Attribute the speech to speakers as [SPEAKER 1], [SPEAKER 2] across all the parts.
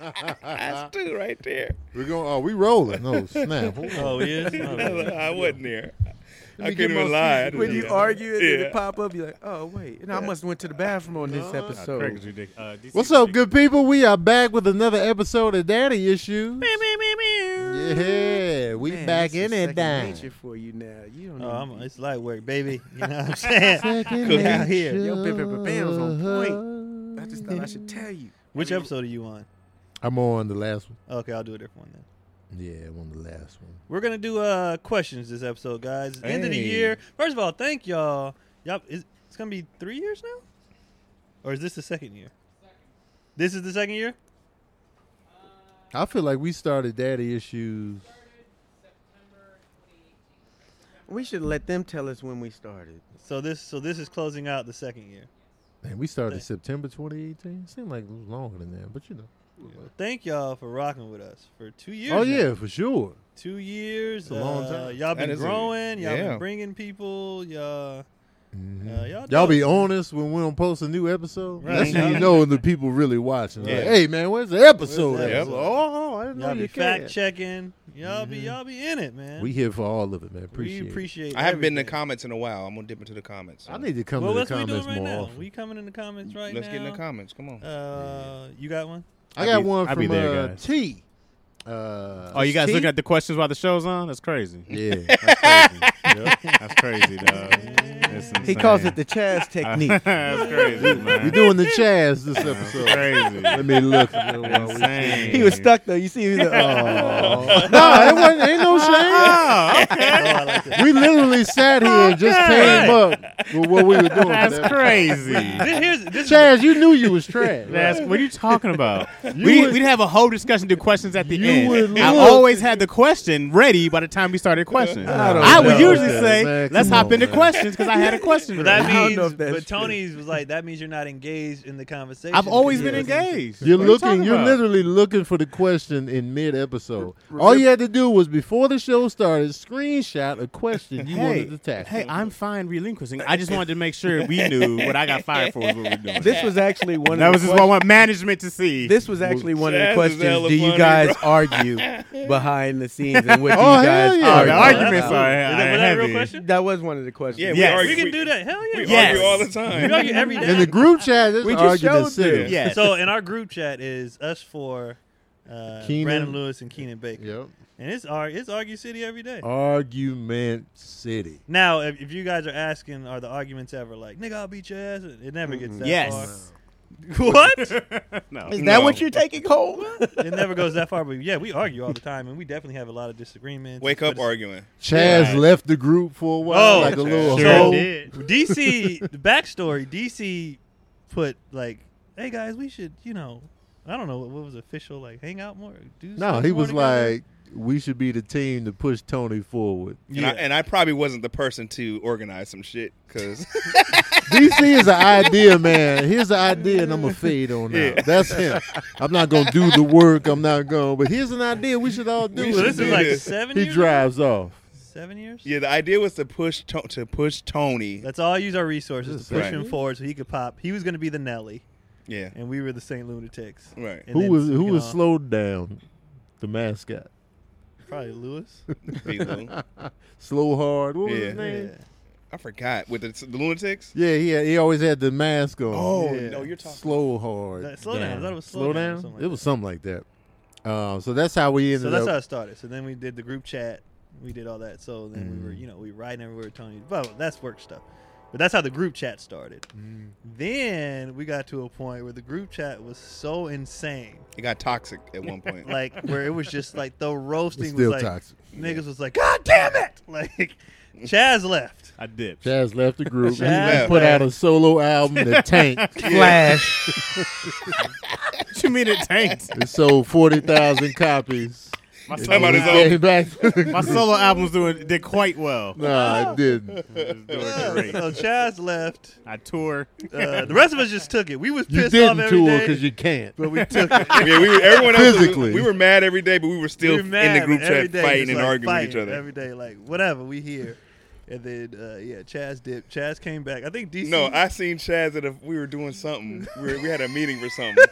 [SPEAKER 1] Uh-huh.
[SPEAKER 2] That's two right there.
[SPEAKER 3] We're going. Oh, we rolling. No snap. Hold on.
[SPEAKER 4] Oh, yeah.
[SPEAKER 2] I wasn't there.
[SPEAKER 3] me
[SPEAKER 2] I
[SPEAKER 3] get
[SPEAKER 2] couldn't even
[SPEAKER 3] my
[SPEAKER 2] lie. I
[SPEAKER 3] season.
[SPEAKER 2] didn't
[SPEAKER 1] When
[SPEAKER 2] do
[SPEAKER 1] you
[SPEAKER 2] that.
[SPEAKER 1] argue and then
[SPEAKER 2] Yeah.
[SPEAKER 1] it pop up, you're like, oh wait, and I must have went to the bathroom on this episode.
[SPEAKER 3] What's up, good people? We are back with another episode of Daddy Issues. Yeah, we
[SPEAKER 1] Man,
[SPEAKER 3] back in
[SPEAKER 1] this is
[SPEAKER 3] it,
[SPEAKER 1] second
[SPEAKER 3] done.
[SPEAKER 1] nature for you now. You don't
[SPEAKER 4] Oh,
[SPEAKER 1] even
[SPEAKER 4] I'm, it's light work, baby. You know what I'm saying?
[SPEAKER 3] Second
[SPEAKER 4] Cook out here.
[SPEAKER 3] nature.
[SPEAKER 1] Yo, Bam Bam Bam Bam's on I just thought I should tell you.
[SPEAKER 4] Which episode are you on?
[SPEAKER 3] I'm on the last one.
[SPEAKER 4] Okay, I'll do a different one then.
[SPEAKER 3] Yeah, I'm on the last one.
[SPEAKER 4] We're gonna do uh questions this episode, guys. End of the
[SPEAKER 3] Hey.
[SPEAKER 4] year. First of all, thank y'all. Y'all, is, it's gonna be three years now, or is this the second year? This is the second year.
[SPEAKER 3] I feel like we started Daddy Issues.
[SPEAKER 1] We should let them tell us when we started.
[SPEAKER 4] So this, so this is closing out the second year.
[SPEAKER 3] Man, we started September 2018. Seemed like it was longer than that, but you know.
[SPEAKER 4] Thank y'all for rocking with us for two years.
[SPEAKER 3] oh
[SPEAKER 4] now.
[SPEAKER 3] yeah, for sure.
[SPEAKER 4] two years. uh,
[SPEAKER 3] It's a long time.
[SPEAKER 4] Y'all been
[SPEAKER 2] That is a-
[SPEAKER 4] growing. y'all
[SPEAKER 2] yeah.
[SPEAKER 4] been bringing people. Y'all, uh, y'all,
[SPEAKER 3] Mm-hmm. Y'all
[SPEAKER 4] dope.
[SPEAKER 3] be honest when we don't post a new episode.
[SPEAKER 4] Right.
[SPEAKER 3] That's when you know the people really watching. Like,
[SPEAKER 2] Yeah.
[SPEAKER 3] hey man, where's the episode?
[SPEAKER 4] Where's the
[SPEAKER 3] at?"
[SPEAKER 4] episode?
[SPEAKER 3] Oh, I didn't
[SPEAKER 4] Y'all
[SPEAKER 3] know
[SPEAKER 4] be
[SPEAKER 3] you
[SPEAKER 4] fact
[SPEAKER 3] cared.
[SPEAKER 4] checking. Y'all be y'all be in it, man.
[SPEAKER 3] We here for all of it, man. Appreciate.
[SPEAKER 4] we appreciate.
[SPEAKER 2] I haven't been in the
[SPEAKER 4] everything.
[SPEAKER 2] comments in a while. I'm gonna dip into the comments.
[SPEAKER 3] it. I need to come
[SPEAKER 4] well,
[SPEAKER 3] to the
[SPEAKER 4] let's be doing
[SPEAKER 3] comments
[SPEAKER 4] right
[SPEAKER 3] more
[SPEAKER 4] now.
[SPEAKER 3] often.
[SPEAKER 4] We coming in the comments right
[SPEAKER 2] Let's
[SPEAKER 4] now.
[SPEAKER 2] get in the comments. Come on.
[SPEAKER 4] Uh, you got one?
[SPEAKER 3] I got
[SPEAKER 5] I'll be-
[SPEAKER 3] one
[SPEAKER 5] I'll
[SPEAKER 3] from
[SPEAKER 5] be there,
[SPEAKER 3] uh,
[SPEAKER 5] guys.
[SPEAKER 3] T. Uh,
[SPEAKER 5] Oh, you guys
[SPEAKER 1] Tea?
[SPEAKER 5] looking at the questions while the show's on? That's crazy.
[SPEAKER 3] yeah.
[SPEAKER 5] That's crazy. Yep. That's crazy, dog. That's
[SPEAKER 1] He
[SPEAKER 5] insane.
[SPEAKER 1] calls it the Chaz technique.
[SPEAKER 5] That's crazy, man.
[SPEAKER 3] we doing the Chaz this
[SPEAKER 5] That's
[SPEAKER 3] episode.
[SPEAKER 5] crazy.
[SPEAKER 3] Let me look. a little while we-
[SPEAKER 5] Insane.
[SPEAKER 1] he was stuck though. You see, he was like, oh.
[SPEAKER 3] no, it wasn't, ain't no shame.
[SPEAKER 5] Oh, okay.
[SPEAKER 4] Oh, I like that.
[SPEAKER 3] We literally sat here and just came up with what we were doing.
[SPEAKER 5] That's crazy.
[SPEAKER 4] This- here's- this is-
[SPEAKER 3] Chaz, you knew you was trash.
[SPEAKER 5] That's what are you talking about?
[SPEAKER 3] You
[SPEAKER 5] we
[SPEAKER 3] would-
[SPEAKER 5] we'd have a whole discussion, do questions at the
[SPEAKER 3] You would
[SPEAKER 5] end. I
[SPEAKER 3] look-
[SPEAKER 5] always had the question ready by the time we started questions.
[SPEAKER 1] I don't
[SPEAKER 5] I would
[SPEAKER 1] know,
[SPEAKER 5] usually
[SPEAKER 3] man.
[SPEAKER 5] say,
[SPEAKER 3] Man,
[SPEAKER 5] "Let's
[SPEAKER 3] come
[SPEAKER 5] hop
[SPEAKER 3] on,
[SPEAKER 5] into
[SPEAKER 3] man.
[SPEAKER 5] questions" because I had a question.
[SPEAKER 4] But
[SPEAKER 1] I
[SPEAKER 5] ready.
[SPEAKER 4] that
[SPEAKER 1] don't
[SPEAKER 4] means,
[SPEAKER 1] know if that's
[SPEAKER 4] but
[SPEAKER 1] true.
[SPEAKER 4] Tony's was like, that means you're not engaged in the conversation.
[SPEAKER 5] I've always been
[SPEAKER 4] Yeah.
[SPEAKER 5] engaged.
[SPEAKER 3] You're
[SPEAKER 5] What are you
[SPEAKER 3] looking.
[SPEAKER 5] talking
[SPEAKER 3] You're
[SPEAKER 5] about?
[SPEAKER 3] literally looking for the question in mid-episode. All you had to do was before the show started, screenshot a question you wanted to tackle.
[SPEAKER 5] Hey, I'm fine relinquishing. I just wanted to make sure we knew what I got fired for was what we're doing.
[SPEAKER 1] This was actually one.
[SPEAKER 5] that
[SPEAKER 1] of
[SPEAKER 5] was
[SPEAKER 1] the
[SPEAKER 5] just what I
[SPEAKER 1] questions-
[SPEAKER 5] want management to see.
[SPEAKER 1] This was actually one of the
[SPEAKER 2] Chaz is hella
[SPEAKER 1] questions. Do you
[SPEAKER 2] funny,
[SPEAKER 1] guys
[SPEAKER 2] bro.
[SPEAKER 1] argue behind the scenes, and what do
[SPEAKER 3] Oh, hell
[SPEAKER 1] you guys
[SPEAKER 3] yeah.
[SPEAKER 5] oh,
[SPEAKER 1] argue?
[SPEAKER 5] the
[SPEAKER 3] Yeah,
[SPEAKER 5] arguments
[SPEAKER 4] Is
[SPEAKER 5] are,
[SPEAKER 4] that- was
[SPEAKER 5] are
[SPEAKER 4] that a real
[SPEAKER 5] heavy.
[SPEAKER 4] question?
[SPEAKER 1] That was one of the questions.
[SPEAKER 2] yeah,
[SPEAKER 5] Yes.
[SPEAKER 2] we argue.
[SPEAKER 4] We can
[SPEAKER 2] we,
[SPEAKER 4] do that. Hell yeah.
[SPEAKER 2] We
[SPEAKER 5] Yes.
[SPEAKER 2] argue all the time.
[SPEAKER 4] We argue every
[SPEAKER 3] in
[SPEAKER 4] day.
[SPEAKER 3] the group chat. This
[SPEAKER 1] We just
[SPEAKER 3] argued
[SPEAKER 1] showed
[SPEAKER 3] and said,
[SPEAKER 1] them.
[SPEAKER 5] Yes.
[SPEAKER 4] So in our group chat is us four, uh,
[SPEAKER 3] Keenan.
[SPEAKER 4] Brandon Lewis and Keenan Baker,
[SPEAKER 3] "Yep,
[SPEAKER 4] and it's our it's argue city every day.
[SPEAKER 3] argument city."
[SPEAKER 4] Now, if, if you guys are asking, are the arguments ever like, nigga, I'll beat your ass? It never
[SPEAKER 2] Mm-hmm.
[SPEAKER 4] gets that
[SPEAKER 5] yes.
[SPEAKER 4] far. What?
[SPEAKER 5] no.
[SPEAKER 1] Is
[SPEAKER 2] No.
[SPEAKER 1] that what you're taking home?
[SPEAKER 4] it never goes that far. But yeah, we argue all the time, and we definitely have a lot of disagreements.
[SPEAKER 2] Wake
[SPEAKER 4] But
[SPEAKER 2] up
[SPEAKER 4] it's-
[SPEAKER 2] arguing.
[SPEAKER 3] Chaz
[SPEAKER 5] Right.
[SPEAKER 3] left the group for a while,
[SPEAKER 4] Oh,
[SPEAKER 3] like a little
[SPEAKER 5] Sure
[SPEAKER 3] hoe.
[SPEAKER 5] did.
[SPEAKER 4] DC, the backstory, DC put like, hey guys, we should, you know, I don't know what, what was official, like, hang out more. Do
[SPEAKER 3] No,
[SPEAKER 4] stuff
[SPEAKER 3] he
[SPEAKER 4] more
[SPEAKER 3] was
[SPEAKER 4] together.
[SPEAKER 3] like, "We should be the team to push Tony forward."
[SPEAKER 2] And, I, and I probably wasn't the person to organize some shit because
[SPEAKER 3] DC is an idea, man. Here's the idea, and I'm gonna fade on that. That's him. I'm not gonna do the work. I'm not gonna. But here's an idea we should all do.
[SPEAKER 2] We
[SPEAKER 3] it.
[SPEAKER 4] so this
[SPEAKER 2] do
[SPEAKER 4] is like
[SPEAKER 2] this.
[SPEAKER 4] seven
[SPEAKER 3] he
[SPEAKER 4] years.
[SPEAKER 3] drives off.
[SPEAKER 4] Seven years.
[SPEAKER 2] yeah, the idea was to push to, to push Tony.
[SPEAKER 4] Let's all use our resources to push
[SPEAKER 2] Right.
[SPEAKER 4] him forward so he could pop. He was going to be the Nelly,
[SPEAKER 2] Yeah,
[SPEAKER 4] and we were the St. Lunatics.
[SPEAKER 2] right.
[SPEAKER 4] And
[SPEAKER 3] Who
[SPEAKER 4] then
[SPEAKER 3] was
[SPEAKER 4] we
[SPEAKER 3] who
[SPEAKER 4] can
[SPEAKER 3] was
[SPEAKER 4] all-
[SPEAKER 3] slowed down? The mascot.
[SPEAKER 4] Probably Lewis.
[SPEAKER 2] Be Lou.
[SPEAKER 3] Slow hard. What was
[SPEAKER 2] Yeah.
[SPEAKER 3] his name?
[SPEAKER 2] I forgot with the, the lunatics.
[SPEAKER 3] Yeah, he had, he always had the mask on.
[SPEAKER 2] Oh,
[SPEAKER 4] Yeah.
[SPEAKER 2] no, you're talking.
[SPEAKER 3] slow hard.
[SPEAKER 4] That- slow down. I thought it was slow down or something like
[SPEAKER 3] it was something like that. Uh, so that's how we ended
[SPEAKER 4] So that's
[SPEAKER 3] up.
[SPEAKER 4] how it started. So then we did the group chat. We did all that. So then we were,
[SPEAKER 3] Mm.
[SPEAKER 4] you know, we riding everywhere, Tony. But that's work stuff. But that's how the group chat started.
[SPEAKER 3] Mm.
[SPEAKER 4] Then we got to a point where the group chat was so insane,
[SPEAKER 2] It got toxic at one point.
[SPEAKER 4] like where it was just like the
[SPEAKER 3] It's
[SPEAKER 4] roasting was
[SPEAKER 3] still
[SPEAKER 4] like
[SPEAKER 3] toxic.
[SPEAKER 4] niggas was like, God damn it! Like Chaz left.
[SPEAKER 5] I dipped.
[SPEAKER 3] Chaz left the group. he
[SPEAKER 4] Chaz
[SPEAKER 3] put out
[SPEAKER 4] left.
[SPEAKER 3] a solo album, The Tank.
[SPEAKER 1] Flash.
[SPEAKER 5] What you mean it tanked?
[SPEAKER 3] It sold forty thousand copies.
[SPEAKER 5] My
[SPEAKER 2] Talking
[SPEAKER 5] solo,
[SPEAKER 2] about his
[SPEAKER 5] album,
[SPEAKER 2] own-
[SPEAKER 3] Came back.
[SPEAKER 5] my solo album's doing did quite well.
[SPEAKER 3] nah, it didn't.
[SPEAKER 5] It's doing great.
[SPEAKER 4] so Chaz left.
[SPEAKER 5] I tour.
[SPEAKER 4] Uh, the rest of us just took it. We was
[SPEAKER 3] You
[SPEAKER 4] pissed off
[SPEAKER 3] didn't
[SPEAKER 4] every
[SPEAKER 3] tour
[SPEAKER 4] day,
[SPEAKER 3] because you can't.
[SPEAKER 4] but we took it.
[SPEAKER 2] yeah, we were, everyone else was-
[SPEAKER 3] Physically.
[SPEAKER 2] we were mad every day, but we were still
[SPEAKER 4] We were mad
[SPEAKER 2] in the group
[SPEAKER 4] every
[SPEAKER 2] chat
[SPEAKER 4] day,
[SPEAKER 2] fighting
[SPEAKER 4] just,
[SPEAKER 2] and
[SPEAKER 4] like,
[SPEAKER 2] arguing with each
[SPEAKER 4] fighting
[SPEAKER 2] other.
[SPEAKER 4] every day. Like whatever, we here. And then uh, yeah, Chaz dipped. Chaz came back. I think DC.
[SPEAKER 2] no, I seen Chaz at a. We were doing something. We, were, we had a meeting for something.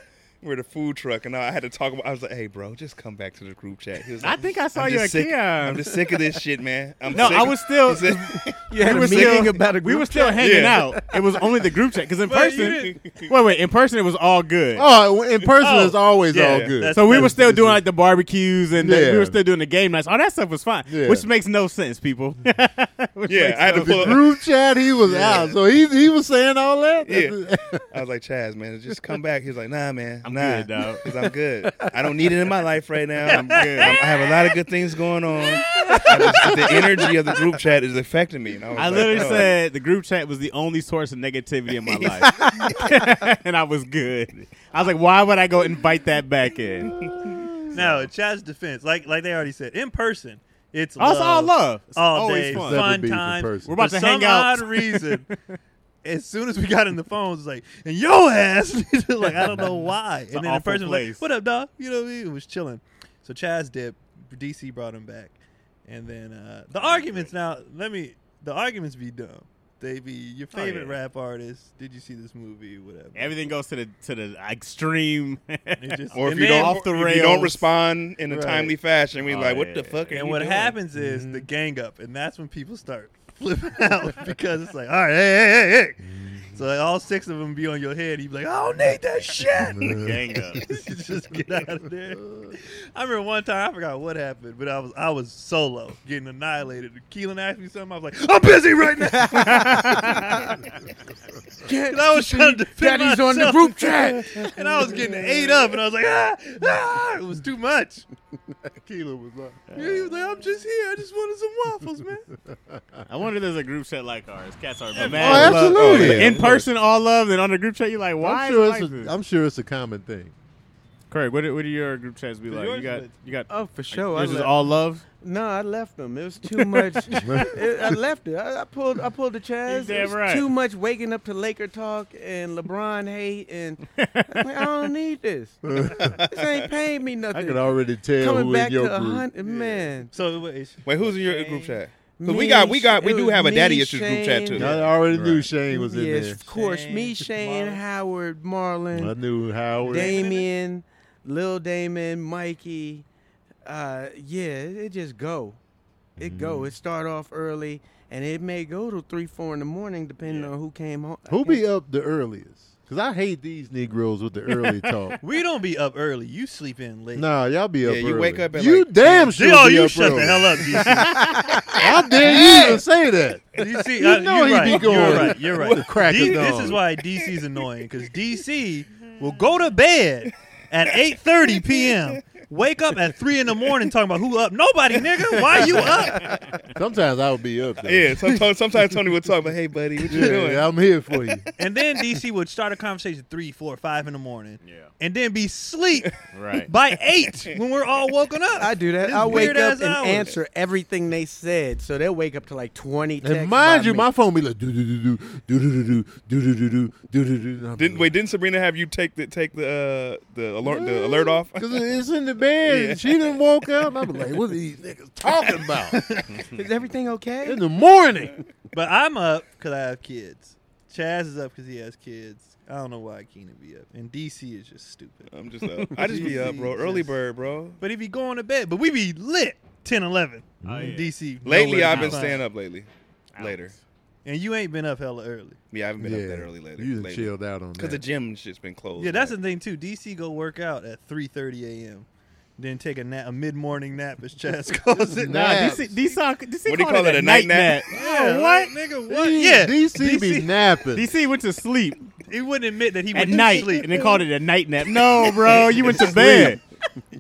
[SPEAKER 2] We were at a food truck, and I had to talk about. I was like, "Hey, bro, just come back to the group chat." He was
[SPEAKER 5] I
[SPEAKER 2] like,
[SPEAKER 5] think I saw
[SPEAKER 2] I'm
[SPEAKER 5] you
[SPEAKER 2] just
[SPEAKER 5] at
[SPEAKER 2] sick-
[SPEAKER 5] Kia.
[SPEAKER 2] I'm just sick of this shit, man. I'm
[SPEAKER 5] No,
[SPEAKER 2] sick
[SPEAKER 5] I
[SPEAKER 2] of-"
[SPEAKER 5] was still-
[SPEAKER 2] He said-
[SPEAKER 1] You had
[SPEAKER 5] we
[SPEAKER 1] a
[SPEAKER 5] were
[SPEAKER 1] meeting
[SPEAKER 5] still-
[SPEAKER 1] about a
[SPEAKER 5] we
[SPEAKER 1] group
[SPEAKER 5] were still hanging
[SPEAKER 2] Yeah.
[SPEAKER 5] out. It was only the group chat because in
[SPEAKER 1] Well, you
[SPEAKER 5] person, wait, wait, in person it was all good.
[SPEAKER 3] Oh, in person
[SPEAKER 4] Oh,
[SPEAKER 3] it's always
[SPEAKER 2] yeah,
[SPEAKER 3] all good.
[SPEAKER 4] that's-
[SPEAKER 5] so we were still
[SPEAKER 3] that's-
[SPEAKER 5] doing like the barbecues and the- we
[SPEAKER 3] Yeah.
[SPEAKER 5] were still doing the game nights. All that stuff was fine,
[SPEAKER 3] Yeah.
[SPEAKER 5] which makes no sense, people. Which
[SPEAKER 2] Yeah,
[SPEAKER 5] makes
[SPEAKER 2] I had
[SPEAKER 5] no-
[SPEAKER 2] to pull up.
[SPEAKER 3] Group chat, he was out, so he he was saying all that.
[SPEAKER 2] Yeah. I was like, Chaz, man, just come back. He was like, Nah, man,
[SPEAKER 5] I'm
[SPEAKER 2] nah,
[SPEAKER 5] good, dog.
[SPEAKER 2] because I'm good. I don't need it in my life right now. I'm
[SPEAKER 5] good.
[SPEAKER 2] i have a lot of good things going on. I just- the energy of the group chat is affecting me. And I, was
[SPEAKER 5] I
[SPEAKER 2] like,
[SPEAKER 5] literally
[SPEAKER 2] "Oh."
[SPEAKER 5] said the group chat was the only source of negativity in my life, and I was good. I was like, why would I go invite that back in?
[SPEAKER 4] No, in Chad's defense, like like they already said, in person, it's
[SPEAKER 5] Oh, it's all
[SPEAKER 4] love.
[SPEAKER 5] love. It's
[SPEAKER 4] all
[SPEAKER 5] always
[SPEAKER 4] day,
[SPEAKER 5] fun.
[SPEAKER 3] Except-
[SPEAKER 4] fun
[SPEAKER 3] Never beef in
[SPEAKER 4] times.
[SPEAKER 3] person.
[SPEAKER 5] We're about
[SPEAKER 4] For
[SPEAKER 5] to hang
[SPEAKER 4] some
[SPEAKER 5] out.
[SPEAKER 4] odd reason, as soon as we got in the phones, it's like, and yo ass, like I don't know why.
[SPEAKER 5] an
[SPEAKER 4] and then the
[SPEAKER 5] awful
[SPEAKER 4] person was
[SPEAKER 5] place.
[SPEAKER 4] like, "What up, dog?" You know what I mean? It was chilling. So Chaz did. DC brought him back, and then uh, the arguments. Now let me. The arguments be dumb. They be your
[SPEAKER 5] Oh, yeah.
[SPEAKER 4] favorite rap artist. Did you see this movie? Whatever.
[SPEAKER 5] Everything goes to the to the extreme.
[SPEAKER 4] It just-
[SPEAKER 2] Or if
[SPEAKER 4] and
[SPEAKER 2] you
[SPEAKER 4] then-
[SPEAKER 2] don't,
[SPEAKER 5] off the
[SPEAKER 2] if you don't
[SPEAKER 5] rails.
[SPEAKER 2] respond in a
[SPEAKER 4] Right.
[SPEAKER 2] timely fashion, we
[SPEAKER 5] Oh,
[SPEAKER 2] like, what the
[SPEAKER 5] yeah.
[SPEAKER 2] fuck? Are
[SPEAKER 4] And
[SPEAKER 2] you
[SPEAKER 4] what
[SPEAKER 2] doing?
[SPEAKER 4] happens is the
[SPEAKER 1] Mm-hmm.
[SPEAKER 4] gang up, and that's when people start flipping out because it's like, all right, hey, hey, hey, hey.
[SPEAKER 1] Mm-hmm.
[SPEAKER 4] So like, all six of them be on your head. You be like, I don't need that shit.
[SPEAKER 5] Gang up.
[SPEAKER 4] Just get out of there. I remember one time I forgot what happened, but I was I was solo getting annihilated. Keelan asked me something. I was like, "Oh, I'm busy right now. 'Cause I was trying to defend
[SPEAKER 1] Daddy's on the
[SPEAKER 4] myself,
[SPEAKER 1] group chat.
[SPEAKER 4] and I was getting ate up, and I was like, ah, ah, it was too much.
[SPEAKER 3] Keeler was like,
[SPEAKER 4] Yeah, he was like, I'm just here. I just wanted some waffles, man.
[SPEAKER 5] I wonder if there's a group chat like ours. Cats are mad.
[SPEAKER 3] "Oh,
[SPEAKER 5] love.
[SPEAKER 3] absolutely."
[SPEAKER 2] yeah.
[SPEAKER 5] In person, all love, and on the group chat, you're like, why?
[SPEAKER 3] I'm
[SPEAKER 5] is it
[SPEAKER 3] sure,
[SPEAKER 5] like
[SPEAKER 3] it's
[SPEAKER 5] this?
[SPEAKER 3] a, I'm sure it's a common thing.
[SPEAKER 5] Craig, what, do- what do your group chats be like? You
[SPEAKER 4] yours
[SPEAKER 5] got,
[SPEAKER 4] was-
[SPEAKER 5] you got.
[SPEAKER 1] Oh, for sure. I
[SPEAKER 5] Yours is
[SPEAKER 1] left-
[SPEAKER 5] all love.
[SPEAKER 1] No, I left them. It was too much. it, I left it. I, I pulled. I pulled the
[SPEAKER 5] You
[SPEAKER 1] chairs.
[SPEAKER 5] damn
[SPEAKER 1] It was
[SPEAKER 5] right.
[SPEAKER 1] too much waking up to Laker talk and LeBron hate, and I'm like, I don't need this. this ain't paying me nothing.
[SPEAKER 3] I could already tell
[SPEAKER 1] Coming
[SPEAKER 3] who
[SPEAKER 1] back
[SPEAKER 3] in your
[SPEAKER 1] to a
[SPEAKER 3] group.
[SPEAKER 1] hundred man.
[SPEAKER 4] So wait, it's-
[SPEAKER 2] Wait, who's in your group chat? 'Cause
[SPEAKER 1] Me,
[SPEAKER 2] we got, we got, we
[SPEAKER 1] it
[SPEAKER 2] do
[SPEAKER 1] was
[SPEAKER 2] have a
[SPEAKER 1] me,
[SPEAKER 2] daddy issues group chat
[SPEAKER 1] Shane,
[SPEAKER 2] too.
[SPEAKER 3] I already knew
[SPEAKER 2] Right.
[SPEAKER 3] Shane was in
[SPEAKER 1] yes, of course. me,
[SPEAKER 4] Shane,
[SPEAKER 1] Shane,
[SPEAKER 4] Marlon.
[SPEAKER 1] Howard,
[SPEAKER 3] there. I
[SPEAKER 1] Marlon,
[SPEAKER 3] knew Howard.
[SPEAKER 1] Damien, Lil Damon, Mikey. Uh, yeah, it it just go. It go. It start off early, and it may go to three, four in the morning, depending on who came home.
[SPEAKER 3] Who be up the earliest? Because I hate these Negroes with the early talk.
[SPEAKER 4] we don't be up early. You sleep in late.
[SPEAKER 3] Nah, y'all be up
[SPEAKER 2] Yeah,
[SPEAKER 3] early.
[SPEAKER 2] you wake up at
[SPEAKER 3] You
[SPEAKER 2] like-
[SPEAKER 3] damn sure
[SPEAKER 4] Oh,
[SPEAKER 3] be
[SPEAKER 4] you
[SPEAKER 3] up
[SPEAKER 4] shut
[SPEAKER 3] early.
[SPEAKER 4] the hell up, DC.
[SPEAKER 3] How dare you even say that?
[SPEAKER 4] DC,
[SPEAKER 3] You
[SPEAKER 4] I-
[SPEAKER 3] know
[SPEAKER 4] you're
[SPEAKER 3] he
[SPEAKER 4] right.
[SPEAKER 3] be
[SPEAKER 4] You're
[SPEAKER 3] going
[SPEAKER 4] right. You're
[SPEAKER 3] with
[SPEAKER 4] right.
[SPEAKER 3] the crack of
[SPEAKER 4] D- this
[SPEAKER 3] dawn.
[SPEAKER 4] is why DC's annoying because DC will go to bed at 8:30 p.m. Wake up at three in the morning talking about who up. Nobody, nigga. Why you up?
[SPEAKER 3] Sometimes I would be up there.
[SPEAKER 2] Yeah, sometimes, sometimes Tony would talk, but hey, buddy, what you doing?
[SPEAKER 3] Yeah, I'm here for you.
[SPEAKER 4] And then DC would start a conversation three, four, five in the morning,
[SPEAKER 5] Yeah.
[SPEAKER 4] and then be sleep
[SPEAKER 5] Right.
[SPEAKER 4] by eight when we're all woken up.
[SPEAKER 1] I do that.
[SPEAKER 4] This
[SPEAKER 1] I wake
[SPEAKER 4] weird-ass
[SPEAKER 1] up and
[SPEAKER 4] hours.
[SPEAKER 1] answer everything they said, so they'll wake up to like twenty. texts
[SPEAKER 3] And mind
[SPEAKER 1] by
[SPEAKER 3] you,
[SPEAKER 1] me.
[SPEAKER 3] my phone be like do do do do do do do do do do do do do.
[SPEAKER 2] Didn't wait? Didn't Sabrina have you take the take the uh, the alert the alert off?
[SPEAKER 3] Cause it's in the bed.
[SPEAKER 2] Yeah.
[SPEAKER 3] She didn't woke up. I be like, what are these niggas talking about
[SPEAKER 1] is everything okay?
[SPEAKER 3] in the morning?
[SPEAKER 4] But I'm up because I have kids. Chaz is up because he has kids. I don't know why Keenan be up. And DC is just stupid.
[SPEAKER 2] I'm just up. I just be up, bro. Early bird, bro.
[SPEAKER 4] But he be going to bed. But we be lit 10, 11. And
[SPEAKER 5] Oh, yeah.
[SPEAKER 4] DC.
[SPEAKER 2] Lately,
[SPEAKER 4] nowhere to
[SPEAKER 2] I've
[SPEAKER 4] be
[SPEAKER 2] been
[SPEAKER 4] found.
[SPEAKER 2] staying up lately. Later.
[SPEAKER 4] And you ain't been up hella early.
[SPEAKER 2] Yeah, I haven't been up that early later.
[SPEAKER 3] You done
[SPEAKER 2] lately.
[SPEAKER 3] chilled out on that.
[SPEAKER 2] Cause the gym shit's been closed.
[SPEAKER 4] Yeah, that's the
[SPEAKER 2] man.
[SPEAKER 4] thing too. DC go work out at 3:30 a.m. Then take a nap, a mid-morning nap as Chaz calls it.
[SPEAKER 3] Nah,
[SPEAKER 5] Uh,
[SPEAKER 3] Yeah.
[SPEAKER 5] DC, DC, DC
[SPEAKER 2] What do you
[SPEAKER 5] called
[SPEAKER 2] call it, a night nap?
[SPEAKER 5] Yeah, what?
[SPEAKER 4] nigga? What?
[SPEAKER 3] He-
[SPEAKER 4] Yeah,
[SPEAKER 3] DC be napping.
[SPEAKER 5] DC went to sleep
[SPEAKER 4] He wouldn't admit that he
[SPEAKER 5] at
[SPEAKER 4] went to
[SPEAKER 5] night
[SPEAKER 4] sleep.
[SPEAKER 5] and they called it a night nap. No, bro, you went to bed.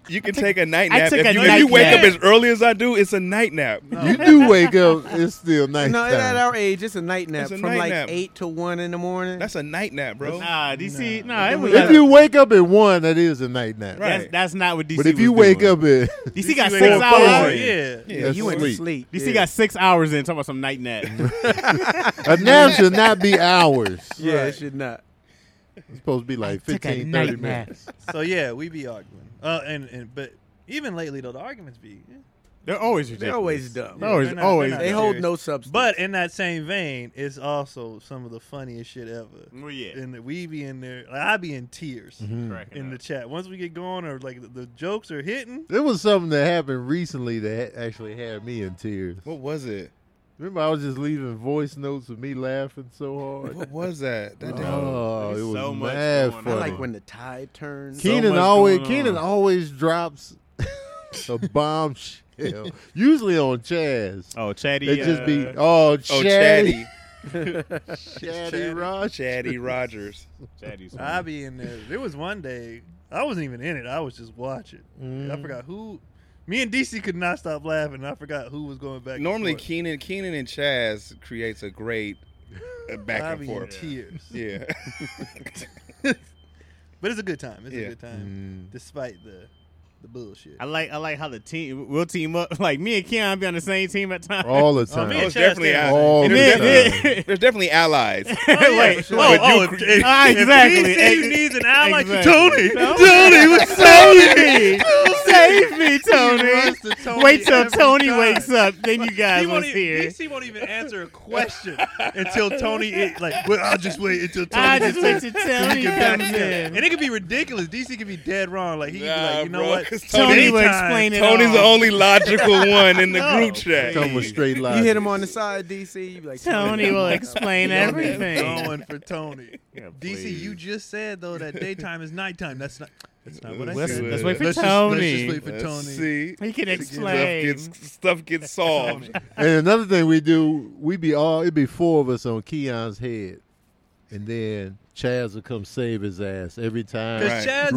[SPEAKER 2] You can take a night
[SPEAKER 5] I
[SPEAKER 2] nap.
[SPEAKER 5] took
[SPEAKER 2] If
[SPEAKER 5] a
[SPEAKER 2] you, if
[SPEAKER 5] night
[SPEAKER 2] you wake
[SPEAKER 5] nap.
[SPEAKER 2] up as early as I do, it's a night nap.
[SPEAKER 3] You do wake up. It's still night
[SPEAKER 1] No, at
[SPEAKER 3] time.
[SPEAKER 1] our age, it's a night nap
[SPEAKER 2] It's a
[SPEAKER 1] from
[SPEAKER 2] night
[SPEAKER 1] like
[SPEAKER 2] nap.
[SPEAKER 1] eight to one in the morning.
[SPEAKER 2] That's a night nap, bro.
[SPEAKER 5] Nah, DC, nah, it was
[SPEAKER 3] If you wake up at one, that is a night nap.
[SPEAKER 2] Right.
[SPEAKER 5] that's, that's not what DC.
[SPEAKER 3] But if
[SPEAKER 5] was
[SPEAKER 3] you wake
[SPEAKER 5] doing.
[SPEAKER 3] up at
[SPEAKER 5] DC got
[SPEAKER 4] He
[SPEAKER 5] six
[SPEAKER 4] went up four,
[SPEAKER 5] hours. in.
[SPEAKER 4] Yeah.
[SPEAKER 2] Yeah,
[SPEAKER 1] yeah, you went to
[SPEAKER 3] sleep.
[SPEAKER 1] sleep.
[SPEAKER 5] DC
[SPEAKER 1] yeah.
[SPEAKER 5] got six hours in talking about some night nap.
[SPEAKER 3] a nap should not be hours. It's
[SPEAKER 1] Yeah,
[SPEAKER 4] Right.
[SPEAKER 1] it should not.
[SPEAKER 3] supposed to be like
[SPEAKER 5] took a
[SPEAKER 3] 15,
[SPEAKER 5] night
[SPEAKER 3] 30
[SPEAKER 5] nap.
[SPEAKER 3] minutes.
[SPEAKER 4] So yeah, we be arguing. Uh, and and but even lately though, the arguments be. eh,
[SPEAKER 5] They're always ridiculous.
[SPEAKER 1] They're always dumb.
[SPEAKER 5] They're always,
[SPEAKER 4] They're not-
[SPEAKER 5] always.
[SPEAKER 4] they're not
[SPEAKER 1] They
[SPEAKER 5] dumb.
[SPEAKER 1] hold no substance.
[SPEAKER 4] But in that same vein, it's also some of the funniest shit ever.
[SPEAKER 5] Well, Oh, yeah.
[SPEAKER 4] And we be in there, like, I be in tears
[SPEAKER 5] Cracking
[SPEAKER 4] in
[SPEAKER 5] up.
[SPEAKER 4] the chat once we get going, or like the, the jokes are hitting.
[SPEAKER 3] There was something that happened recently that ha- actually had me in tears.
[SPEAKER 2] What was it?
[SPEAKER 3] Remember, I was just leaving voice notes of me laughing so hard.
[SPEAKER 2] What was that? That didn't-
[SPEAKER 3] oh, it
[SPEAKER 5] there's
[SPEAKER 3] was
[SPEAKER 5] so much
[SPEAKER 3] mad
[SPEAKER 5] going on.
[SPEAKER 3] funny.
[SPEAKER 1] I like when the tide turns.
[SPEAKER 5] Keep-
[SPEAKER 3] Keenan
[SPEAKER 5] much
[SPEAKER 3] always
[SPEAKER 5] going
[SPEAKER 3] Keenan
[SPEAKER 5] on.
[SPEAKER 3] always drops a bombshell, usually on Chaz.
[SPEAKER 5] Oh, Chatty.
[SPEAKER 3] it just be
[SPEAKER 5] uh,
[SPEAKER 3] oh,
[SPEAKER 2] oh,
[SPEAKER 3] Chaddy,
[SPEAKER 2] Chatty.
[SPEAKER 3] Chaddy Rush.
[SPEAKER 2] Chatty Rogers.
[SPEAKER 5] Chatty's
[SPEAKER 4] I be in there. There was one day I wasn't even in it. I was just watching. And
[SPEAKER 5] Mm-hmm.
[SPEAKER 4] I forgot who. Me and DC could not stop laughing. and I forgot who was going back. and
[SPEAKER 2] Normally,
[SPEAKER 4] forth.
[SPEAKER 2] Keenan, Keenan and Chaz creates a great uh, back
[SPEAKER 4] I
[SPEAKER 2] and
[SPEAKER 4] be in
[SPEAKER 2] forth.
[SPEAKER 4] tears.
[SPEAKER 2] Yeah.
[SPEAKER 4] But it's a good time. It's a
[SPEAKER 2] Yeah.
[SPEAKER 4] good
[SPEAKER 5] Mm-hmm.
[SPEAKER 4] time, despite the the bullshit.
[SPEAKER 5] I like I like how the team we'll team up. Like me and Keon be on the same team at times.
[SPEAKER 3] Mm. all the time.
[SPEAKER 4] me
[SPEAKER 2] Oh,
[SPEAKER 4] and
[SPEAKER 2] it's
[SPEAKER 4] Chaz
[SPEAKER 2] definitely
[SPEAKER 4] stand
[SPEAKER 2] al-
[SPEAKER 3] all the
[SPEAKER 2] there's,
[SPEAKER 5] man,
[SPEAKER 3] time.
[SPEAKER 2] definitely, there's definitely allies.
[SPEAKER 5] Wait,
[SPEAKER 4] for sure.
[SPEAKER 5] oh,
[SPEAKER 4] But
[SPEAKER 5] oh,
[SPEAKER 4] you
[SPEAKER 5] if-
[SPEAKER 4] cre-
[SPEAKER 5] if- ah,
[SPEAKER 4] if
[SPEAKER 5] exactly.
[SPEAKER 4] he said he needs an ally, like, Tony,
[SPEAKER 5] Tony, what's Tony? oh. Save me, Tony.
[SPEAKER 4] runs to Tony
[SPEAKER 5] Wait till
[SPEAKER 4] every
[SPEAKER 5] Tony
[SPEAKER 4] time.
[SPEAKER 5] wakes up, then you
[SPEAKER 4] He
[SPEAKER 5] guys will
[SPEAKER 4] won't
[SPEAKER 5] hear.
[SPEAKER 4] even, DC won't even answer a question until Tony is like, well, I'll just wait until Tony
[SPEAKER 5] I
[SPEAKER 4] gets
[SPEAKER 5] just wait till Tony comes
[SPEAKER 4] And
[SPEAKER 5] in.
[SPEAKER 4] it could be ridiculous. DC could be dead wrong. Like he could be
[SPEAKER 2] Nah,
[SPEAKER 4] like, you know
[SPEAKER 2] bro,
[SPEAKER 4] what?
[SPEAKER 2] 'cause
[SPEAKER 5] Tony
[SPEAKER 2] Tony-
[SPEAKER 5] will
[SPEAKER 4] Daytime,
[SPEAKER 5] explain it.
[SPEAKER 2] Tony's the
[SPEAKER 5] all.
[SPEAKER 2] only logical one in the group chat.
[SPEAKER 3] Come with straight
[SPEAKER 1] you
[SPEAKER 3] lines.
[SPEAKER 1] hit him on the side, DC. You be like
[SPEAKER 5] Tony will explain everything.
[SPEAKER 4] Going for Tony. DC, you just said though that daytime is nighttime. That's not. That's not what I
[SPEAKER 5] Let's,
[SPEAKER 4] said.
[SPEAKER 5] let's wait for
[SPEAKER 4] Let's just-
[SPEAKER 5] Tony.
[SPEAKER 4] let's just wait for
[SPEAKER 2] Let's
[SPEAKER 4] Tony.
[SPEAKER 2] see.
[SPEAKER 5] he can
[SPEAKER 2] Stuff
[SPEAKER 5] explain.
[SPEAKER 2] gets, stuff gets solved.
[SPEAKER 3] And another thing we do, we be all it'd be four of us on Keon's head, and then Chaz will come save his ass every time.
[SPEAKER 4] Because
[SPEAKER 2] Right.
[SPEAKER 4] Chaz gets-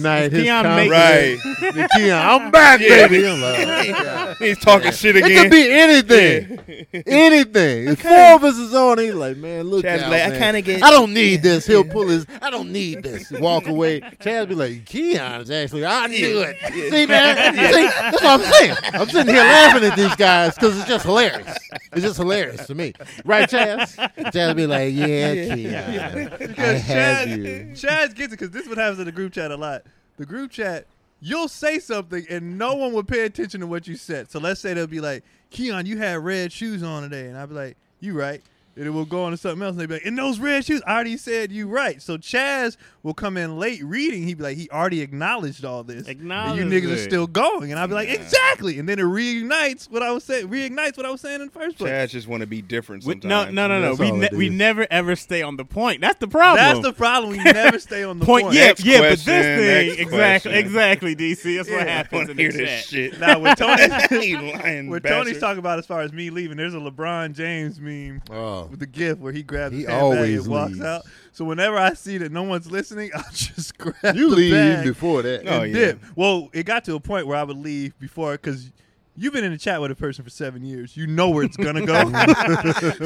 [SPEAKER 3] Reignite his
[SPEAKER 5] Keon
[SPEAKER 3] confidence.
[SPEAKER 5] make-
[SPEAKER 2] right.
[SPEAKER 3] The Keon, I'm back,
[SPEAKER 2] Yeah.
[SPEAKER 3] baby. I'm like, "Oh,
[SPEAKER 2] He's talking shit
[SPEAKER 3] It
[SPEAKER 2] again.
[SPEAKER 3] could be anything. Anything. If four of us is on, he's like, man, look
[SPEAKER 2] Chad's
[SPEAKER 3] out,
[SPEAKER 2] like, I
[SPEAKER 3] man.
[SPEAKER 2] kinda get-
[SPEAKER 3] I don't need this. He'll pull his, I don't need this. Walk away. Chad be like, Keon's actually, I knew it. See, man? See, that's what I'm saying. I'm sitting here laughing at these guys because it's just hilarious. It's just hilarious to me. Right, Chaz? Chaz be like, yeah, Keon. I
[SPEAKER 4] Because
[SPEAKER 3] have
[SPEAKER 4] Chaz,
[SPEAKER 3] you.
[SPEAKER 4] Chaz gets it because this is what happens in the group chat a lot. The group chat, you'll say something and no one would pay attention to what you said. So let's say they'll be like, Keon, you had red shoes on today. And I'll be like, you right. And it will go on to something else. And they'll be like, and those red shoes, I already said you right. So Chaz will come in late reading. He'd be like, he already acknowledged all this.
[SPEAKER 5] Acknowledge
[SPEAKER 4] and you niggas
[SPEAKER 5] it.
[SPEAKER 4] are still going. And I'll be like, exactly. And then it reignites what I was saying, reignites what I was saying in the first place.
[SPEAKER 2] Chaz just want to be different
[SPEAKER 5] We-
[SPEAKER 2] sometimes.
[SPEAKER 5] no, no, no, no.
[SPEAKER 3] That's
[SPEAKER 5] We
[SPEAKER 3] all
[SPEAKER 5] ne-
[SPEAKER 3] it
[SPEAKER 5] we
[SPEAKER 3] is.
[SPEAKER 5] never ever stay on the point. That's the problem.
[SPEAKER 4] That's the problem. We never stay on the
[SPEAKER 5] point.
[SPEAKER 4] point.
[SPEAKER 5] Yeah,
[SPEAKER 2] Next
[SPEAKER 5] yeah. but
[SPEAKER 2] question,
[SPEAKER 5] this
[SPEAKER 2] next
[SPEAKER 5] thing,
[SPEAKER 2] question.
[SPEAKER 5] exactly, exactly. DC. That's what
[SPEAKER 4] Yeah.
[SPEAKER 2] I
[SPEAKER 5] happens
[SPEAKER 2] want to
[SPEAKER 5] in the
[SPEAKER 2] hear
[SPEAKER 5] chat.
[SPEAKER 2] this shit.
[SPEAKER 4] Now with Tony,
[SPEAKER 2] he lying
[SPEAKER 4] what
[SPEAKER 2] bastard.
[SPEAKER 4] Tony's talking about as far as me leaving, there's a LeBron James meme
[SPEAKER 3] Oh.
[SPEAKER 4] with the gift where he grabs
[SPEAKER 3] He
[SPEAKER 4] his handbag and
[SPEAKER 3] always
[SPEAKER 4] walks
[SPEAKER 3] leaves.
[SPEAKER 4] out. So whenever I see that no one's listening, I'll just grab
[SPEAKER 3] You
[SPEAKER 4] the
[SPEAKER 3] leave Oh,
[SPEAKER 4] bag
[SPEAKER 3] before that.
[SPEAKER 2] No,
[SPEAKER 4] and
[SPEAKER 2] Oh, yeah.
[SPEAKER 4] dip. Well, it got to a point where I would leave before because you've been in a chat with a person for seven years. You know where it's gonna go.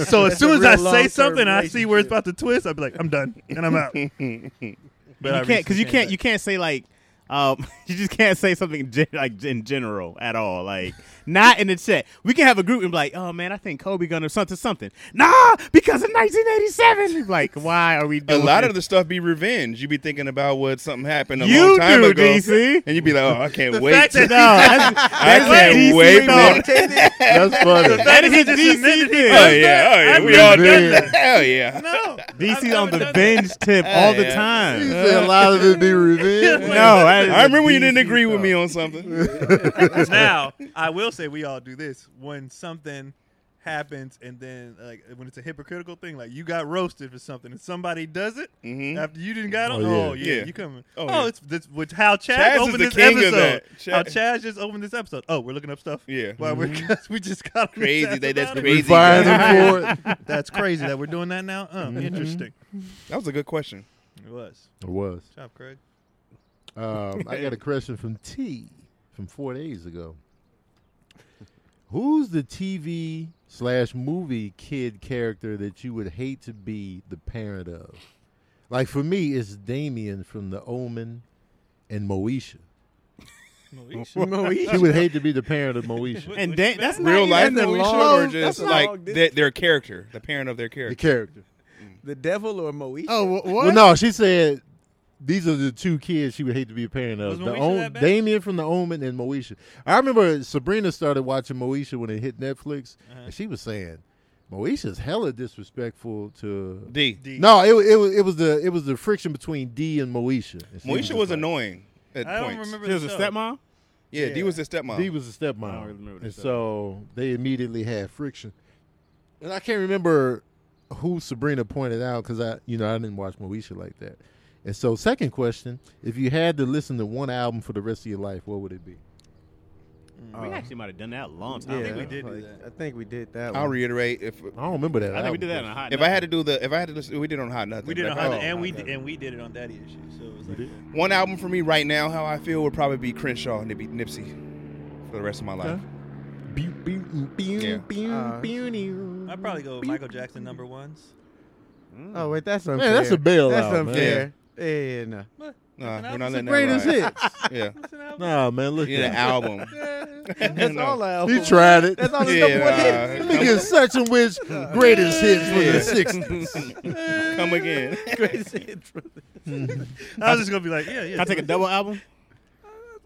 [SPEAKER 4] so as soon as
[SPEAKER 1] a
[SPEAKER 4] I say
[SPEAKER 1] real long-term
[SPEAKER 4] something, I see where it's
[SPEAKER 1] relationship.
[SPEAKER 4] about to twist. I'd be like, I'm done and I'm out. But I
[SPEAKER 5] you can't because
[SPEAKER 4] recently
[SPEAKER 5] you
[SPEAKER 4] came
[SPEAKER 5] can't
[SPEAKER 4] back.
[SPEAKER 5] you can't say like um you just can't say something gen- like in general at all like not in the chat we can have a group and be like oh man i think kobe gonna something something nah because in 1987 like why are we
[SPEAKER 2] a
[SPEAKER 5] doing
[SPEAKER 2] lot of
[SPEAKER 5] this?
[SPEAKER 2] the stuff be revenge. You be thinking about what something happened a
[SPEAKER 5] You
[SPEAKER 2] long time
[SPEAKER 5] do,
[SPEAKER 2] ago,
[SPEAKER 5] DC.
[SPEAKER 2] and you be like, "Oh, I can't
[SPEAKER 4] The
[SPEAKER 2] wait."
[SPEAKER 4] fact
[SPEAKER 5] no
[SPEAKER 4] that
[SPEAKER 5] that's,
[SPEAKER 2] I
[SPEAKER 5] that's
[SPEAKER 2] can't
[SPEAKER 5] DC
[SPEAKER 2] wait,
[SPEAKER 5] thought.
[SPEAKER 2] man.
[SPEAKER 3] That's funny.
[SPEAKER 5] that is
[SPEAKER 4] He
[SPEAKER 5] a
[SPEAKER 4] just
[SPEAKER 5] DC
[SPEAKER 4] admitted he
[SPEAKER 2] oh
[SPEAKER 5] thing
[SPEAKER 2] yeah, oh yeah,
[SPEAKER 4] I've
[SPEAKER 2] we all
[SPEAKER 3] never-
[SPEAKER 2] done that. Hell yeah.
[SPEAKER 4] no, I've
[SPEAKER 5] DC
[SPEAKER 4] never
[SPEAKER 5] on the
[SPEAKER 4] done that.
[SPEAKER 5] binge tip all the
[SPEAKER 2] yeah.
[SPEAKER 3] He
[SPEAKER 5] time
[SPEAKER 3] said a lot of it be revenge.
[SPEAKER 5] no that is
[SPEAKER 2] I
[SPEAKER 5] a
[SPEAKER 2] remember when you didn't
[SPEAKER 5] DC
[SPEAKER 2] agree with
[SPEAKER 5] thought.
[SPEAKER 2] me on something.
[SPEAKER 4] now I will say we all do this when something happens and then like when it's a hypocritical thing like you got roasted for something and somebody does it
[SPEAKER 2] Mhm.
[SPEAKER 4] after you didn't got on
[SPEAKER 3] Oh, yeah.
[SPEAKER 4] oh yeah,
[SPEAKER 2] Yeah.
[SPEAKER 4] you coming
[SPEAKER 2] Oh,
[SPEAKER 4] oh,
[SPEAKER 2] yeah.
[SPEAKER 4] it's this which how Chaz,
[SPEAKER 2] Chaz is
[SPEAKER 4] opened
[SPEAKER 2] the
[SPEAKER 4] this
[SPEAKER 2] king of
[SPEAKER 4] episode
[SPEAKER 2] that.
[SPEAKER 4] how
[SPEAKER 2] Chaz-
[SPEAKER 4] Chaz just opened this episode oh we're looking up stuff
[SPEAKER 2] Yeah. Mm-hmm.
[SPEAKER 4] Why we're we just got on
[SPEAKER 2] Crazy
[SPEAKER 4] this
[SPEAKER 2] that- that's
[SPEAKER 4] about it.
[SPEAKER 3] We
[SPEAKER 2] crazy.
[SPEAKER 3] fired him for it.
[SPEAKER 4] that's crazy that we're doing that now um
[SPEAKER 2] Mm-hmm.
[SPEAKER 4] interesting
[SPEAKER 2] That was a good question.
[SPEAKER 4] it was
[SPEAKER 3] It was.
[SPEAKER 4] Good job Craig
[SPEAKER 3] Um, I got a question from T from four days ago. Who's the TV slash movie kid character that you would hate to be the parent of? Like for me, it's Damien from The Omen and Moesha. She would hate to be the parent of Moesha,
[SPEAKER 5] and Dan- that's not
[SPEAKER 2] Real
[SPEAKER 5] even
[SPEAKER 2] life
[SPEAKER 5] the
[SPEAKER 2] Moesha or
[SPEAKER 5] long-
[SPEAKER 2] just
[SPEAKER 5] that's not-
[SPEAKER 2] like their, their character, the parent of their
[SPEAKER 3] the
[SPEAKER 2] character.
[SPEAKER 3] character.
[SPEAKER 1] the devil or Moesha.
[SPEAKER 5] oh wh- what
[SPEAKER 3] Well, no, she said these are the two kids she would hate to be a parent of.
[SPEAKER 4] Was
[SPEAKER 3] The
[SPEAKER 4] Moesha
[SPEAKER 3] own
[SPEAKER 4] that bad?
[SPEAKER 3] Damien from The Omen and Moesha. I remember Sabrina started watching Moesha when it hit Netflix,
[SPEAKER 4] Uh-huh.
[SPEAKER 3] and she was saying, "Moesha's hella disrespectful to."
[SPEAKER 2] D.
[SPEAKER 4] D.
[SPEAKER 3] No, it, wa- it was it was the it was the friction between D and Moesha. And she
[SPEAKER 2] Moesha
[SPEAKER 3] just
[SPEAKER 2] was
[SPEAKER 3] like-
[SPEAKER 2] annoying at
[SPEAKER 4] I don't
[SPEAKER 2] points.
[SPEAKER 4] remember
[SPEAKER 5] She was
[SPEAKER 4] the
[SPEAKER 5] a
[SPEAKER 4] show.
[SPEAKER 5] stepmom.
[SPEAKER 2] Yeah, D
[SPEAKER 4] Yeah.
[SPEAKER 2] was his stepmom.
[SPEAKER 3] D was a
[SPEAKER 5] I don't
[SPEAKER 3] stepmom,
[SPEAKER 5] remember the
[SPEAKER 3] and
[SPEAKER 5] stepmom.
[SPEAKER 3] so they immediately had friction. And I can't remember who Sabrina pointed out because I, you know, I didn't watch Moesha like that. And so, second question: If you had to listen to one album for the rest of your life, what would it be?
[SPEAKER 5] we
[SPEAKER 1] Uh,
[SPEAKER 5] actually might have done that a long time.
[SPEAKER 4] think
[SPEAKER 5] ago.
[SPEAKER 4] we did do
[SPEAKER 1] like,
[SPEAKER 4] that.
[SPEAKER 1] I think we did that.
[SPEAKER 2] I'll
[SPEAKER 1] one.
[SPEAKER 2] reiterate if
[SPEAKER 3] I don't remember that.
[SPEAKER 5] I think we
[SPEAKER 3] album
[SPEAKER 5] did that on a
[SPEAKER 3] question.
[SPEAKER 5] hot.
[SPEAKER 2] if I had to do the if I had to listen we did it on hot nothing.
[SPEAKER 4] We did on
[SPEAKER 2] Like,
[SPEAKER 4] Hot
[SPEAKER 3] Oh,
[SPEAKER 4] and we
[SPEAKER 3] Hot
[SPEAKER 4] did, and we did it on Daddy Issues. So it was like,
[SPEAKER 2] One album for me right now, how I feel would probably be Crenshaw and it'd be Nipsey for the rest of my life.
[SPEAKER 3] Pew, pew, pew,
[SPEAKER 2] Yeah.
[SPEAKER 3] pew,
[SPEAKER 1] Uh,
[SPEAKER 3] pew, pew.
[SPEAKER 4] I'd probably go Michael Jackson number ones.
[SPEAKER 1] Oh wait, that's unfair.
[SPEAKER 3] that's a bailout,
[SPEAKER 1] That's
[SPEAKER 3] man.
[SPEAKER 1] unfair. Yeah, yeah,
[SPEAKER 2] Nah,
[SPEAKER 1] no.
[SPEAKER 4] And
[SPEAKER 2] we're
[SPEAKER 4] I
[SPEAKER 2] not
[SPEAKER 4] was
[SPEAKER 2] letting that
[SPEAKER 3] Greatest
[SPEAKER 2] ride.
[SPEAKER 3] hits.
[SPEAKER 2] Yeah,
[SPEAKER 4] That's an album.
[SPEAKER 3] Nah, man, look
[SPEAKER 2] we need an
[SPEAKER 3] at
[SPEAKER 2] album.
[SPEAKER 1] That's all I.
[SPEAKER 3] He tried it.
[SPEAKER 1] That's all his
[SPEAKER 2] Yeah,
[SPEAKER 1] number one hit.
[SPEAKER 2] nah.
[SPEAKER 3] Let me get such and which greatest hits from
[SPEAKER 2] Yeah.
[SPEAKER 3] the sixties.
[SPEAKER 2] Come again.
[SPEAKER 1] Greatest hit from the-
[SPEAKER 4] I was just gonna be like, yeah, yeah.
[SPEAKER 5] Mm-hmm. Can I take a double album?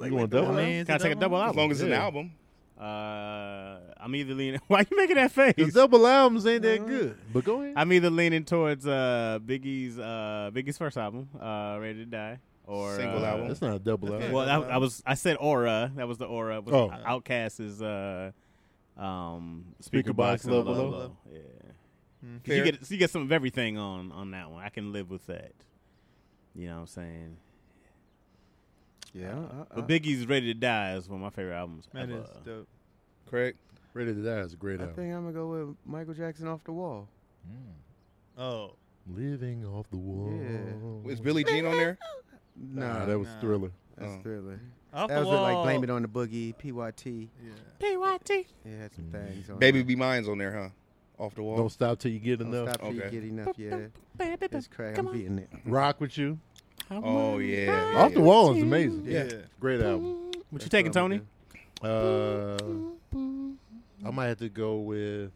[SPEAKER 3] You want
[SPEAKER 4] I
[SPEAKER 3] double?
[SPEAKER 4] mean,
[SPEAKER 3] album?
[SPEAKER 4] it's
[SPEAKER 5] Can I take a double
[SPEAKER 2] As long
[SPEAKER 5] album?
[SPEAKER 2] as it's an
[SPEAKER 3] Yeah.
[SPEAKER 2] album.
[SPEAKER 5] Uh, I'm either leaning. Why you making that face?
[SPEAKER 3] His double albums ain't that good. But go ahead.
[SPEAKER 5] I'm either leaning towards uh, Biggie's uh, Biggie's first album, uh, Ready to Die, or
[SPEAKER 2] Single
[SPEAKER 5] uh,
[SPEAKER 2] album.
[SPEAKER 3] That's not a double album.
[SPEAKER 5] Well, I, I was I said Aura. That was the Aura. Was
[SPEAKER 3] Oh.
[SPEAKER 5] Outcast is uh, um,
[SPEAKER 3] Speaker Box
[SPEAKER 5] and
[SPEAKER 3] Level
[SPEAKER 5] Low
[SPEAKER 3] Low.
[SPEAKER 5] Low. Yeah,
[SPEAKER 4] Mm,
[SPEAKER 5] 'Cause you
[SPEAKER 2] Fair.
[SPEAKER 5] get so you get some of everything on on that one. I can live with that. You know what I'm saying?
[SPEAKER 1] Yeah, uh-uh. I- I-
[SPEAKER 5] But Biggie's Ready to Die is one of my favorite albums.
[SPEAKER 4] Uh-huh. That
[SPEAKER 5] ever.
[SPEAKER 4] is dope.
[SPEAKER 2] Correct.
[SPEAKER 3] Ready to Die is a great
[SPEAKER 1] I
[SPEAKER 3] album. Mm.
[SPEAKER 1] think I'm gonna go with Michael Jackson off the wall.
[SPEAKER 4] Oh,
[SPEAKER 3] Living off the wall.
[SPEAKER 1] Yeah.
[SPEAKER 2] Is Billie Jean on there?
[SPEAKER 1] No,
[SPEAKER 3] Nah, that was uh-uh.
[SPEAKER 4] Nah.
[SPEAKER 3] Thriller.
[SPEAKER 1] that's
[SPEAKER 2] Oh.
[SPEAKER 1] Thriller.
[SPEAKER 4] off
[SPEAKER 1] that
[SPEAKER 4] the
[SPEAKER 1] was with,
[SPEAKER 4] wall.
[SPEAKER 1] like Blame It on the Boogie, PYT.
[SPEAKER 4] Yeah.
[SPEAKER 5] PYT.
[SPEAKER 1] It had
[SPEAKER 3] Mm.
[SPEAKER 1] some things on.
[SPEAKER 2] Baby
[SPEAKER 1] it.
[SPEAKER 2] Be Mine's on there, huh? Off the wall.
[SPEAKER 3] Don't stop till you get
[SPEAKER 1] Don't
[SPEAKER 3] enough.
[SPEAKER 1] stop till
[SPEAKER 2] Okay.
[SPEAKER 1] you get enough. Yeah, it's crazy. I'm beating it.
[SPEAKER 3] Rock with you.
[SPEAKER 2] Oh yeah. yeah.
[SPEAKER 3] Off the wall is amazing.
[SPEAKER 4] Yeah.
[SPEAKER 3] Great album.
[SPEAKER 5] What you
[SPEAKER 1] That's
[SPEAKER 5] taking,
[SPEAKER 1] what I'ma
[SPEAKER 5] Tony?
[SPEAKER 1] do.
[SPEAKER 3] Uh, I might have to go with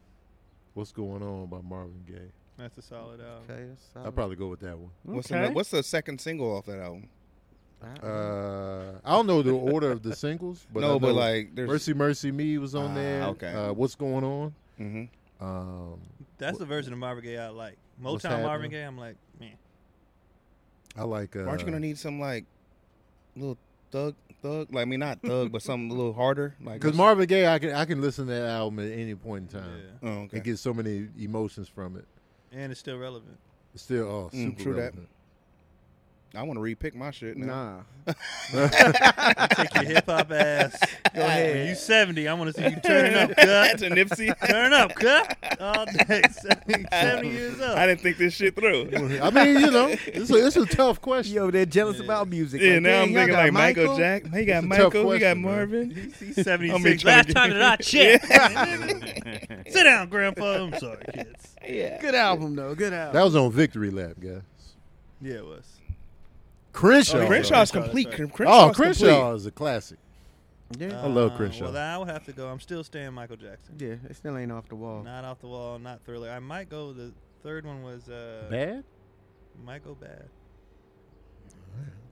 [SPEAKER 3] What's Going On by Marvin Gaye.
[SPEAKER 4] That's a solid album.
[SPEAKER 1] Okay, that's
[SPEAKER 3] I'll
[SPEAKER 1] solid.
[SPEAKER 3] probably go with that one.
[SPEAKER 2] What's,
[SPEAKER 5] Okay.
[SPEAKER 2] the, what's the second single off that album?
[SPEAKER 1] I-
[SPEAKER 3] Uh, I don't know the order of the singles, but I
[SPEAKER 2] no, but
[SPEAKER 3] know
[SPEAKER 2] like there's
[SPEAKER 3] Mercy Mercy Me was on
[SPEAKER 2] Ah,
[SPEAKER 3] there.
[SPEAKER 2] okay.
[SPEAKER 3] Uh, What's Going On?
[SPEAKER 2] hmm
[SPEAKER 3] Um,
[SPEAKER 4] That's the version of Marvin Gaye I like.
[SPEAKER 3] What's
[SPEAKER 4] Motown Marvin
[SPEAKER 3] happening?
[SPEAKER 4] Gaye, I'm like, man.
[SPEAKER 3] I like. Uh,
[SPEAKER 2] Aren't you gonna need some like little thug thug? Like I mean, not thug, but something a little harder. Like
[SPEAKER 3] Because Marvin Gaye, I can I can listen to that album at any point in
[SPEAKER 4] Yeah.
[SPEAKER 3] time
[SPEAKER 2] Oh, okay.
[SPEAKER 3] and get so many emotions from it.
[SPEAKER 4] And it's still relevant.
[SPEAKER 3] It's still oh,
[SPEAKER 2] Mm,
[SPEAKER 3] super
[SPEAKER 2] true that.
[SPEAKER 3] relevant.
[SPEAKER 2] I want to repick my shit now.
[SPEAKER 1] Nah,
[SPEAKER 4] Take your hip hop ass.
[SPEAKER 1] go ahead.
[SPEAKER 4] When you 70, I want to see you turning up, cut.
[SPEAKER 2] That's a Nipsey.
[SPEAKER 4] Turn up, cut. All day. 70, 70 years
[SPEAKER 2] I
[SPEAKER 4] old.
[SPEAKER 2] didn't think this shit through.
[SPEAKER 3] I mean, you know, it's a, it's a tough question.
[SPEAKER 1] Yo, they're jealous
[SPEAKER 4] Yeah.
[SPEAKER 1] about music.
[SPEAKER 2] Yeah,
[SPEAKER 1] Like,
[SPEAKER 2] now
[SPEAKER 1] dang,
[SPEAKER 2] I'm
[SPEAKER 1] y'all
[SPEAKER 2] thinking
[SPEAKER 1] got
[SPEAKER 2] like Michael,
[SPEAKER 1] Michael
[SPEAKER 2] Jack. He got
[SPEAKER 3] It's a tough
[SPEAKER 2] Michael. We got
[SPEAKER 3] question, man.
[SPEAKER 2] Marvin.
[SPEAKER 4] He's- He's
[SPEAKER 2] I'm gonna
[SPEAKER 4] 76.
[SPEAKER 2] try to
[SPEAKER 4] Last
[SPEAKER 2] get-
[SPEAKER 4] time that I checked. Sit down, Grandpa. I'm sorry, kids.
[SPEAKER 1] Good album though. Good album.
[SPEAKER 3] That was on Victory Lap, guys.
[SPEAKER 4] Yeah, it was.
[SPEAKER 3] Crenshaw.
[SPEAKER 4] Oh, yeah.
[SPEAKER 2] Crenshaw's
[SPEAKER 4] Crenshaw, that's
[SPEAKER 2] complete.
[SPEAKER 4] right.
[SPEAKER 3] Oh,
[SPEAKER 2] Crenshaw's
[SPEAKER 3] Crenshaw is a classic.
[SPEAKER 1] yeah,
[SPEAKER 3] I love
[SPEAKER 4] Uh,
[SPEAKER 3] Crenshaw.
[SPEAKER 4] Well, I would have to go. I'm still staying Michael Jackson.
[SPEAKER 1] yeah. It still ain't off the wall.
[SPEAKER 4] Not off the wall, not thriller. I might go. The third one was uh,
[SPEAKER 3] Bad.
[SPEAKER 4] might go bad.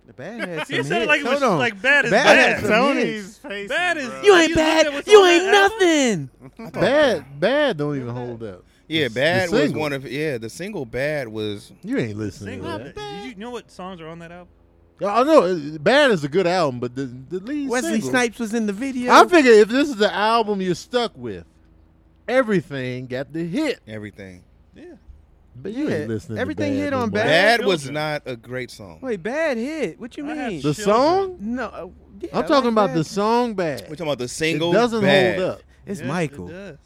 [SPEAKER 1] The bad had some
[SPEAKER 4] You said it
[SPEAKER 1] hits.
[SPEAKER 4] like it was
[SPEAKER 1] Hold on.
[SPEAKER 4] like bad is
[SPEAKER 1] Bad
[SPEAKER 4] bad.
[SPEAKER 1] is some
[SPEAKER 5] Tony's face.
[SPEAKER 4] Bad is-
[SPEAKER 5] bro.
[SPEAKER 4] You ain't bad. You ain't
[SPEAKER 1] nothing.
[SPEAKER 2] complete.
[SPEAKER 3] Bad. Bad. Don't even hold up.
[SPEAKER 2] Yeah,
[SPEAKER 3] The
[SPEAKER 2] bad was
[SPEAKER 3] single.
[SPEAKER 2] one of yeah. The single bad was
[SPEAKER 3] You ain't listening
[SPEAKER 4] Single.
[SPEAKER 3] to
[SPEAKER 4] Did you know what songs are on that album?
[SPEAKER 3] that. I know. uh, Bad is a good album, but the, the lead
[SPEAKER 1] Wesley
[SPEAKER 3] single-
[SPEAKER 1] Snipes was in the video.
[SPEAKER 3] I figure if this is the album you're stuck with, everything got the hit.
[SPEAKER 2] everything.
[SPEAKER 4] Yeah.
[SPEAKER 3] But you
[SPEAKER 1] Yeah,
[SPEAKER 3] ain't listening. to
[SPEAKER 1] everything
[SPEAKER 3] Bad
[SPEAKER 1] hit
[SPEAKER 3] no
[SPEAKER 1] on
[SPEAKER 3] more.
[SPEAKER 1] Bad
[SPEAKER 2] Bad was
[SPEAKER 4] Children.
[SPEAKER 2] not a great song.
[SPEAKER 1] Wait, bad hit. What you
[SPEAKER 4] I have
[SPEAKER 1] mean?
[SPEAKER 3] The
[SPEAKER 4] Children.
[SPEAKER 3] song?
[SPEAKER 1] no, uh, yeah, I
[SPEAKER 3] I'm talking
[SPEAKER 1] like
[SPEAKER 3] about
[SPEAKER 1] Bad.
[SPEAKER 3] the song Bad.
[SPEAKER 2] We're talking about the
[SPEAKER 3] it
[SPEAKER 2] single.
[SPEAKER 3] doesn't
[SPEAKER 2] bad.
[SPEAKER 3] hold up.
[SPEAKER 1] It's
[SPEAKER 4] Yes, it
[SPEAKER 1] Michael.
[SPEAKER 4] does.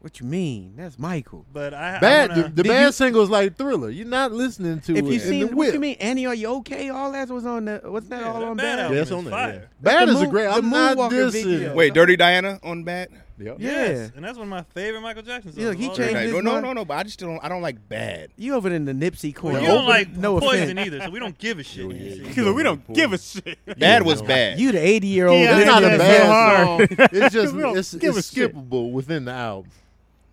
[SPEAKER 1] What you mean? That's Michael.
[SPEAKER 4] But I
[SPEAKER 3] Bad.
[SPEAKER 4] I
[SPEAKER 3] the
[SPEAKER 4] wanna-
[SPEAKER 3] the
[SPEAKER 1] Did
[SPEAKER 3] bad
[SPEAKER 1] you-
[SPEAKER 3] single is like Thriller. You're not listening to
[SPEAKER 1] If
[SPEAKER 3] it.
[SPEAKER 1] you
[SPEAKER 3] in the
[SPEAKER 1] seen what
[SPEAKER 3] whip.
[SPEAKER 1] you mean, Annie, are you okay? All that was on the. What's that
[SPEAKER 4] Yeah,
[SPEAKER 1] all
[SPEAKER 4] that
[SPEAKER 1] on
[SPEAKER 4] Bad
[SPEAKER 1] bad?
[SPEAKER 4] album.
[SPEAKER 3] Yes,
[SPEAKER 4] It's
[SPEAKER 3] on there. yeah.
[SPEAKER 4] fire.
[SPEAKER 3] Bad
[SPEAKER 1] The
[SPEAKER 3] is a
[SPEAKER 1] Moon-
[SPEAKER 3] great.
[SPEAKER 1] the
[SPEAKER 3] I'm not
[SPEAKER 1] Moonwalker
[SPEAKER 3] dissing.
[SPEAKER 1] video.
[SPEAKER 2] Wait, Dirty Diana on bad.
[SPEAKER 3] Yep.
[SPEAKER 4] Yes,
[SPEAKER 1] Yeah.
[SPEAKER 4] and that's one of my favorite Michael Jackson songs.
[SPEAKER 1] Yeah, he
[SPEAKER 4] of all
[SPEAKER 1] changed
[SPEAKER 4] time.
[SPEAKER 1] his-
[SPEAKER 2] No, no,
[SPEAKER 1] mind-
[SPEAKER 2] no, no. But I just still don't. I don't like bad.
[SPEAKER 1] You over in the Nipsey corner.
[SPEAKER 4] You don't
[SPEAKER 1] Open-
[SPEAKER 4] like
[SPEAKER 1] no
[SPEAKER 4] poison
[SPEAKER 1] offense. Oh,
[SPEAKER 4] either, so we don't give a shit.
[SPEAKER 3] Yeah, yeah, yeah.
[SPEAKER 5] Because we don't give a shit.
[SPEAKER 2] Bad
[SPEAKER 3] Yeah,
[SPEAKER 2] was
[SPEAKER 3] no.
[SPEAKER 2] bad.
[SPEAKER 1] You the eighty year old.
[SPEAKER 5] Yeah,
[SPEAKER 3] It's not a
[SPEAKER 5] that's
[SPEAKER 3] bad
[SPEAKER 5] so
[SPEAKER 3] song.
[SPEAKER 5] hard.
[SPEAKER 3] It's just
[SPEAKER 5] We don't
[SPEAKER 3] it's,
[SPEAKER 5] give
[SPEAKER 3] it's
[SPEAKER 5] a shit.
[SPEAKER 3] skippable within the album.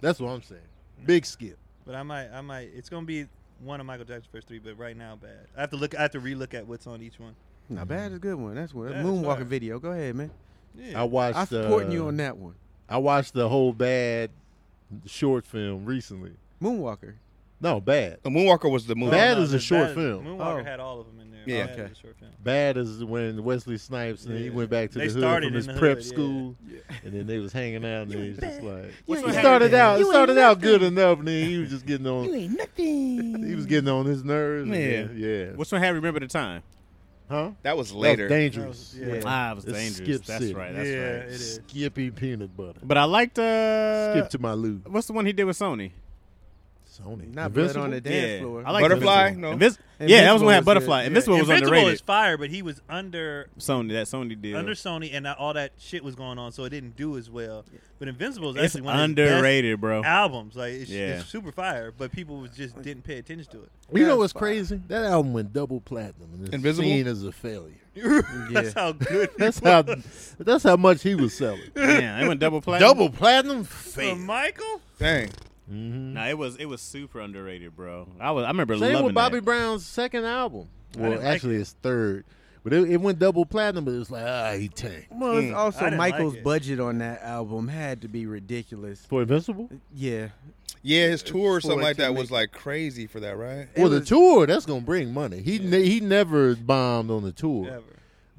[SPEAKER 3] That's what I'm saying. Big skip.
[SPEAKER 4] But I might, I might. It's gonna be one of Michael Jackson's first three, but right now bad. I have to look. I have to relook at what's on each one.
[SPEAKER 1] Now bad is a good one. That's what
[SPEAKER 4] Yeah,
[SPEAKER 1] moonwalking
[SPEAKER 4] sorry.
[SPEAKER 1] video. Go ahead, man.
[SPEAKER 4] Yeah.
[SPEAKER 3] I watched. uh,
[SPEAKER 1] I'm supporting you
[SPEAKER 2] uh,
[SPEAKER 1] on that one.
[SPEAKER 3] I watched the whole bad short film recently.
[SPEAKER 1] Moonwalker.
[SPEAKER 3] No, bad.
[SPEAKER 2] The Moonwalker was the
[SPEAKER 4] Oh,
[SPEAKER 2] movie.
[SPEAKER 3] Bad
[SPEAKER 4] no,
[SPEAKER 3] is a
[SPEAKER 4] the
[SPEAKER 3] short
[SPEAKER 4] Bad-
[SPEAKER 3] film.
[SPEAKER 4] Moonwalker
[SPEAKER 1] Oh.
[SPEAKER 4] had all of them in there.
[SPEAKER 2] Yeah.
[SPEAKER 4] Bad is
[SPEAKER 1] Okay.
[SPEAKER 4] a short film.
[SPEAKER 3] Bad is when Wesley Snipes and he
[SPEAKER 4] Yeah.
[SPEAKER 3] went back to
[SPEAKER 4] They
[SPEAKER 3] the hood
[SPEAKER 4] started in
[SPEAKER 3] from his
[SPEAKER 4] the
[SPEAKER 3] prep
[SPEAKER 4] hood, yeah.
[SPEAKER 3] school, and then they was hanging out, and he was just like,
[SPEAKER 5] Which
[SPEAKER 3] it
[SPEAKER 5] one
[SPEAKER 3] started
[SPEAKER 5] happened?
[SPEAKER 3] out, it started out good enough, and then he was just getting on,
[SPEAKER 2] ain't nothing.
[SPEAKER 3] he was getting on his nerves. and then- yeah,
[SPEAKER 5] Which one had remember the time?
[SPEAKER 3] huh?
[SPEAKER 2] That was
[SPEAKER 3] That was
[SPEAKER 2] later.
[SPEAKER 3] dangerous.
[SPEAKER 4] That was- yeah.
[SPEAKER 5] Ah, it was
[SPEAKER 3] It's
[SPEAKER 5] dangerous.
[SPEAKER 3] Skip
[SPEAKER 5] that's
[SPEAKER 3] City.
[SPEAKER 5] right. That's
[SPEAKER 4] yeah,
[SPEAKER 5] right.
[SPEAKER 4] it is.
[SPEAKER 3] Skippy peanut butter.
[SPEAKER 5] But I liked uh
[SPEAKER 3] Skip to my Lou.
[SPEAKER 5] what's the one he did with Sony?
[SPEAKER 3] Sony.
[SPEAKER 1] Not blood
[SPEAKER 3] Invincible?
[SPEAKER 1] on the dance
[SPEAKER 5] yeah.
[SPEAKER 1] floor.
[SPEAKER 5] I like
[SPEAKER 2] Butterfly?
[SPEAKER 5] Invis-
[SPEAKER 2] No.
[SPEAKER 5] Invis- yeah, that
[SPEAKER 1] Invincible
[SPEAKER 5] was one
[SPEAKER 1] was
[SPEAKER 5] that
[SPEAKER 1] good.
[SPEAKER 5] had Butterfly.
[SPEAKER 1] Yeah.
[SPEAKER 5] Invincible was
[SPEAKER 4] Invincible
[SPEAKER 5] underrated.
[SPEAKER 4] is fire, but he was under
[SPEAKER 5] Sony that Sony did.
[SPEAKER 4] under Sony, and all that shit was going on, so it didn't do as well. But Invincible is
[SPEAKER 5] it's
[SPEAKER 4] actually one of his
[SPEAKER 5] underrated, bro.
[SPEAKER 4] best albums. Like it's,
[SPEAKER 5] Yeah.
[SPEAKER 4] it's super fire, but people was- just didn't pay attention to it.
[SPEAKER 3] You know what's crazy? That album went double platinum and it's
[SPEAKER 2] Invisible?
[SPEAKER 3] seen as a failure.
[SPEAKER 4] That's how good.
[SPEAKER 3] That's how that's how much he was selling.
[SPEAKER 5] Yeah, it went double platinum.
[SPEAKER 3] double platinum Mm-hmm.
[SPEAKER 4] For
[SPEAKER 3] fail.
[SPEAKER 4] Michael,
[SPEAKER 2] Dang.
[SPEAKER 5] No, it was it was super underrated, bro. I was I remember
[SPEAKER 3] Same
[SPEAKER 5] loving
[SPEAKER 3] with Bobby
[SPEAKER 5] that.
[SPEAKER 3] Brown's second album.
[SPEAKER 4] I
[SPEAKER 3] Well,
[SPEAKER 4] didn't like
[SPEAKER 3] actually, his third, but it, it went double platinum. But it was like ah, he tanked
[SPEAKER 1] Well, it's
[SPEAKER 2] Mm.
[SPEAKER 4] I
[SPEAKER 1] also
[SPEAKER 4] didn't like
[SPEAKER 1] Michael's
[SPEAKER 4] it.
[SPEAKER 1] budget on that album had to be ridiculous.
[SPEAKER 3] for Invincible.
[SPEAKER 1] Yeah.
[SPEAKER 2] Yeah, his tour or
[SPEAKER 1] Before
[SPEAKER 2] something
[SPEAKER 1] it
[SPEAKER 2] like that
[SPEAKER 1] could
[SPEAKER 2] was
[SPEAKER 1] make-
[SPEAKER 2] like crazy for that, right?
[SPEAKER 1] It
[SPEAKER 3] well, the
[SPEAKER 1] was-
[SPEAKER 3] tour that's gonna bring money. He ne- he never bombed on the tour,
[SPEAKER 4] ever.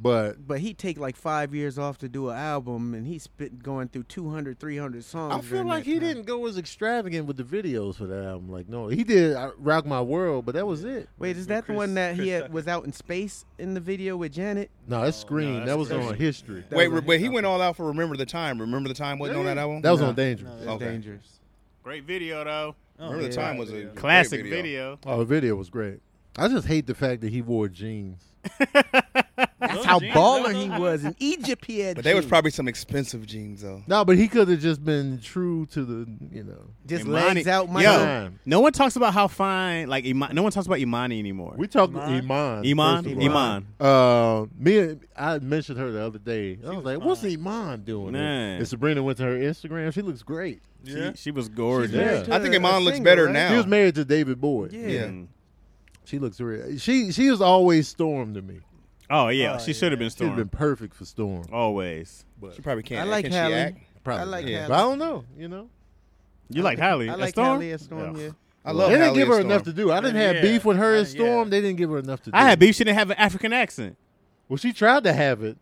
[SPEAKER 3] but
[SPEAKER 1] But he take like five years off to do an album, and he spit going through 200, 300 songs.
[SPEAKER 3] I feel
[SPEAKER 1] during
[SPEAKER 3] like
[SPEAKER 1] that
[SPEAKER 3] he
[SPEAKER 1] time.
[SPEAKER 3] didn't go as extravagant with the videos for that album. Like no, he did uh, rock my world, but that was it.
[SPEAKER 1] Wait, is
[SPEAKER 4] With
[SPEAKER 1] that the
[SPEAKER 4] Chris-
[SPEAKER 1] one that
[SPEAKER 4] Chris
[SPEAKER 1] he had,
[SPEAKER 4] Tucker.
[SPEAKER 1] was out in space in the video with Janet?
[SPEAKER 3] No, that's Scream.
[SPEAKER 5] that's
[SPEAKER 3] that was
[SPEAKER 5] crazy.
[SPEAKER 3] on History.
[SPEAKER 1] That
[SPEAKER 2] Wait,
[SPEAKER 1] was a
[SPEAKER 2] but he
[SPEAKER 1] hit.
[SPEAKER 2] went all out for Remember the Time. Remember the Time wasn't on that album?
[SPEAKER 3] That was
[SPEAKER 1] No.
[SPEAKER 3] on Dangerous.
[SPEAKER 1] It's
[SPEAKER 2] Okay.
[SPEAKER 1] dangerous.
[SPEAKER 5] Great video though.
[SPEAKER 4] Oh,
[SPEAKER 2] Remember the
[SPEAKER 4] yeah.
[SPEAKER 2] Time was a great
[SPEAKER 5] Classic video.
[SPEAKER 3] Oh, the video was great. I just hate the fact that he wore jeans.
[SPEAKER 1] That's
[SPEAKER 4] Those
[SPEAKER 1] how
[SPEAKER 4] jeans,
[SPEAKER 1] baller
[SPEAKER 4] those-
[SPEAKER 1] he was in Egypt. He had
[SPEAKER 2] But they was
[SPEAKER 1] jeans.
[SPEAKER 2] probably some expensive jeans though.
[SPEAKER 3] No, but he could have just been true to the, you know.
[SPEAKER 1] just
[SPEAKER 5] Imani-
[SPEAKER 1] legs out. My
[SPEAKER 5] Yo,
[SPEAKER 3] Time.
[SPEAKER 5] no one talks about how fine like Ima- no one talks about Imani anymore.
[SPEAKER 3] We talk Iman.
[SPEAKER 4] Iman?
[SPEAKER 5] Iman,
[SPEAKER 3] first
[SPEAKER 5] Iman,
[SPEAKER 3] of all. Uh, me, and I mentioned her the other day. I was,
[SPEAKER 4] was
[SPEAKER 3] like, "What's
[SPEAKER 4] fine.
[SPEAKER 3] Iman doing?"
[SPEAKER 5] Man.
[SPEAKER 3] And Sabrina went to her Instagram. She looks great.
[SPEAKER 4] Yeah.
[SPEAKER 5] She, she was gorgeous.
[SPEAKER 3] married
[SPEAKER 2] I think Iman looks better now.
[SPEAKER 3] She was married to David Boyd.
[SPEAKER 1] Yeah.
[SPEAKER 2] Yeah.
[SPEAKER 5] Mm.
[SPEAKER 3] She looks real. She she was always Storm to me.
[SPEAKER 5] Oh yeah,
[SPEAKER 4] Oh,
[SPEAKER 5] she should have
[SPEAKER 4] yeah.
[SPEAKER 5] been
[SPEAKER 3] She'd
[SPEAKER 5] Storm.
[SPEAKER 3] been perfect for Storm.
[SPEAKER 5] Always.
[SPEAKER 2] She probably can't.
[SPEAKER 1] I like
[SPEAKER 2] can she
[SPEAKER 1] Halle.
[SPEAKER 2] act?
[SPEAKER 3] Probably.
[SPEAKER 1] like
[SPEAKER 3] yeah.
[SPEAKER 1] Halle.
[SPEAKER 3] But I don't know. You know,
[SPEAKER 5] You like Halle?
[SPEAKER 1] I
[SPEAKER 5] as
[SPEAKER 1] like
[SPEAKER 5] Storm?
[SPEAKER 1] Halle as Storm.
[SPEAKER 5] Yeah.
[SPEAKER 1] Yeah.
[SPEAKER 2] I love.
[SPEAKER 3] they didn't
[SPEAKER 2] Halle
[SPEAKER 3] give
[SPEAKER 2] as
[SPEAKER 3] her enough to
[SPEAKER 2] Storm.
[SPEAKER 3] do. I didn't have
[SPEAKER 4] Yeah.
[SPEAKER 3] beef with her
[SPEAKER 4] Uh,
[SPEAKER 3] and Storm.
[SPEAKER 4] yeah.
[SPEAKER 3] They didn't give her enough to do.
[SPEAKER 5] I had beef. She didn't have an African accent
[SPEAKER 3] Well, she tried to have it,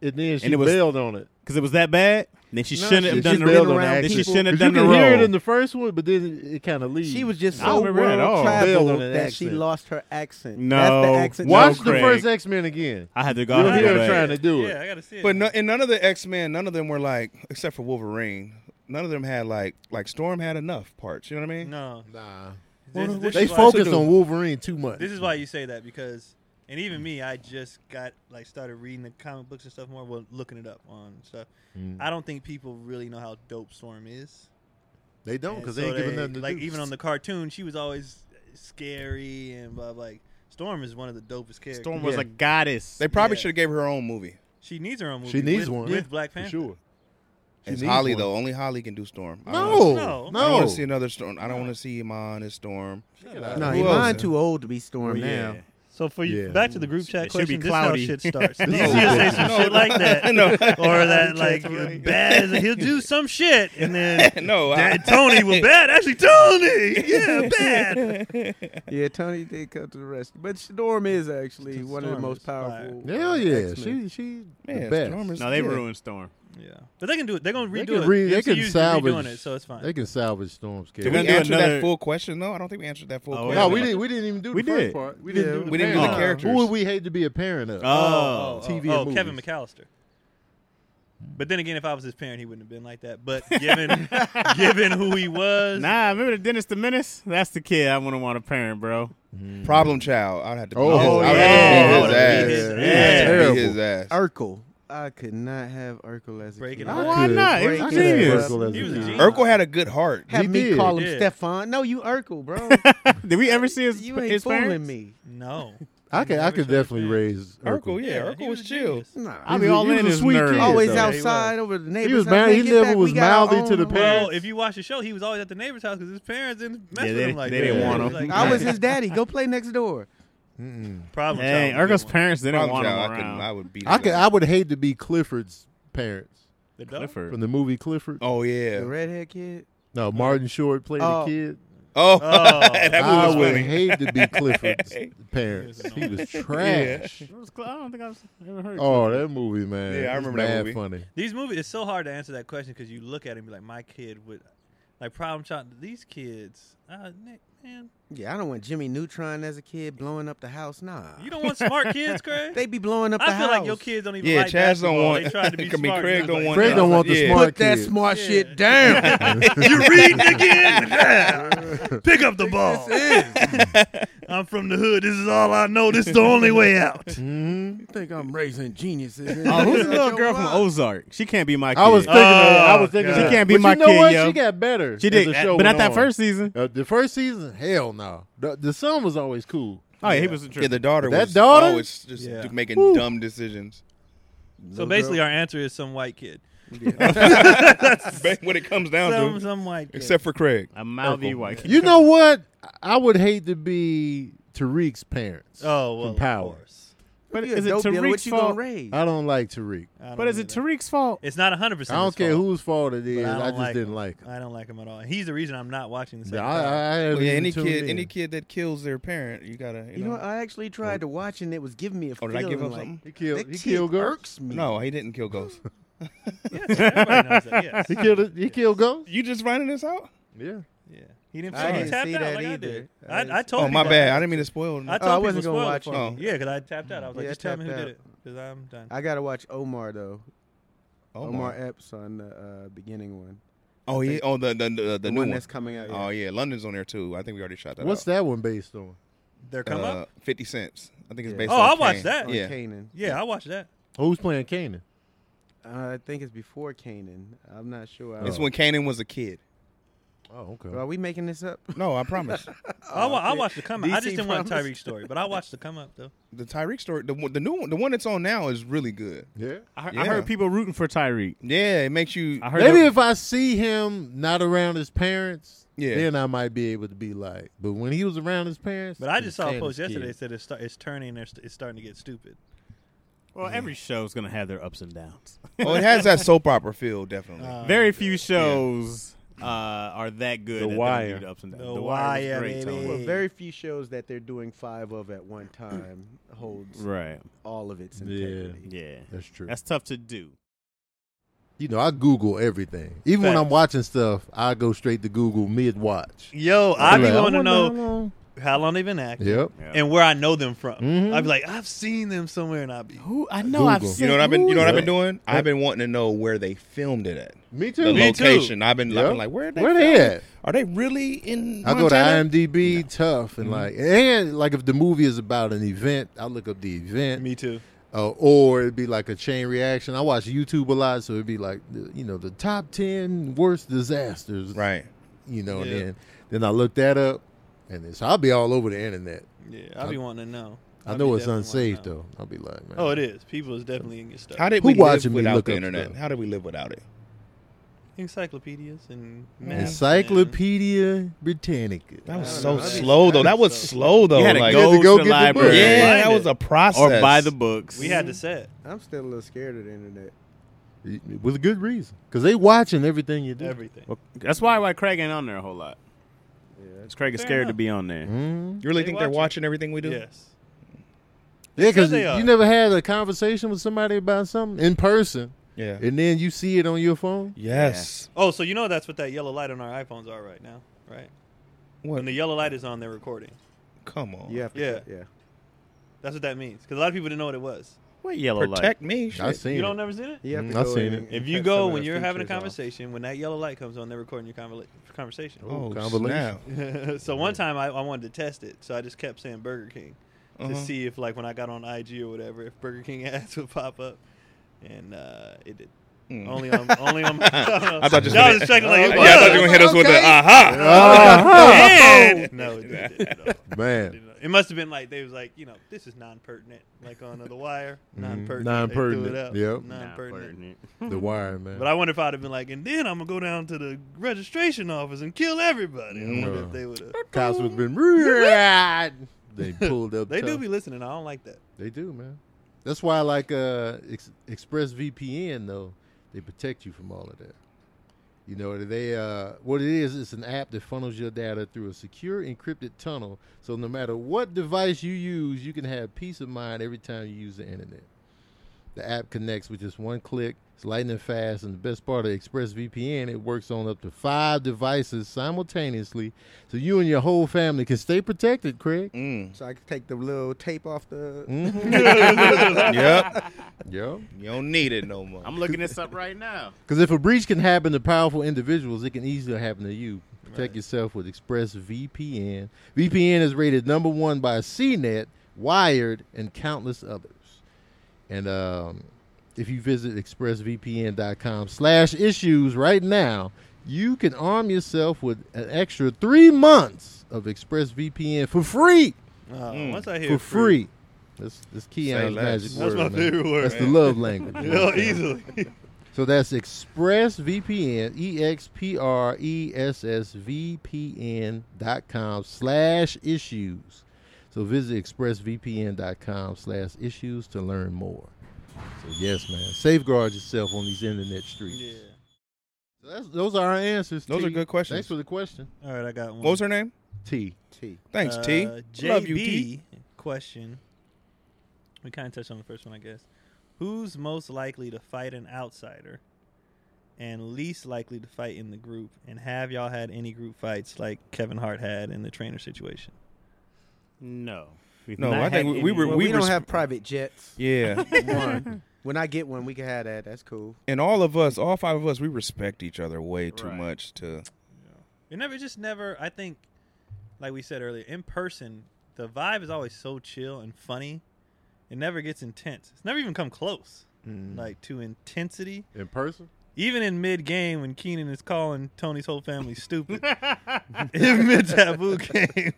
[SPEAKER 3] and then she
[SPEAKER 5] it was-
[SPEAKER 3] bailed on it.
[SPEAKER 5] because it was that bad. Then she
[SPEAKER 1] No,
[SPEAKER 5] shouldn't
[SPEAKER 1] she
[SPEAKER 5] have
[SPEAKER 1] just
[SPEAKER 5] done the
[SPEAKER 1] been
[SPEAKER 5] role.
[SPEAKER 1] around
[SPEAKER 5] Then she
[SPEAKER 1] people.
[SPEAKER 5] shouldn't have
[SPEAKER 3] You
[SPEAKER 5] done
[SPEAKER 3] can
[SPEAKER 5] the
[SPEAKER 3] hear it in
[SPEAKER 5] role.
[SPEAKER 3] the first one, but then it, it kind of leaves.
[SPEAKER 1] She was just
[SPEAKER 5] I don't
[SPEAKER 1] so
[SPEAKER 5] remember her at all.
[SPEAKER 1] world
[SPEAKER 3] Bailed
[SPEAKER 1] traveled
[SPEAKER 3] on that
[SPEAKER 1] that she
[SPEAKER 3] accent.
[SPEAKER 1] lost her accent.
[SPEAKER 5] No.
[SPEAKER 1] That's the accent.
[SPEAKER 5] What?
[SPEAKER 3] watch
[SPEAKER 5] No,
[SPEAKER 3] the
[SPEAKER 5] Craig.
[SPEAKER 3] first X Men again.
[SPEAKER 5] I had to go.
[SPEAKER 3] You'll
[SPEAKER 5] out and
[SPEAKER 3] hear
[SPEAKER 5] go
[SPEAKER 3] her
[SPEAKER 5] back.
[SPEAKER 3] trying to do
[SPEAKER 4] Yeah,
[SPEAKER 3] it.
[SPEAKER 4] I gotta see it.
[SPEAKER 2] But no, and none of the X Men, none of them were like, except for Wolverine. None of them had like, like Storm had enough parts. You know what I mean?
[SPEAKER 4] no,
[SPEAKER 3] Nah,
[SPEAKER 4] This-
[SPEAKER 2] no,
[SPEAKER 4] this
[SPEAKER 3] they
[SPEAKER 4] is why-
[SPEAKER 3] focused on Wolverine too much.
[SPEAKER 4] This is why you say that because, and even me, I just got like started reading the comic books and stuff more, well, looking it up on stuff.
[SPEAKER 3] Mm.
[SPEAKER 4] I don't think people really know how dope Storm is.
[SPEAKER 3] they don't
[SPEAKER 4] And
[SPEAKER 3] because they ain't giving nothing to
[SPEAKER 4] like
[SPEAKER 3] do.
[SPEAKER 4] even on the cartoon, she was always scary and blah. Like Storm is one of the dopest characters.
[SPEAKER 5] Storm was
[SPEAKER 3] Yeah.
[SPEAKER 5] a goddess.
[SPEAKER 2] They probably
[SPEAKER 4] Yeah.
[SPEAKER 2] should have gave her her own movie.
[SPEAKER 4] she needs her own movie.
[SPEAKER 3] she needs
[SPEAKER 4] with,
[SPEAKER 3] one
[SPEAKER 4] with
[SPEAKER 3] Yeah,
[SPEAKER 4] Black
[SPEAKER 3] for
[SPEAKER 4] Panther.
[SPEAKER 3] sure. She
[SPEAKER 2] It's
[SPEAKER 3] needs
[SPEAKER 2] Holly
[SPEAKER 3] one.
[SPEAKER 2] though. Only Holly can do Storm. I don't
[SPEAKER 3] No,
[SPEAKER 2] wanna-
[SPEAKER 4] No.
[SPEAKER 3] no,
[SPEAKER 2] I don't want to see another Storm. I don't want to see Iman as Storm.
[SPEAKER 1] No,
[SPEAKER 2] Who
[SPEAKER 1] Iman
[SPEAKER 2] else?
[SPEAKER 1] too old to be Storm
[SPEAKER 5] Yeah.
[SPEAKER 1] now.
[SPEAKER 4] So for you,
[SPEAKER 3] Yeah.
[SPEAKER 4] back to the group chat
[SPEAKER 5] It should be
[SPEAKER 4] question. This how
[SPEAKER 5] cloudy.
[SPEAKER 4] shit starts. You
[SPEAKER 2] No.
[SPEAKER 4] say some
[SPEAKER 2] No,
[SPEAKER 4] shit
[SPEAKER 2] no.
[SPEAKER 4] like that,
[SPEAKER 2] No.
[SPEAKER 4] or that like
[SPEAKER 2] That's right.
[SPEAKER 4] bad. As, he'll do some shit, and then
[SPEAKER 2] No, I-
[SPEAKER 4] Dad, Tony was bad. Actually, Tony, yeah, bad.
[SPEAKER 1] Yeah, Tony did come to the rescue, but Storm is actually
[SPEAKER 4] Storm
[SPEAKER 1] one of the most
[SPEAKER 4] is fire.
[SPEAKER 1] powerful.
[SPEAKER 3] Hell yeah,
[SPEAKER 1] X-Men.
[SPEAKER 3] she she the
[SPEAKER 2] Man,
[SPEAKER 3] best.
[SPEAKER 2] Storm is
[SPEAKER 5] No, they
[SPEAKER 2] yeah.
[SPEAKER 5] ruined Storm.
[SPEAKER 4] Yeah, but they can do it. They're gonna
[SPEAKER 3] They
[SPEAKER 4] redo
[SPEAKER 3] can
[SPEAKER 4] it.
[SPEAKER 3] re-
[SPEAKER 4] The
[SPEAKER 3] they can
[SPEAKER 4] MCU's
[SPEAKER 3] salvage-
[SPEAKER 4] redoing it, so it's fine.
[SPEAKER 3] They can salvage Storm's
[SPEAKER 2] Did
[SPEAKER 3] character.
[SPEAKER 2] we
[SPEAKER 5] We're gonna do
[SPEAKER 2] answer
[SPEAKER 5] another-
[SPEAKER 2] that full question though? I don't think we answered that full
[SPEAKER 5] Oh,
[SPEAKER 2] question.
[SPEAKER 3] No, we didn't. We didn't even do the
[SPEAKER 5] We
[SPEAKER 3] first
[SPEAKER 5] did.
[SPEAKER 3] part. We didn't
[SPEAKER 1] Yeah.
[SPEAKER 3] do the
[SPEAKER 2] We didn't do the
[SPEAKER 3] parents.
[SPEAKER 2] characters.
[SPEAKER 3] Who would we hate to be a parent of?
[SPEAKER 5] Oh,
[SPEAKER 3] TV
[SPEAKER 4] oh,
[SPEAKER 3] and movies.
[SPEAKER 4] Kevin McAllister. But then again, if I was his parent, he wouldn't have been like that. But given given who he was,
[SPEAKER 5] nah. Remember the Dennis the Menace? That's the kid I wouldn't want a parent, bro.
[SPEAKER 2] Problem child. I'd have to.
[SPEAKER 3] Oh,
[SPEAKER 2] beat his- I'd
[SPEAKER 5] yeah.
[SPEAKER 2] have to beat his
[SPEAKER 4] Yeah.
[SPEAKER 2] ass.
[SPEAKER 4] Yeah.
[SPEAKER 2] I'd have to
[SPEAKER 3] Terrible.
[SPEAKER 2] beat his ass.
[SPEAKER 1] Urkel. I could not have Urkel as a
[SPEAKER 4] Breaking
[SPEAKER 1] kid.
[SPEAKER 4] up.
[SPEAKER 5] Why not? He was
[SPEAKER 1] Breaking
[SPEAKER 5] a genius.
[SPEAKER 1] up.
[SPEAKER 3] Urkel as
[SPEAKER 4] He
[SPEAKER 3] a
[SPEAKER 4] was a
[SPEAKER 3] kid.
[SPEAKER 4] genius.
[SPEAKER 2] Urkel had a good heart.
[SPEAKER 1] Have
[SPEAKER 3] He
[SPEAKER 1] me
[SPEAKER 3] did.
[SPEAKER 1] call him
[SPEAKER 4] Yeah.
[SPEAKER 1] Stefan. No, you Urkel, bro.
[SPEAKER 5] Did we ever see his
[SPEAKER 1] you ain't
[SPEAKER 5] his
[SPEAKER 1] fooling
[SPEAKER 5] parents?
[SPEAKER 1] me.
[SPEAKER 4] no.
[SPEAKER 3] I could I could definitely raise
[SPEAKER 2] Urkel, yeah,
[SPEAKER 4] Yeah, he
[SPEAKER 2] Urkel was
[SPEAKER 4] a
[SPEAKER 2] chill.
[SPEAKER 4] genius.
[SPEAKER 1] Nah,
[SPEAKER 5] I
[SPEAKER 3] He
[SPEAKER 5] mean,
[SPEAKER 3] was-
[SPEAKER 5] all
[SPEAKER 3] he
[SPEAKER 5] in
[SPEAKER 3] was a
[SPEAKER 5] is
[SPEAKER 3] sweet
[SPEAKER 5] nerd.
[SPEAKER 3] kid,
[SPEAKER 1] always
[SPEAKER 3] though.
[SPEAKER 1] outside over the neighbors.
[SPEAKER 3] was
[SPEAKER 1] house. When
[SPEAKER 3] married.
[SPEAKER 1] we
[SPEAKER 3] He
[SPEAKER 1] get
[SPEAKER 3] never
[SPEAKER 1] back,
[SPEAKER 3] was
[SPEAKER 1] we got our
[SPEAKER 3] mouthy to
[SPEAKER 1] own
[SPEAKER 3] the
[SPEAKER 1] room.
[SPEAKER 3] parents.
[SPEAKER 4] Well, if you watch the show, he was always at the neighbor's house because his parents didn't mess
[SPEAKER 5] Yeah,
[SPEAKER 4] with
[SPEAKER 5] they-
[SPEAKER 4] him like
[SPEAKER 5] they
[SPEAKER 4] that.
[SPEAKER 5] didn't
[SPEAKER 3] want
[SPEAKER 4] He was
[SPEAKER 5] him.
[SPEAKER 4] like,
[SPEAKER 1] I was his daddy. Go play next door.
[SPEAKER 3] Mm-mm.
[SPEAKER 4] problem.
[SPEAKER 5] Hey,
[SPEAKER 4] child was
[SPEAKER 5] Urkel's
[SPEAKER 4] a good
[SPEAKER 5] parents didn't
[SPEAKER 2] Problem
[SPEAKER 5] want him
[SPEAKER 2] child, I,
[SPEAKER 5] around.
[SPEAKER 2] couldn't, I would beat.
[SPEAKER 3] I
[SPEAKER 2] him
[SPEAKER 3] could
[SPEAKER 2] up.
[SPEAKER 3] I would hate to be Clifford's parents
[SPEAKER 4] one. The dog?
[SPEAKER 5] Clifford.
[SPEAKER 3] from the movie Clifford.
[SPEAKER 2] Oh
[SPEAKER 1] The
[SPEAKER 2] yeah.
[SPEAKER 1] redhead kid.
[SPEAKER 3] No, Martin Short played
[SPEAKER 1] Oh.
[SPEAKER 3] the kid.
[SPEAKER 2] Oh,
[SPEAKER 4] Oh.
[SPEAKER 2] that movie
[SPEAKER 3] I
[SPEAKER 2] was
[SPEAKER 3] would
[SPEAKER 2] funny.
[SPEAKER 3] hate to be Clifford's parents. He was trash.
[SPEAKER 5] It was Cl- I don't think I've ever heard.
[SPEAKER 3] Oh, that movie, man.
[SPEAKER 2] Yeah, I
[SPEAKER 3] It was
[SPEAKER 2] remember that
[SPEAKER 3] mad
[SPEAKER 2] movie.
[SPEAKER 3] Funny.
[SPEAKER 4] These movies, it's so hard to answer that question because you look at it and be like, my kid would, like, problem child. These kids, uh, Nick, man,
[SPEAKER 1] Yeah, I don't want Jimmy Neutron as a kid blowing up the house. Nah,
[SPEAKER 4] you don't want smart kids, Craig.
[SPEAKER 1] they be blowing up
[SPEAKER 4] I
[SPEAKER 1] the
[SPEAKER 4] feel
[SPEAKER 1] house.
[SPEAKER 4] like your kids don't even
[SPEAKER 2] Yeah,
[SPEAKER 4] like
[SPEAKER 2] Chaz don't
[SPEAKER 4] basketball.
[SPEAKER 2] want-
[SPEAKER 4] They tried to be
[SPEAKER 2] I mean,
[SPEAKER 4] smart.
[SPEAKER 2] Craig
[SPEAKER 4] He's
[SPEAKER 2] don't
[SPEAKER 4] like,
[SPEAKER 2] want
[SPEAKER 3] Craig don't want the
[SPEAKER 2] Yeah.
[SPEAKER 3] smart
[SPEAKER 1] Put that
[SPEAKER 3] kid.
[SPEAKER 1] smart
[SPEAKER 4] Yeah.
[SPEAKER 1] shit down.
[SPEAKER 4] you reading again? Pick up the ball. I'm from the hood. This is all I know. This is the only way out.
[SPEAKER 3] Mhm.
[SPEAKER 2] Mm-hmm.
[SPEAKER 1] you think I'm raising geniuses?
[SPEAKER 5] Oh, who's the little girl from Ozark? She can't be my kid.
[SPEAKER 3] I was thinking. that. I
[SPEAKER 4] Oh,
[SPEAKER 3] was thinking.
[SPEAKER 4] God.
[SPEAKER 3] that.
[SPEAKER 5] She can't be
[SPEAKER 3] But
[SPEAKER 5] my
[SPEAKER 3] you know
[SPEAKER 5] kid,
[SPEAKER 3] What?
[SPEAKER 5] yo.
[SPEAKER 3] She got better.
[SPEAKER 5] she
[SPEAKER 3] as
[SPEAKER 5] did,
[SPEAKER 3] the show
[SPEAKER 5] but not
[SPEAKER 3] went
[SPEAKER 5] that
[SPEAKER 3] on.
[SPEAKER 5] first season.
[SPEAKER 3] Uh, the first season, hell no. The, the son was always cool.
[SPEAKER 5] Oh, yeah, he was a trip.
[SPEAKER 2] Yeah, the daughter
[SPEAKER 3] That
[SPEAKER 2] was
[SPEAKER 3] daughter?
[SPEAKER 2] always just
[SPEAKER 4] Yeah.
[SPEAKER 2] do- making
[SPEAKER 3] Woo.
[SPEAKER 2] dumb decisions.
[SPEAKER 4] So basically, our answer is some white kid.
[SPEAKER 2] Ba- when it comes down to
[SPEAKER 4] Some,
[SPEAKER 2] it,
[SPEAKER 4] some white kid.
[SPEAKER 2] except for Craig.
[SPEAKER 5] a mouthy white kid.
[SPEAKER 3] You know what? I would hate to be Tariq's parents.
[SPEAKER 4] oh, well,
[SPEAKER 3] from Power.
[SPEAKER 4] Of course.
[SPEAKER 5] But
[SPEAKER 1] You a
[SPEAKER 5] is it
[SPEAKER 1] dope dealer,
[SPEAKER 5] Tariq's
[SPEAKER 1] what you gonna
[SPEAKER 5] fault?
[SPEAKER 1] raise?
[SPEAKER 3] I don't like Tariq.
[SPEAKER 4] I don't
[SPEAKER 5] But is
[SPEAKER 4] know
[SPEAKER 5] it
[SPEAKER 4] that.
[SPEAKER 5] Tariq's fault?
[SPEAKER 4] It's not 100. percent
[SPEAKER 3] I don't care whose fault it is. I, just didn't like him.
[SPEAKER 4] I don't like him at all. And He's the reason I'm not watching the
[SPEAKER 3] No,
[SPEAKER 4] second.
[SPEAKER 3] I,
[SPEAKER 4] Power.
[SPEAKER 3] I haven't
[SPEAKER 2] Well, yeah,
[SPEAKER 3] even
[SPEAKER 2] any
[SPEAKER 3] tuned
[SPEAKER 2] kid,
[SPEAKER 3] in.
[SPEAKER 2] any kid that kills their parent, you gotta, you,
[SPEAKER 1] You know, what? I actually tried to watch and it was giving me a
[SPEAKER 2] oh,
[SPEAKER 1] feeling
[SPEAKER 2] did I give him
[SPEAKER 1] like
[SPEAKER 2] something?
[SPEAKER 3] he
[SPEAKER 1] that
[SPEAKER 3] killed. He
[SPEAKER 1] kid
[SPEAKER 3] killed girls.
[SPEAKER 1] irks me.
[SPEAKER 2] No, he didn't kill Ghost.
[SPEAKER 4] yes, everybody knows that. Yes.
[SPEAKER 3] He killed. He killed girls.
[SPEAKER 2] you just running this out?
[SPEAKER 3] Yeah.
[SPEAKER 4] Yeah. He didn't.
[SPEAKER 1] I
[SPEAKER 4] he
[SPEAKER 1] didn't
[SPEAKER 4] tapped
[SPEAKER 1] see
[SPEAKER 4] out
[SPEAKER 1] that
[SPEAKER 4] like I
[SPEAKER 1] either.
[SPEAKER 4] did.
[SPEAKER 1] I didn't
[SPEAKER 4] I, I
[SPEAKER 1] see
[SPEAKER 4] told.
[SPEAKER 2] Oh, my
[SPEAKER 4] people-
[SPEAKER 2] bad. I didn't mean to spoil. it.
[SPEAKER 4] I told
[SPEAKER 1] Oh, I
[SPEAKER 4] people
[SPEAKER 1] wasn't
[SPEAKER 4] to
[SPEAKER 1] gonna
[SPEAKER 4] spoil it
[SPEAKER 1] watch
[SPEAKER 4] for
[SPEAKER 2] it.
[SPEAKER 4] me. Yeah, because I tapped out. I was like,
[SPEAKER 1] Yeah, I
[SPEAKER 4] just tell me who
[SPEAKER 1] tapped
[SPEAKER 4] did
[SPEAKER 1] out.
[SPEAKER 4] it, because I'm done.
[SPEAKER 1] I gotta watch Omar though.
[SPEAKER 2] oh,
[SPEAKER 1] Omar,
[SPEAKER 2] my.
[SPEAKER 1] Epps on the uh, beginning one,
[SPEAKER 2] Oh, yeah. Oh, the the, the, the
[SPEAKER 1] the
[SPEAKER 2] new
[SPEAKER 1] one
[SPEAKER 2] one.
[SPEAKER 1] that's coming out.
[SPEAKER 2] Oh yeah, London's on there too. I think we already shot that.
[SPEAKER 3] What's
[SPEAKER 2] out.
[SPEAKER 3] that one based on?
[SPEAKER 4] They're come
[SPEAKER 2] uh,
[SPEAKER 4] up.
[SPEAKER 2] Fifty cents. I think it's
[SPEAKER 1] Yeah.
[SPEAKER 2] based.
[SPEAKER 4] Oh,
[SPEAKER 2] on
[SPEAKER 4] I watched
[SPEAKER 2] Kane.
[SPEAKER 4] that.
[SPEAKER 1] yeah.
[SPEAKER 2] Yeah.
[SPEAKER 1] Kanan.
[SPEAKER 4] Yeah, I watched that.
[SPEAKER 3] Who's playing Canaan?
[SPEAKER 1] Uh, I think it's before Kanan. I'm not sure.
[SPEAKER 2] It's
[SPEAKER 1] I-
[SPEAKER 2] when Kanan was a kid.
[SPEAKER 3] Oh, okay.
[SPEAKER 1] Are we making this up?
[SPEAKER 2] No, I promise.
[SPEAKER 4] I, wa- I
[SPEAKER 1] okay.
[SPEAKER 4] watched the come up. I
[SPEAKER 1] DC
[SPEAKER 4] just didn't want
[SPEAKER 1] promise.
[SPEAKER 4] Tyreek's story, but I watched the come up though.
[SPEAKER 2] the Tyreek story, the one- the new one, the one that's on now is really good.
[SPEAKER 3] yeah.
[SPEAKER 5] I, heard-
[SPEAKER 2] Yeah.
[SPEAKER 5] I heard people rooting for Tyreek.
[SPEAKER 2] Yeah, it makes you.
[SPEAKER 5] I heard
[SPEAKER 3] Maybe
[SPEAKER 5] that-
[SPEAKER 3] if I see him not around his parents,
[SPEAKER 2] Yeah.
[SPEAKER 3] then I might be able to be like. But when he was around his parents,
[SPEAKER 4] But I
[SPEAKER 3] he was
[SPEAKER 4] just saw a
[SPEAKER 3] Canaan's
[SPEAKER 4] post yesterday that
[SPEAKER 3] kid.
[SPEAKER 4] said it's, start, it's turning. It's, it's starting to get stupid.
[SPEAKER 5] well, every show's gonna have their ups and downs.
[SPEAKER 2] oh, it has that soap opera feel definitely.
[SPEAKER 4] Uh,
[SPEAKER 5] Very few shows uh, are that good.
[SPEAKER 3] The
[SPEAKER 5] that they
[SPEAKER 3] Wire.
[SPEAKER 5] do the ups and downs.
[SPEAKER 4] The
[SPEAKER 5] Wire, was
[SPEAKER 4] Wire,
[SPEAKER 5] great,
[SPEAKER 4] baby.
[SPEAKER 5] Tony.
[SPEAKER 1] Well, very few shows that they're doing five of at one time holds
[SPEAKER 5] Right.
[SPEAKER 1] all of its
[SPEAKER 3] Yeah.
[SPEAKER 1] integrity.
[SPEAKER 5] Yeah.
[SPEAKER 3] That's true.
[SPEAKER 5] That's tough to do.
[SPEAKER 3] you know, I Google everything. Even when I'm
[SPEAKER 4] Facts.
[SPEAKER 3] watching stuff, I go straight to Google mid watch.
[SPEAKER 4] Yo, I be
[SPEAKER 3] Like, I
[SPEAKER 4] want to
[SPEAKER 3] wonder
[SPEAKER 4] know
[SPEAKER 3] how long-
[SPEAKER 4] how long they've been acting
[SPEAKER 3] Yep.
[SPEAKER 5] Yeah.
[SPEAKER 4] and where I know them from.
[SPEAKER 3] Mhm.
[SPEAKER 4] I'd be like, I've seen them somewhere, and I'd be.
[SPEAKER 5] Who I know
[SPEAKER 3] know I've
[SPEAKER 5] I've
[SPEAKER 3] Google.
[SPEAKER 5] seen.
[SPEAKER 3] seen-
[SPEAKER 2] you know what I've been. You know what I've
[SPEAKER 3] Who
[SPEAKER 2] been
[SPEAKER 3] is
[SPEAKER 2] doing? I've been wanting to know where they filmed it at.
[SPEAKER 3] Me
[SPEAKER 2] The
[SPEAKER 3] too.
[SPEAKER 4] too.
[SPEAKER 2] location. I've been. I've
[SPEAKER 3] Yep.
[SPEAKER 2] been like, where? Are they
[SPEAKER 3] Where they
[SPEAKER 2] filming?
[SPEAKER 3] at?
[SPEAKER 2] Are they really in?
[SPEAKER 3] I go to
[SPEAKER 2] Montana?
[SPEAKER 3] IMDb, tough,
[SPEAKER 4] Mm-hmm.
[SPEAKER 3] and like, and like if the movie is about an event, I look up the event.
[SPEAKER 4] Me too.
[SPEAKER 3] uh, or it'd be like a chain reaction. I watch YouTube a lot, so it'd be like the- you know the top ten worst disasters,
[SPEAKER 2] Right.
[SPEAKER 3] You know,
[SPEAKER 4] Yeah.
[SPEAKER 3] and then then I look that up, and then, so I'll be all over the internet.
[SPEAKER 4] Yeah, I'd be wanting to know.
[SPEAKER 3] I
[SPEAKER 4] I'd
[SPEAKER 3] know
[SPEAKER 4] be
[SPEAKER 3] it's
[SPEAKER 4] definitely wanting to
[SPEAKER 3] unsafe
[SPEAKER 4] know.
[SPEAKER 3] though. I'll be like, man,
[SPEAKER 4] Oh, it is. People is definitely gonna get stuck.
[SPEAKER 2] How did
[SPEAKER 3] Who
[SPEAKER 2] we live
[SPEAKER 3] watching me
[SPEAKER 2] without
[SPEAKER 3] look
[SPEAKER 2] the
[SPEAKER 3] up
[SPEAKER 2] internet?
[SPEAKER 3] stuff?
[SPEAKER 2] How did we live without it?
[SPEAKER 4] encyclopedias and maps and-
[SPEAKER 3] Encyclopedia Britannica.
[SPEAKER 2] That was
[SPEAKER 1] I don't
[SPEAKER 2] so
[SPEAKER 1] know. That'd be-
[SPEAKER 2] slow though.
[SPEAKER 4] that'd be
[SPEAKER 2] That was
[SPEAKER 4] so-
[SPEAKER 2] slow though.
[SPEAKER 5] you had to
[SPEAKER 2] like,
[SPEAKER 5] go,
[SPEAKER 3] You had to go
[SPEAKER 5] to
[SPEAKER 3] get
[SPEAKER 5] the
[SPEAKER 3] the book.
[SPEAKER 5] library
[SPEAKER 2] yeah,
[SPEAKER 4] Find
[SPEAKER 2] that
[SPEAKER 4] it.
[SPEAKER 2] was a process.
[SPEAKER 5] or buy the books.
[SPEAKER 4] We had to set
[SPEAKER 1] I'm still a little scared of the internet.
[SPEAKER 3] with a good reason, because they watching everything you do.
[SPEAKER 4] everything.
[SPEAKER 5] That's why why Craig ain't on there a whole lot.
[SPEAKER 1] Yeah.
[SPEAKER 5] 'Cause Craig is
[SPEAKER 4] Fair
[SPEAKER 5] scared to
[SPEAKER 4] enough.
[SPEAKER 5] be on there.
[SPEAKER 3] Mhm.
[SPEAKER 2] You really
[SPEAKER 4] They
[SPEAKER 2] think they're
[SPEAKER 4] watch it.
[SPEAKER 2] watching everything we do?
[SPEAKER 4] Yes.
[SPEAKER 3] Yeah, because
[SPEAKER 4] they uh, are.
[SPEAKER 3] you never had a conversation with somebody about something in person,
[SPEAKER 2] Yeah.
[SPEAKER 3] and then you see it on your phone.
[SPEAKER 2] Yes.
[SPEAKER 4] Oh, so you know that's what that yellow light on our iPhones are right now, right? When
[SPEAKER 2] What?
[SPEAKER 4] the yellow light is on, they're recording.
[SPEAKER 2] Come on.
[SPEAKER 1] You have to,
[SPEAKER 4] Yeah.
[SPEAKER 1] yeah.
[SPEAKER 4] That's what that means. Because a lot of people didn't know what it was.
[SPEAKER 3] Mm-hmm.
[SPEAKER 5] What yellow light?
[SPEAKER 2] Protect me.
[SPEAKER 3] I
[SPEAKER 2] Shit.
[SPEAKER 3] seen
[SPEAKER 4] you
[SPEAKER 3] it.
[SPEAKER 4] don't never seen it?
[SPEAKER 1] You have
[SPEAKER 3] Mm,
[SPEAKER 1] to
[SPEAKER 3] I've
[SPEAKER 1] go
[SPEAKER 3] seen
[SPEAKER 1] in
[SPEAKER 3] it.
[SPEAKER 1] and
[SPEAKER 4] If you
[SPEAKER 1] cut
[SPEAKER 4] go
[SPEAKER 1] some of
[SPEAKER 4] when
[SPEAKER 1] the
[SPEAKER 4] you're having a
[SPEAKER 1] features off.
[SPEAKER 4] conversation, when that yellow light comes on, they're recording your convola- conversation.
[SPEAKER 2] Oh,
[SPEAKER 3] Convolution.
[SPEAKER 2] snap.
[SPEAKER 4] so one time I, I wanted to test it, so I just kept saying Burger King to
[SPEAKER 2] Uh-huh.
[SPEAKER 4] see if like when I got on IG or whatever, if Burger King ads would pop up, and uh, it did.
[SPEAKER 2] Mm.
[SPEAKER 4] Only on only on. I
[SPEAKER 2] thought you
[SPEAKER 4] y'all
[SPEAKER 2] said-
[SPEAKER 4] was checking like
[SPEAKER 2] Yeah,
[SPEAKER 4] it
[SPEAKER 2] I thought you were
[SPEAKER 4] was.
[SPEAKER 2] gonna hit us with the
[SPEAKER 3] Okay. Oh.
[SPEAKER 2] aha.
[SPEAKER 4] Man. No, it didn't, it didn't.
[SPEAKER 3] Ah. Man.
[SPEAKER 4] It must have been like they was like, you know, this is non-pertinent, like on the wire, non-pertinent, They threw
[SPEAKER 3] Mm-hmm. Non-pertinent,
[SPEAKER 4] it up.
[SPEAKER 3] yep.
[SPEAKER 4] non-pertinent.
[SPEAKER 3] The wire, man.
[SPEAKER 4] But I wonder if I'd have been like, and then I'm gonna go down to the registration office and kill everybody. I wonder
[SPEAKER 3] Yeah.
[SPEAKER 4] if they would have.
[SPEAKER 3] Cops would have been. they pulled up.
[SPEAKER 4] They do
[SPEAKER 3] tough.
[SPEAKER 4] be listening. I don't like that.
[SPEAKER 3] They do, man. That's why, I like uh, Ex- ExpressVPN, though, they protect you from all of that. You know, they uh, what it is, it's an app that funnels your data through a secure encrypted tunnel. So no matter what device you use, you can have peace of mind every time you use the internet. The app connects with just one click. It's lightning fast, and the best part of ExpressVPN, it works on up to five devices simultaneously, so you and your whole family can stay protected. Craig.
[SPEAKER 2] Mm.
[SPEAKER 1] So I can take the little tape off the.
[SPEAKER 3] Mm,
[SPEAKER 2] Yep.
[SPEAKER 3] Yep.
[SPEAKER 2] You don't need it no more.
[SPEAKER 5] I'm looking this up right now.
[SPEAKER 3] Because if a breach can happen to powerful individuals, it can easily happen to you. Protect yourself with ExpressVPN. VPN is rated number one by CNET, Wired, and countless others. And um, if you visit expressvpn.com slash issues right now, you can arm yourself with an extra three months of ExpressVPN for free.
[SPEAKER 4] Uh, Once I hear
[SPEAKER 3] Mm. For free. That's, that's
[SPEAKER 2] Say
[SPEAKER 3] Keon's
[SPEAKER 2] less.
[SPEAKER 3] magic
[SPEAKER 4] that's
[SPEAKER 3] word.
[SPEAKER 4] my
[SPEAKER 3] man.
[SPEAKER 4] favorite word.
[SPEAKER 3] That's the love language.
[SPEAKER 4] Yeah, Oh, easily.
[SPEAKER 3] So that's ExpressVPN, E X P R E S S V P N dot com slash issues. So visit expressvpn dot com slash issues to learn more. So yes, man, safeguard yourself on these internet streets.
[SPEAKER 4] yeah.
[SPEAKER 3] So that's, those are our answers.
[SPEAKER 2] Those
[SPEAKER 3] T.
[SPEAKER 2] are good questions.
[SPEAKER 3] Thanks for the question,
[SPEAKER 4] All right, I got one.
[SPEAKER 2] What was her name?
[SPEAKER 3] T.
[SPEAKER 1] T.
[SPEAKER 2] Thanks, T.
[SPEAKER 4] Uh, JB
[SPEAKER 2] Love you, T.
[SPEAKER 4] question. We kind of touched on the first one, I guess. Who's most likely to fight an outsider, and least likely to fight in the group? And have y'all had any group fights like Kevin Hart had in the trainer situation?
[SPEAKER 5] No. We've
[SPEAKER 2] No,
[SPEAKER 5] not
[SPEAKER 2] I think
[SPEAKER 5] had
[SPEAKER 2] we-
[SPEAKER 5] any-
[SPEAKER 2] we were-
[SPEAKER 1] Well,
[SPEAKER 2] we
[SPEAKER 1] we, don't
[SPEAKER 2] resp-
[SPEAKER 1] have private jets.
[SPEAKER 2] Yeah.
[SPEAKER 1] One. When I get one, we can have that. That's cool.
[SPEAKER 2] and all of us, all five of us, we respect each other way too
[SPEAKER 5] Right.
[SPEAKER 2] much to.
[SPEAKER 4] It never just never. I think, like we said earlier, in person the vibe is always so chill and funny. It never gets intense. It's never even come close,
[SPEAKER 2] Mm.
[SPEAKER 4] like to intensity.
[SPEAKER 3] In person,
[SPEAKER 4] Even in mid game, when Keenan is calling Tony's whole family stupid, in mid taboo game,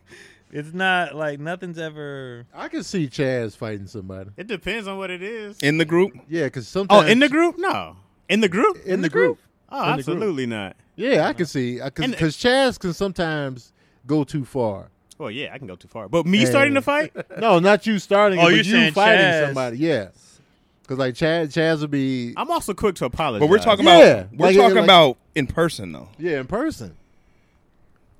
[SPEAKER 4] it's not like nothing's ever.
[SPEAKER 3] I can see Chaz fighting somebody.
[SPEAKER 5] It depends on what it is.
[SPEAKER 2] In the group,
[SPEAKER 3] Yeah, because
[SPEAKER 5] oh,
[SPEAKER 3] sometimes
[SPEAKER 5] in the group? No. In the group?
[SPEAKER 3] in, the group.
[SPEAKER 5] Oh,
[SPEAKER 3] In the group.
[SPEAKER 5] absolutely not.
[SPEAKER 3] Yeah, I can see because
[SPEAKER 5] And-
[SPEAKER 3] Chaz can sometimes go too far.
[SPEAKER 5] Well, yeah, I can go too far. But me starting
[SPEAKER 3] And-
[SPEAKER 5] the fight?
[SPEAKER 3] No, not you starting. it,
[SPEAKER 4] Oh,
[SPEAKER 3] but
[SPEAKER 4] you're
[SPEAKER 3] you
[SPEAKER 4] saying
[SPEAKER 3] fighting
[SPEAKER 4] Chaz.
[SPEAKER 3] somebody. Yeah, because like Chaz, Chaz would be
[SPEAKER 5] I'm also quick to apologize.
[SPEAKER 2] but we're talking
[SPEAKER 3] Yeah.
[SPEAKER 2] about we're
[SPEAKER 3] Like,
[SPEAKER 2] talking
[SPEAKER 3] like-
[SPEAKER 2] about in person though.
[SPEAKER 3] yeah in person.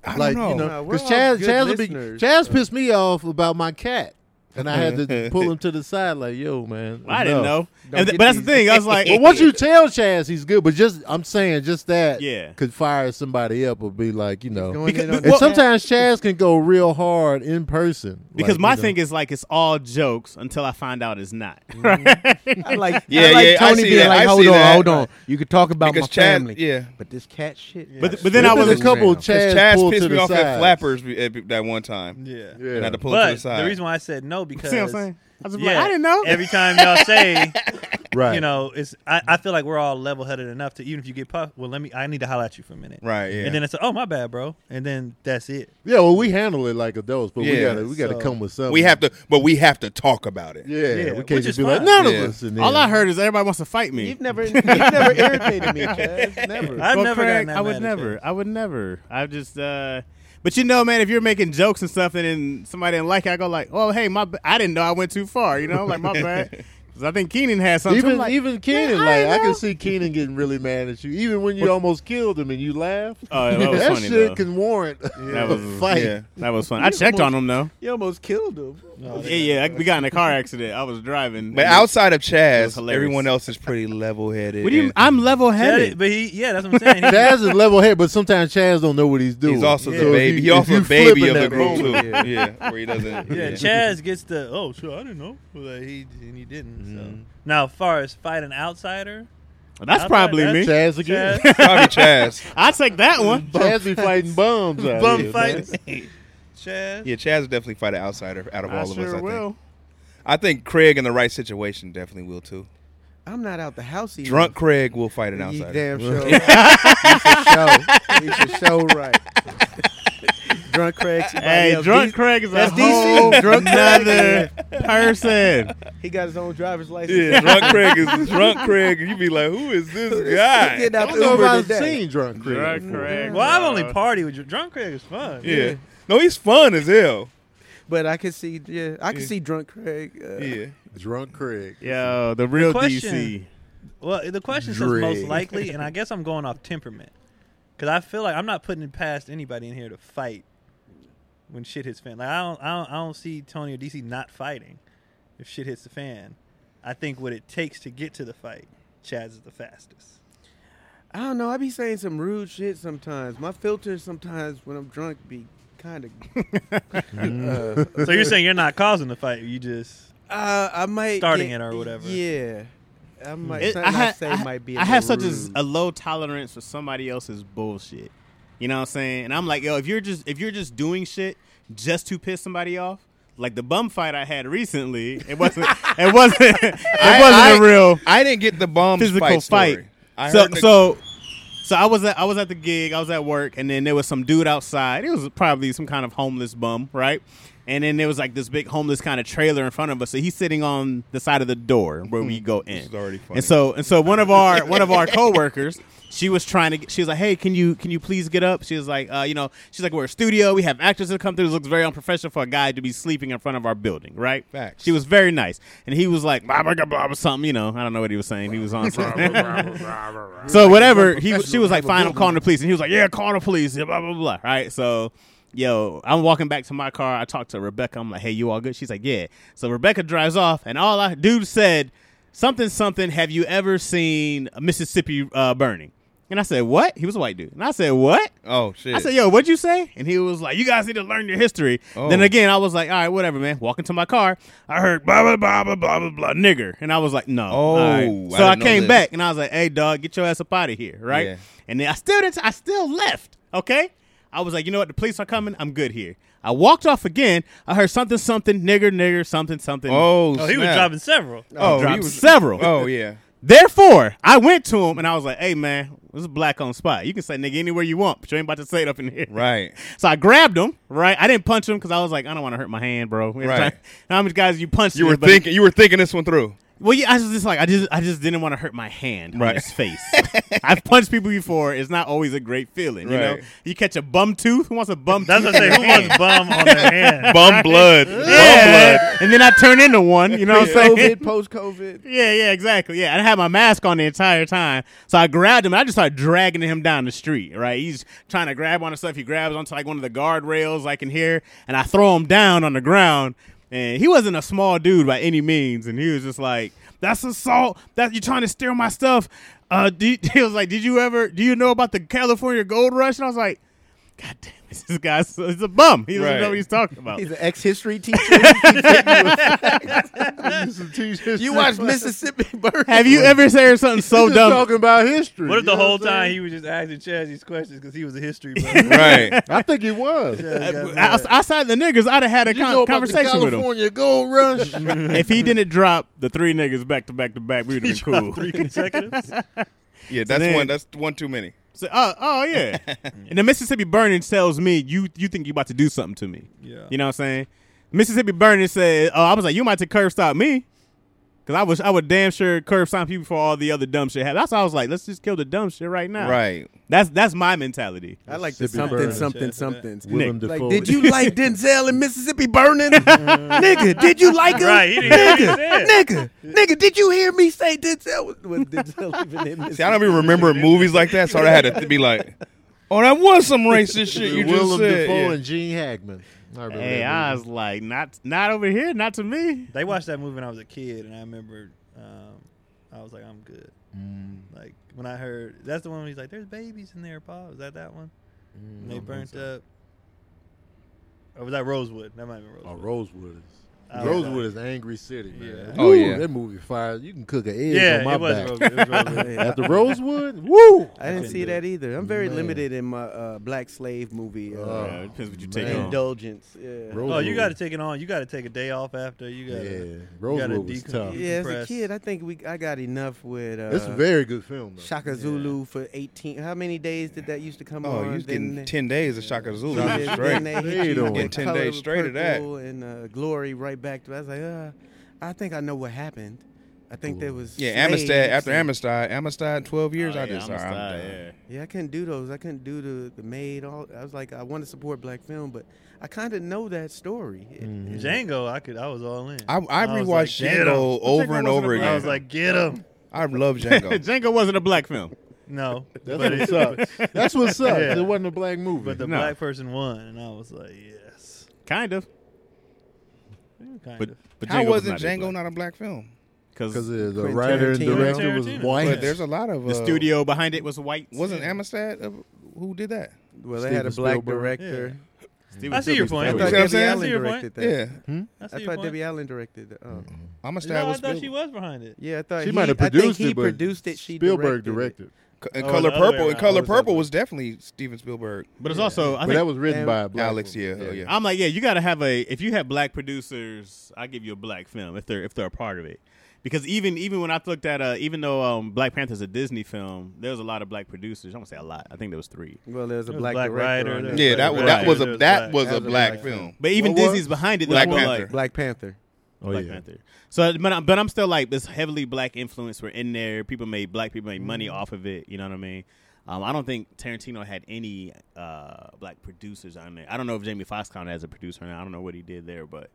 [SPEAKER 2] I
[SPEAKER 3] like
[SPEAKER 2] don't know.
[SPEAKER 3] you
[SPEAKER 1] Nah,
[SPEAKER 3] know,
[SPEAKER 1] we're
[SPEAKER 3] because
[SPEAKER 1] all
[SPEAKER 3] Chaz,
[SPEAKER 1] good
[SPEAKER 3] Chaz would be
[SPEAKER 1] listeners.
[SPEAKER 3] Chaz pissed me off about my cat, and I had to pull him to the side like, "Yo, man,
[SPEAKER 5] I didn't
[SPEAKER 3] enough."
[SPEAKER 5] know.
[SPEAKER 1] Don't
[SPEAKER 5] And th-
[SPEAKER 1] get
[SPEAKER 5] but that's the
[SPEAKER 1] these-
[SPEAKER 5] thing. I was like,
[SPEAKER 3] Well, once you tell Chaz he's good, but just I'm saying, just that
[SPEAKER 5] Yeah.
[SPEAKER 3] could fire somebody up or be like, you know.
[SPEAKER 1] Going in
[SPEAKER 5] Because-
[SPEAKER 1] on
[SPEAKER 3] And
[SPEAKER 5] well-
[SPEAKER 1] the-
[SPEAKER 3] sometimes Chaz can go real hard in person
[SPEAKER 5] because
[SPEAKER 3] like,
[SPEAKER 5] my
[SPEAKER 3] you know.
[SPEAKER 5] thing is like it's all jokes until I find out it's not.
[SPEAKER 3] Mm,
[SPEAKER 1] I like,
[SPEAKER 2] Yeah,
[SPEAKER 1] I like
[SPEAKER 2] yeah, I
[SPEAKER 1] Tony
[SPEAKER 2] see
[SPEAKER 1] being
[SPEAKER 2] that.
[SPEAKER 1] like,
[SPEAKER 2] I
[SPEAKER 1] hold
[SPEAKER 2] see
[SPEAKER 1] on,
[SPEAKER 2] that."
[SPEAKER 1] hold on. You could talk about
[SPEAKER 2] Because
[SPEAKER 1] my
[SPEAKER 2] Chad-
[SPEAKER 1] family.
[SPEAKER 2] yeah.
[SPEAKER 1] But this cat shit.
[SPEAKER 4] Yeah.
[SPEAKER 5] But but then I
[SPEAKER 3] There's
[SPEAKER 5] was
[SPEAKER 3] been a couple
[SPEAKER 1] Chaz
[SPEAKER 3] Chaz,
[SPEAKER 2] Chaz
[SPEAKER 3] pulled
[SPEAKER 2] pissed
[SPEAKER 3] to the
[SPEAKER 2] me off at
[SPEAKER 3] sides.
[SPEAKER 2] Flappers at, at that one time,
[SPEAKER 4] Yeah.
[SPEAKER 2] and I had to pull it to
[SPEAKER 4] But
[SPEAKER 2] the side.
[SPEAKER 4] the reason why I said no because
[SPEAKER 5] See what I'm saying? I was just
[SPEAKER 4] yeah,
[SPEAKER 5] like, I didn't know.
[SPEAKER 4] Every time y'all say,
[SPEAKER 3] right?
[SPEAKER 4] you know, it's I, I feel like we're all level headed enough to even if you get puffed, well, let me. I need to holler at you for a minute,
[SPEAKER 2] right? Yeah.
[SPEAKER 4] And then it's oh my bad, bro, and then that's it.
[SPEAKER 3] Yeah, well, we handle it like adults, but we
[SPEAKER 2] Yeah,
[SPEAKER 3] gotta we gotta
[SPEAKER 4] so-
[SPEAKER 3] come with something.
[SPEAKER 2] we have to, but we have to talk about it.
[SPEAKER 3] yeah,
[SPEAKER 4] Yeah,
[SPEAKER 3] we
[SPEAKER 4] which
[SPEAKER 3] can't
[SPEAKER 4] is
[SPEAKER 3] just be like
[SPEAKER 4] fine.
[SPEAKER 3] none
[SPEAKER 2] Yeah.
[SPEAKER 3] of us. And then,
[SPEAKER 5] all I heard is everybody wants to fight me.
[SPEAKER 1] You've never, you've never irritated me, Chaz. Never.
[SPEAKER 4] I've
[SPEAKER 5] Well,
[SPEAKER 4] never
[SPEAKER 5] Craig,
[SPEAKER 4] gotten that
[SPEAKER 5] I would
[SPEAKER 4] mad at
[SPEAKER 5] never.
[SPEAKER 4] Chaz.
[SPEAKER 5] I would never. I just. uh But you know, man, if you're making jokes and stuff, and then somebody didn't like it, I go like, "Oh, hey, my. b- I didn't know I went too far. You know, like my bad." Because I think Keenan had something.
[SPEAKER 3] even
[SPEAKER 5] I'm like,
[SPEAKER 3] even Keenan,
[SPEAKER 5] I
[SPEAKER 3] like I
[SPEAKER 5] know.
[SPEAKER 3] can see Keenan getting really mad at you, even when you almost killed him and you laugh.
[SPEAKER 5] Oh, that was funny,
[SPEAKER 3] shit
[SPEAKER 5] though.
[SPEAKER 3] can warrant
[SPEAKER 5] That
[SPEAKER 3] a
[SPEAKER 5] was-
[SPEAKER 3] fight.
[SPEAKER 2] yeah.
[SPEAKER 5] that was fun. I checked on him though.
[SPEAKER 1] You almost killed him.
[SPEAKER 4] No,
[SPEAKER 5] Yeah, yeah. I- we got in a car accident. I was driving.
[SPEAKER 2] But outside of
[SPEAKER 5] was
[SPEAKER 2] Chaz,
[SPEAKER 5] hilarious.
[SPEAKER 2] everyone else is pretty level headed.
[SPEAKER 5] What do you? I'm level headed.
[SPEAKER 4] but he, yeah, that's what I'm saying. He-
[SPEAKER 3] Chaz is level head, but sometimes Chaz don't know what he's doing.
[SPEAKER 2] He's also
[SPEAKER 3] So
[SPEAKER 2] the
[SPEAKER 3] if
[SPEAKER 2] baby.
[SPEAKER 3] you-
[SPEAKER 2] He
[SPEAKER 3] if
[SPEAKER 2] also
[SPEAKER 3] you
[SPEAKER 2] the baby
[SPEAKER 3] flip in
[SPEAKER 2] of the
[SPEAKER 3] that
[SPEAKER 2] group too.
[SPEAKER 3] moment,
[SPEAKER 2] Yeah. where he doesn't.
[SPEAKER 4] Yeah,
[SPEAKER 2] yeah.
[SPEAKER 4] Chaz gets the oh, sure, I didn't know. Well, like, he and he didn't. So now, as far as fight an outsider,
[SPEAKER 5] That's
[SPEAKER 4] outside
[SPEAKER 5] probably
[SPEAKER 4] that,
[SPEAKER 5] me.
[SPEAKER 3] Chaz again.
[SPEAKER 4] Chaz,
[SPEAKER 2] Probably Chaz.
[SPEAKER 5] I take that one.
[SPEAKER 3] Chaz be fighting bums. out
[SPEAKER 4] bum
[SPEAKER 3] here,
[SPEAKER 4] fights,
[SPEAKER 3] man.
[SPEAKER 4] Chaz.
[SPEAKER 2] Yeah, Chaz would definitely fight an outsider out of
[SPEAKER 5] I
[SPEAKER 2] all of us.
[SPEAKER 5] sure
[SPEAKER 2] I think.
[SPEAKER 5] will.
[SPEAKER 2] I think Craig in the right situation definitely will too.
[SPEAKER 1] I'm not out the house either.
[SPEAKER 2] Drunk Craig will fight an
[SPEAKER 1] You
[SPEAKER 2] outsider.
[SPEAKER 1] damn sure. right. you should show. You should show right. Drunk Craig. somebody
[SPEAKER 5] Hey,
[SPEAKER 1] else.
[SPEAKER 5] drunk
[SPEAKER 1] He's-
[SPEAKER 5] Craig is a
[SPEAKER 1] that's
[SPEAKER 5] whole
[SPEAKER 1] DC. Drunk Craig.
[SPEAKER 5] another person.
[SPEAKER 1] He got his own driver's license.
[SPEAKER 2] Yeah, drunk Craig is drunk Craig, and you be like, who is this guy?
[SPEAKER 1] Getting out
[SPEAKER 3] I don't
[SPEAKER 1] the
[SPEAKER 3] know if
[SPEAKER 1] Uber
[SPEAKER 3] I've
[SPEAKER 1] today.
[SPEAKER 3] seen Drunk Craig.
[SPEAKER 5] Drunk
[SPEAKER 3] before.
[SPEAKER 5] Craig.
[SPEAKER 4] Well, I've only
[SPEAKER 5] bro.
[SPEAKER 4] partied with you. Drunk Craig is fun.
[SPEAKER 2] Yeah. No, he's fun as hell.
[SPEAKER 1] But I could see, yeah, I could
[SPEAKER 2] Yeah.
[SPEAKER 1] see drunk Craig. Uh,
[SPEAKER 2] Yeah.
[SPEAKER 3] Drunk Craig.
[SPEAKER 5] Yo, the real
[SPEAKER 4] question-
[SPEAKER 5] DC.
[SPEAKER 4] Well, the question says
[SPEAKER 3] Dre.
[SPEAKER 4] most likely, and I guess I'm going off temperament because I feel like I'm not putting it past anybody in here to fight when shit hits fan. Like I don't, I don't, I don't see Tony or DC not fighting if shit hits the fan. I think what it takes to get to the fight, Chaz is the fastest.
[SPEAKER 1] I don't know. I be saying some rude shit sometimes. My filter sometimes when I'm drunk be kind of.
[SPEAKER 4] So you're saying you're not causing the fight, you just
[SPEAKER 1] Uh, I might
[SPEAKER 4] Starting
[SPEAKER 1] get-
[SPEAKER 4] it or whatever.
[SPEAKER 1] Yeah, I might.
[SPEAKER 5] It-
[SPEAKER 1] something I,
[SPEAKER 5] ha-
[SPEAKER 1] say
[SPEAKER 5] I-
[SPEAKER 1] might be.
[SPEAKER 5] I have such a,
[SPEAKER 1] as
[SPEAKER 5] a low tolerance for somebody else's bullshit. You know what I'm saying? And I'm like, yo, if you're just if you're just doing shit just to piss somebody off, like the bum fight I had recently, it wasn't it wasn't it wasn't
[SPEAKER 2] I-
[SPEAKER 5] a
[SPEAKER 2] I-
[SPEAKER 5] real
[SPEAKER 2] I didn't get the bomb
[SPEAKER 5] physical
[SPEAKER 2] fight.
[SPEAKER 5] fight.
[SPEAKER 2] Story. I
[SPEAKER 5] so
[SPEAKER 2] heard the-
[SPEAKER 5] so so I was at I was at the gig, I was at work, and then there was some dude outside. It was probably some kind of homeless bum, right? And then there was like this big homeless kind of trailer in front of us. So he's sitting on the side of the door where we go in.
[SPEAKER 2] Hmm. is already funny.
[SPEAKER 5] And so and so one of our one of our coworkers, she was trying to get, she was like, "Hey, can you can you please get up?" She was like, uh, you know, she's like, "We're a studio. We have actors that come through. It looks very unprofessional for a guy to be sleeping in front of our building, right?"
[SPEAKER 2] Facts.
[SPEAKER 5] She was very nice. And he was like, "Blah blah blah blah," something, you know. I don't know what he was saying. He was on something. So whatever, he she was like, "Fine, I'm calling the police," and he was like, "Yeah, call the police." yeah, Blah blah blah. Right, so. Yo, I'm walking back to my car. I talked to Rebecca. I'm like, "Hey, you all good?" She's like, "Yeah." So Rebecca drives off, and all I dude said, "Something, something. Have you ever seen Mississippi uh, burning?" And I said, "What?" He was a white dude, and I said, "What?"
[SPEAKER 2] oh shit.
[SPEAKER 5] I said, "Yo, what'd you say?" And he was like, "You guys need to learn your history."
[SPEAKER 2] Oh.
[SPEAKER 5] Then again, I was like, "All right, whatever, man." Walking to my car, I heard blah blah blah blah blah blah blah nigger, and I was like, "No." all right.
[SPEAKER 2] Oh, I
[SPEAKER 5] so I,
[SPEAKER 2] didn't know
[SPEAKER 5] came
[SPEAKER 2] this.
[SPEAKER 5] back and I was like, "Hey, dog, get your ass up out of here, right?"
[SPEAKER 2] Yeah.
[SPEAKER 5] And then I still didn't. I still left. Okay. I was like, you know what? The police are coming. I'm good here. I walked off again. I heard something, something, nigger, nigger, something, something.
[SPEAKER 2] oh,
[SPEAKER 4] Oh, he was
[SPEAKER 2] snap.
[SPEAKER 4] dropping several.
[SPEAKER 2] Oh,
[SPEAKER 5] dropped
[SPEAKER 2] he was
[SPEAKER 5] several.
[SPEAKER 2] Oh yeah.
[SPEAKER 5] Therefore, I went to him and I was like, hey, man, this is black on spot. You can say nigga anywhere you want, but you ain't about to say it up in here.
[SPEAKER 2] Right.
[SPEAKER 5] So I grabbed him, right? I didn't punch him because I was like, I don't want to hurt my hand, bro. Every
[SPEAKER 2] Right.
[SPEAKER 5] time- How many guys you punched?
[SPEAKER 2] You
[SPEAKER 5] me,
[SPEAKER 2] were
[SPEAKER 5] but-
[SPEAKER 2] thinking. You were thinking this one through.
[SPEAKER 5] Well, yeah, I was just like, I just, I just didn't want to hurt my hand
[SPEAKER 2] Right.
[SPEAKER 5] on his face. I've punched people before. It's not always a great feeling, you know.
[SPEAKER 2] Right.
[SPEAKER 5] You catch a bum tooth. Who wants a bum
[SPEAKER 4] That's
[SPEAKER 5] tooth?
[SPEAKER 4] what I say.
[SPEAKER 5] in
[SPEAKER 4] Who
[SPEAKER 5] their hand?
[SPEAKER 4] wants bum on their hand?
[SPEAKER 2] Bum blood. Bum blood.
[SPEAKER 5] Yeah, and then I turn into one. You know what I'm saying?
[SPEAKER 1] COVID, post COVID.
[SPEAKER 5] Yeah, yeah, exactly. Yeah, and I had my mask on the entire time. So I grabbed him. And I just started dragging him down the street. Right, he's trying to grab onto stuff. He grabs onto like one of the guardrails I can hear, and I throw him down on the ground. And he wasn't a small dude by any means, and he was just like, "That's assault. That you're trying to steal my stuff." Uh, do you- he was like, "Did you ever? Do you know about the California Gold Rush?" And I was like, "God damn, this guy's he's a bum. He doesn't
[SPEAKER 2] Right.
[SPEAKER 5] know what he's talking about."
[SPEAKER 1] He's an ex history teacher. He keep hitting you with- you watch Mississippi Burn.
[SPEAKER 5] Have you ever said something so
[SPEAKER 3] Just
[SPEAKER 5] dumb?
[SPEAKER 3] talking about history.
[SPEAKER 4] What if the
[SPEAKER 3] you know
[SPEAKER 4] whole
[SPEAKER 3] I'm saying?
[SPEAKER 4] time he was just asking Chaz these questions because he was a history buff?
[SPEAKER 2] Right.
[SPEAKER 3] I think he was. You
[SPEAKER 5] Uh, Outs- outside the niggas, I'd have had a con-
[SPEAKER 3] know about the
[SPEAKER 5] conversation with him.
[SPEAKER 3] California Gold Rush.
[SPEAKER 5] if he didn't drop the three niggas back to back to back, we'd have been cool.
[SPEAKER 4] Three consecutives.
[SPEAKER 2] Yeah, that's
[SPEAKER 5] then-
[SPEAKER 2] one. That's one too many.
[SPEAKER 5] So, oh, oh yeah. and the Mississippi burning tells me you you think you about to do something to me.
[SPEAKER 4] Yeah.
[SPEAKER 5] You know what I'm saying? Mississippi burning said, "Oh, I was like, you might to curb stop me." Cause I was, I would damn sure curb stop people for all the other dumb shit. happened. That's why I was like, let's just kill the dumb shit right now.
[SPEAKER 2] Right.
[SPEAKER 5] That's that's my mentality.
[SPEAKER 1] I like the
[SPEAKER 3] Mississippi
[SPEAKER 1] something,
[SPEAKER 3] Burn.
[SPEAKER 1] something, something.
[SPEAKER 5] Willem
[SPEAKER 1] Like, did you like Denzel in Mississippi Burning? nigga, did you like him?
[SPEAKER 4] Right, he didn't hear what he said.
[SPEAKER 1] nigga, nigga, did you hear me say Denzel was, was Denzel even in
[SPEAKER 2] See, I don't even remember movies like that, so I had to th- be like, "Oh, that was some racist shit you just
[SPEAKER 3] Willem
[SPEAKER 2] said."
[SPEAKER 3] Dafoe
[SPEAKER 2] Yeah.
[SPEAKER 3] and Gene Hackman. I remember
[SPEAKER 5] Hey,
[SPEAKER 3] that
[SPEAKER 5] I
[SPEAKER 3] movie.
[SPEAKER 5] was like, not not over here, not to me.
[SPEAKER 4] They watched that movie when I was a kid, and I remember um, I was like, I'm good.
[SPEAKER 3] Mm,
[SPEAKER 4] Like when I heard that's the one where he's like, "There's babies in there, Pa." Was that that one?
[SPEAKER 3] mm,
[SPEAKER 4] And they burnt up. Or was that Rosewood? That might have been Rosewood.
[SPEAKER 3] Oh, mm. Rosewood. is-
[SPEAKER 4] I was
[SPEAKER 3] Rosewood
[SPEAKER 4] like-
[SPEAKER 3] is an angry city, man.
[SPEAKER 4] Yeah.
[SPEAKER 2] Oh,
[SPEAKER 3] Ooh,
[SPEAKER 2] yeah.
[SPEAKER 3] that movie fire. You can cook an egg
[SPEAKER 4] Yeah,
[SPEAKER 3] on
[SPEAKER 4] it
[SPEAKER 3] my
[SPEAKER 4] was.
[SPEAKER 3] back.
[SPEAKER 4] Rosewood, it was Rosewood.
[SPEAKER 3] After Rosewood, woo!
[SPEAKER 1] I didn't
[SPEAKER 4] couldn't
[SPEAKER 1] see
[SPEAKER 4] do
[SPEAKER 1] that either. I'm very
[SPEAKER 3] Man.
[SPEAKER 1] limited in my uh, black slave movie uh,
[SPEAKER 3] Oh,
[SPEAKER 5] Yeah, it depends what you take
[SPEAKER 3] man.
[SPEAKER 5] on.
[SPEAKER 1] indulgence. Yeah.
[SPEAKER 3] Rosewood.
[SPEAKER 4] Oh, you got to take it on. You got to take a day off after. You got.
[SPEAKER 3] Yeah,
[SPEAKER 4] to
[SPEAKER 3] Rosewood was
[SPEAKER 4] decom-
[SPEAKER 3] tough.
[SPEAKER 1] yeah, as a
[SPEAKER 4] Decompress.
[SPEAKER 1] kid, I think we I got enough with uh,
[SPEAKER 3] It's a very good film. Though.
[SPEAKER 1] Shaka Zulu for 18. How many days did that used to come
[SPEAKER 2] Oh,
[SPEAKER 1] on?
[SPEAKER 2] you was
[SPEAKER 1] Then
[SPEAKER 2] getting
[SPEAKER 1] they-
[SPEAKER 2] ten days of Shaka Zulu
[SPEAKER 1] then- then
[SPEAKER 2] straight.
[SPEAKER 1] they hit
[SPEAKER 3] Straight
[SPEAKER 1] you
[SPEAKER 3] on.
[SPEAKER 1] with
[SPEAKER 2] Getting 10
[SPEAKER 1] Color
[SPEAKER 2] days straight of that.
[SPEAKER 1] Purple And uh, glory right back to. I was like, uh, I think I know what happened. I think there was
[SPEAKER 2] Yeah, Amistad
[SPEAKER 1] slaves
[SPEAKER 2] after
[SPEAKER 1] and-
[SPEAKER 2] Amistad, Amistad, twelve years.
[SPEAKER 5] Oh,
[SPEAKER 2] I
[SPEAKER 5] yeah,
[SPEAKER 2] just,
[SPEAKER 5] I'm a
[SPEAKER 2] all right, I'm
[SPEAKER 5] star,
[SPEAKER 2] done.
[SPEAKER 5] yeah.
[SPEAKER 1] Yeah, I couldn't do those. I couldn't do the the maid. All I was like, I want to support black film, but I kind of know that story. It-
[SPEAKER 2] Mm-hmm.
[SPEAKER 1] it-
[SPEAKER 4] Django, I could. I was all in.
[SPEAKER 2] I, I,
[SPEAKER 4] was
[SPEAKER 2] rewatched
[SPEAKER 4] like, get 'em.
[SPEAKER 2] Django over and
[SPEAKER 5] wasn't
[SPEAKER 2] over
[SPEAKER 5] a
[SPEAKER 2] again.
[SPEAKER 5] black-
[SPEAKER 4] I was like, get him.
[SPEAKER 2] I love Django.
[SPEAKER 5] Django wasn't a black film.
[SPEAKER 4] No,
[SPEAKER 3] That's
[SPEAKER 4] but
[SPEAKER 3] what's
[SPEAKER 4] it-
[SPEAKER 3] up. That's what's up.
[SPEAKER 4] Yeah.
[SPEAKER 3] It wasn't a black movie.
[SPEAKER 4] But the
[SPEAKER 5] No.
[SPEAKER 4] black person won, and I was like, yes.
[SPEAKER 5] Kind of.
[SPEAKER 4] Kind
[SPEAKER 5] But,
[SPEAKER 4] of.
[SPEAKER 5] but
[SPEAKER 2] How
[SPEAKER 5] Django
[SPEAKER 2] wasn't Django not a black film?
[SPEAKER 3] because
[SPEAKER 5] Because
[SPEAKER 3] the
[SPEAKER 1] Quentin
[SPEAKER 3] writer and
[SPEAKER 1] Tarantino.
[SPEAKER 3] director was
[SPEAKER 4] Tarantino.
[SPEAKER 3] white.
[SPEAKER 2] But there's a lot of
[SPEAKER 5] the
[SPEAKER 2] uh,
[SPEAKER 5] studio behind it was white.
[SPEAKER 2] Wasn't Amistad uh, who did that?
[SPEAKER 1] Well, they had a
[SPEAKER 3] Steven
[SPEAKER 1] black
[SPEAKER 3] Spielberg.
[SPEAKER 1] director.
[SPEAKER 5] Steven
[SPEAKER 4] I see your
[SPEAKER 5] Spielberg.
[SPEAKER 4] point.
[SPEAKER 2] I
[SPEAKER 4] I
[SPEAKER 2] thought
[SPEAKER 4] see
[SPEAKER 2] Debbie
[SPEAKER 4] your point.
[SPEAKER 1] Allen directed that.
[SPEAKER 2] Yeah,
[SPEAKER 4] I, see
[SPEAKER 1] I
[SPEAKER 4] your
[SPEAKER 1] thought
[SPEAKER 4] point.
[SPEAKER 1] Debbie Allen directed. The, oh.
[SPEAKER 2] Amistad
[SPEAKER 4] No, I
[SPEAKER 2] was
[SPEAKER 4] thought
[SPEAKER 2] Spiel-
[SPEAKER 4] she was behind it.
[SPEAKER 1] Yeah, I thought
[SPEAKER 3] she
[SPEAKER 1] he,
[SPEAKER 3] might have
[SPEAKER 1] I think
[SPEAKER 3] produced
[SPEAKER 1] he
[SPEAKER 3] it, but
[SPEAKER 1] produced it. She
[SPEAKER 3] Spielberg directed.
[SPEAKER 1] directed.
[SPEAKER 2] C- and
[SPEAKER 4] Oh,
[SPEAKER 2] Color
[SPEAKER 4] the other way
[SPEAKER 2] Purple. And
[SPEAKER 4] around.
[SPEAKER 2] Color
[SPEAKER 4] What was
[SPEAKER 2] Purple
[SPEAKER 4] that?
[SPEAKER 2] was definitely Steven Spielberg.
[SPEAKER 5] But it's also
[SPEAKER 3] But
[SPEAKER 5] I think
[SPEAKER 3] that was written
[SPEAKER 1] and
[SPEAKER 3] by a black
[SPEAKER 2] Alex,
[SPEAKER 3] woman.
[SPEAKER 2] yeah, oh, yeah.
[SPEAKER 5] I'm like, yeah, you gotta have a. If you have black producers, I give you a black film if they're if they're a part of it. Because even even when I looked at uh, even though um, Black Panther's a Disney film, there was a lot of black producers. I'm gonna say a lot. I think there was three.
[SPEAKER 1] It. Well, there's a
[SPEAKER 4] There was
[SPEAKER 1] black,
[SPEAKER 4] Black
[SPEAKER 1] director.
[SPEAKER 4] Rider,
[SPEAKER 1] on
[SPEAKER 4] there
[SPEAKER 1] it.
[SPEAKER 4] was
[SPEAKER 2] Yeah,
[SPEAKER 4] Black
[SPEAKER 2] that
[SPEAKER 4] Rider,
[SPEAKER 2] that was
[SPEAKER 4] there
[SPEAKER 2] a
[SPEAKER 4] was
[SPEAKER 2] that
[SPEAKER 4] Black-
[SPEAKER 2] was
[SPEAKER 1] that
[SPEAKER 2] a
[SPEAKER 1] was a
[SPEAKER 2] black
[SPEAKER 1] black
[SPEAKER 2] film.
[SPEAKER 5] But even
[SPEAKER 3] What was?
[SPEAKER 5] Disney's behind it.
[SPEAKER 2] Black
[SPEAKER 5] Black Panther.
[SPEAKER 2] Panther.
[SPEAKER 5] Like,
[SPEAKER 1] Black Panther.
[SPEAKER 3] Oh
[SPEAKER 5] Black
[SPEAKER 3] yeah.
[SPEAKER 5] Panther. So, but I'm, but I'm still like this heavily black influence were in there. People made black people made money off of it. You know what I mean? Um, I don't think Tarantino had any uh, black producers on there. I don't know if Jamie Foxx counted as a producer. Or not. I don't know what he did there, but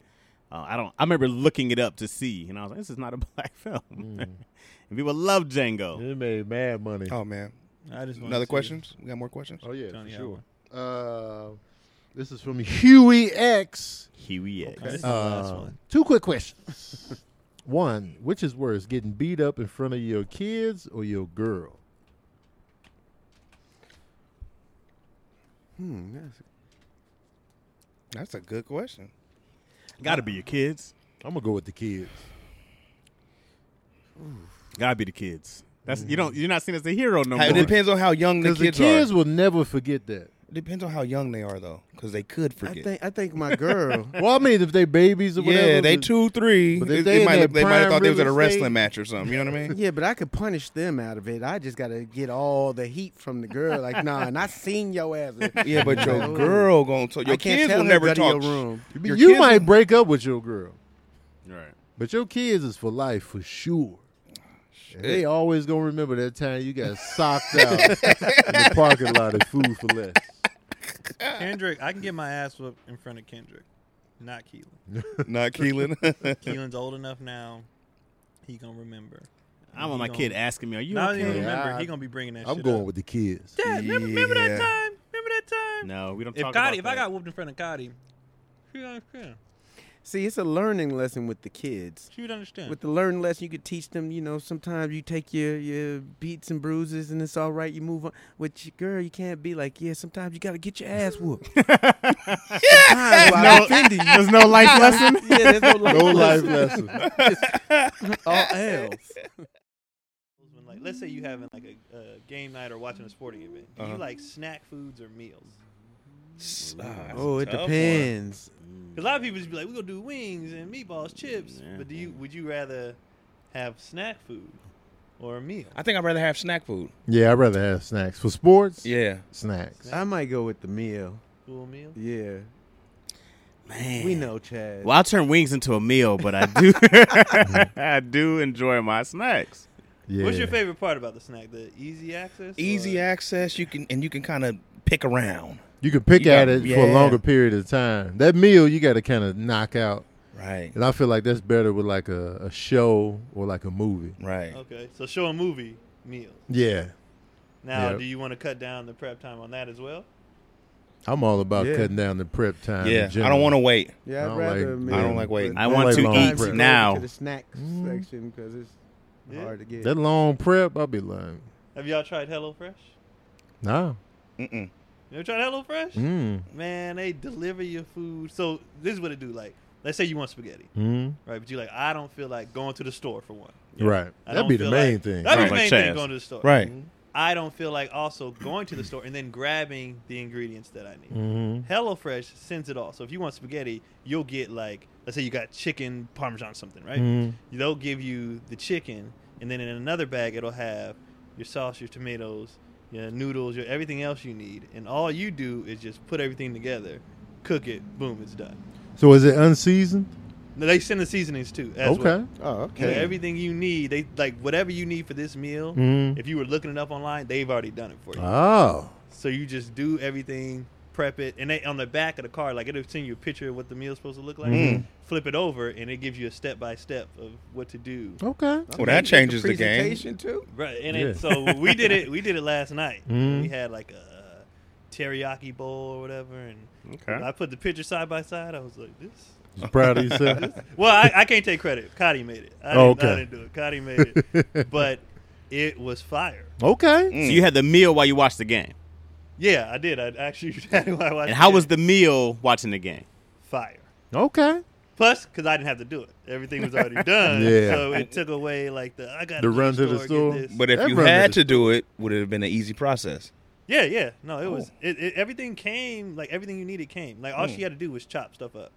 [SPEAKER 5] uh, I don't. I remember looking it up to see, and I was like, "This is not a black film." and people love Django.
[SPEAKER 3] It made mad money.
[SPEAKER 2] Oh man,
[SPEAKER 4] I just wanted
[SPEAKER 2] another
[SPEAKER 4] to-
[SPEAKER 2] questions? We got more questions?
[SPEAKER 3] Oh yeah,
[SPEAKER 4] Tony
[SPEAKER 3] for
[SPEAKER 4] Allen.
[SPEAKER 3] sure. Uh, this is from Huey X.
[SPEAKER 5] Huey X.
[SPEAKER 4] Okay. This is the last
[SPEAKER 3] Uh,
[SPEAKER 4] one.
[SPEAKER 3] two quick questions. one, which is worse, getting beat up in front of your kids or your girl?
[SPEAKER 1] Hmm. that's-
[SPEAKER 2] That's a good question.
[SPEAKER 5] Got to be your kids.
[SPEAKER 3] I'm gonna go with the kids.
[SPEAKER 5] Got to be the kids. That's you don't. You're not seen as the hero no
[SPEAKER 2] it
[SPEAKER 5] more.
[SPEAKER 2] depends on how young the
[SPEAKER 3] Because the
[SPEAKER 2] kids,
[SPEAKER 3] kids, will never forget that.
[SPEAKER 2] are. Depends on how young they are though, because they could
[SPEAKER 1] I
[SPEAKER 2] forget.
[SPEAKER 1] think I think my girl.
[SPEAKER 3] Well, I mean, if they babies or whatever.
[SPEAKER 2] yeah, they
[SPEAKER 3] but-
[SPEAKER 2] two three.
[SPEAKER 3] But
[SPEAKER 2] It,
[SPEAKER 3] if
[SPEAKER 2] it
[SPEAKER 3] they in
[SPEAKER 2] might
[SPEAKER 3] their
[SPEAKER 2] look, they might have
[SPEAKER 3] prime
[SPEAKER 2] thought they was at a
[SPEAKER 3] real
[SPEAKER 2] wrestling
[SPEAKER 3] estate-
[SPEAKER 2] match or something. You know what I mean?
[SPEAKER 1] Yeah, but I could punish them out of it. I just gotta get all the heat from the girl. Like, nah, and I seen your ass.
[SPEAKER 2] Yeah, but your
[SPEAKER 1] Oh.
[SPEAKER 2] girl gonna talk. Your
[SPEAKER 1] I can't
[SPEAKER 2] kids
[SPEAKER 1] tell
[SPEAKER 2] will
[SPEAKER 1] her
[SPEAKER 2] never
[SPEAKER 1] go to your
[SPEAKER 2] talk. sh-
[SPEAKER 1] room.
[SPEAKER 2] your
[SPEAKER 3] You
[SPEAKER 2] kids
[SPEAKER 3] might break up with your girl,
[SPEAKER 5] Right.
[SPEAKER 3] but your kids is for life for sure. And they always gonna remember that time you got socked out in the parking lot at Food for Less.
[SPEAKER 4] Kendrick, I can get my ass whooped in front of Kendrick, not Keelan.
[SPEAKER 2] Not Keelan.
[SPEAKER 4] Keelan's old enough now; he gonna remember.
[SPEAKER 5] I want
[SPEAKER 4] He
[SPEAKER 5] my
[SPEAKER 4] gonna-
[SPEAKER 5] kid asking me, "Are you
[SPEAKER 4] Not only gonna
[SPEAKER 5] okay?"
[SPEAKER 3] Yeah,
[SPEAKER 4] remember,
[SPEAKER 3] I-
[SPEAKER 4] he gonna be bringing that.
[SPEAKER 3] I'm
[SPEAKER 4] shit
[SPEAKER 3] going
[SPEAKER 4] up.
[SPEAKER 3] with the kids.
[SPEAKER 4] Dad, remember, remember
[SPEAKER 2] Yeah.
[SPEAKER 4] that time? Remember that time?
[SPEAKER 5] No, we don't.
[SPEAKER 4] if
[SPEAKER 5] talk
[SPEAKER 4] Gotti,
[SPEAKER 5] about
[SPEAKER 4] if I
[SPEAKER 5] that.
[SPEAKER 4] got whooped in front of Gotti, she would understand.
[SPEAKER 1] See, it's a learning lesson with the kids.
[SPEAKER 4] She would understand.
[SPEAKER 1] With the learn lesson, you could teach them. You know, sometimes you take your your beats and bruises, and it's all right. You move on. With your girl, you can't be like, yeah. Sometimes you gotta get your ass whooped. Sometimes while I offended you.
[SPEAKER 5] There's no life lesson.
[SPEAKER 1] Yeah, there's no life.
[SPEAKER 3] No life
[SPEAKER 1] lesson.
[SPEAKER 3] lesson.
[SPEAKER 1] All else.
[SPEAKER 4] when, like, let's say you having like a, a game night or watching a sporting event. Do
[SPEAKER 2] Uh-huh.
[SPEAKER 4] you like snack foods or meals?
[SPEAKER 1] Oh, it depends.
[SPEAKER 4] Because a lot of people just be like, we're gonna do wings and meatballs, chips.
[SPEAKER 5] Yeah.
[SPEAKER 4] But do you would you rather have snack food or a meal?
[SPEAKER 2] I think I'd rather have snack food.
[SPEAKER 3] Yeah, I'd rather have snacks for sports.
[SPEAKER 2] Yeah.
[SPEAKER 3] snacks.
[SPEAKER 1] I might go with the meal.
[SPEAKER 4] Full meal.
[SPEAKER 1] Yeah,
[SPEAKER 5] Man.
[SPEAKER 1] we know, Chad.
[SPEAKER 5] Well, I'll turn wings into a meal, but I do, I do enjoy my snacks.
[SPEAKER 3] Yeah.
[SPEAKER 4] What's your favorite part about the snack? The easy access.
[SPEAKER 2] Easy
[SPEAKER 4] access.
[SPEAKER 2] access. You can and you can kind of pick around.
[SPEAKER 3] You can pick
[SPEAKER 2] You
[SPEAKER 3] at
[SPEAKER 2] got-
[SPEAKER 3] it for a
[SPEAKER 2] yeah.
[SPEAKER 3] longer period of time. That meal you got to kind of knock out,
[SPEAKER 2] Right.
[SPEAKER 3] and I feel like that's better with like a, a show or like a movie.
[SPEAKER 2] Right.
[SPEAKER 4] Okay, so show a movie meal.
[SPEAKER 3] Yeah,
[SPEAKER 4] Now,
[SPEAKER 3] Yep.
[SPEAKER 4] do you want to cut down the prep time on that as well?
[SPEAKER 3] I'm all about
[SPEAKER 1] Yeah.
[SPEAKER 3] cutting down the prep time.
[SPEAKER 2] Yeah. I don't want to wait.
[SPEAKER 3] I
[SPEAKER 1] Yeah, I'd
[SPEAKER 3] don't
[SPEAKER 1] rather
[SPEAKER 3] like-
[SPEAKER 1] a meal,
[SPEAKER 2] I don't like
[SPEAKER 1] but
[SPEAKER 2] waiting.
[SPEAKER 5] I
[SPEAKER 3] Don't
[SPEAKER 5] want
[SPEAKER 3] like
[SPEAKER 5] to
[SPEAKER 3] long
[SPEAKER 5] eat
[SPEAKER 1] sometimes you go
[SPEAKER 5] now.
[SPEAKER 1] to the snack section because it's
[SPEAKER 4] Yeah.
[SPEAKER 1] hard to get.
[SPEAKER 3] that long prep. I'll be like,
[SPEAKER 4] Have y'all tried HelloFresh?
[SPEAKER 3] nah.
[SPEAKER 2] Mm-mm.
[SPEAKER 4] You ever tried HelloFresh?
[SPEAKER 3] Mm.
[SPEAKER 4] Man, they deliver your food. So this is what it do. Like Let's say you want spaghetti,
[SPEAKER 3] Mhm.
[SPEAKER 4] right? But you're like, I don't feel like going to the store for one.
[SPEAKER 3] Right.
[SPEAKER 4] I
[SPEAKER 3] That'd
[SPEAKER 4] don't
[SPEAKER 3] be the
[SPEAKER 4] feel
[SPEAKER 3] main
[SPEAKER 4] like-
[SPEAKER 3] thing.
[SPEAKER 4] That'd be
[SPEAKER 5] Sounds
[SPEAKER 4] the
[SPEAKER 5] like
[SPEAKER 4] main
[SPEAKER 5] Chaz.
[SPEAKER 4] thing going to the store.
[SPEAKER 2] Right.
[SPEAKER 4] I don't feel like also going to the store and then grabbing the ingredients that I
[SPEAKER 5] Mm.
[SPEAKER 4] need.
[SPEAKER 3] Mhm.
[SPEAKER 4] HelloFresh sends it all. So if you want spaghetti, you'll get like, let's say you got chicken parmesan something, right?
[SPEAKER 3] Mhm.
[SPEAKER 4] They'll give you the chicken, and then in another bag it'll have your sauce, your tomatoes, your noodles, your everything else you need, and all you do is just put everything together, cook it, boom, it's done.
[SPEAKER 3] So is it unseasoned?
[SPEAKER 4] Now, they send the seasonings too. As
[SPEAKER 3] Okay.
[SPEAKER 4] Well.
[SPEAKER 1] Oh,
[SPEAKER 4] So
[SPEAKER 1] okay.
[SPEAKER 4] everything you need, they like whatever you need for this meal.
[SPEAKER 2] Mm-hmm.
[SPEAKER 3] Mhm.
[SPEAKER 4] If you were looking it up online, they've already done it for you.
[SPEAKER 3] Oh.
[SPEAKER 4] So you just do everything, prep it, and they on the back of the card, like it'll send you a picture of what the meal's supposed to look like. Flip it over, and it gives you a step by step of what to do.
[SPEAKER 3] Okay.
[SPEAKER 2] Well, that changes the game.
[SPEAKER 1] presentation too.
[SPEAKER 4] Right, and
[SPEAKER 3] Yeah.
[SPEAKER 4] it, so we did it. We did it last night.
[SPEAKER 3] Mhm.
[SPEAKER 4] We had like a uh, teriyaki bowl or whatever, and
[SPEAKER 5] Okay.
[SPEAKER 4] I put the picture side by side. I was like, this
[SPEAKER 3] You proud of yourself?
[SPEAKER 4] well, I, I can't take credit. Cotty made it. I,
[SPEAKER 3] Oh,
[SPEAKER 4] didn't, I
[SPEAKER 3] okay.
[SPEAKER 4] didn't do it. Cotty made it. but it was fire.
[SPEAKER 3] okay.
[SPEAKER 2] Mm.
[SPEAKER 5] So you had the meal while you watched the game.
[SPEAKER 4] Yeah, I did. I actually I watched
[SPEAKER 5] And how
[SPEAKER 4] it.
[SPEAKER 5] was the meal watching the game?
[SPEAKER 4] fire?
[SPEAKER 3] Okay.
[SPEAKER 4] Plus, because I didn't have to do it. Everything was already done.
[SPEAKER 3] Yeah.
[SPEAKER 4] So it took away like the I got
[SPEAKER 3] The run to the store?
[SPEAKER 2] But if
[SPEAKER 3] That
[SPEAKER 2] you
[SPEAKER 3] brother
[SPEAKER 2] had
[SPEAKER 3] is-
[SPEAKER 2] to do it, would it have been an easy process?
[SPEAKER 4] yeah, yeah. No,
[SPEAKER 3] Oh.
[SPEAKER 4] it was it, it, everything came like everything you needed came. Like all
[SPEAKER 3] Hmm.
[SPEAKER 4] she had to do was chop stuff up.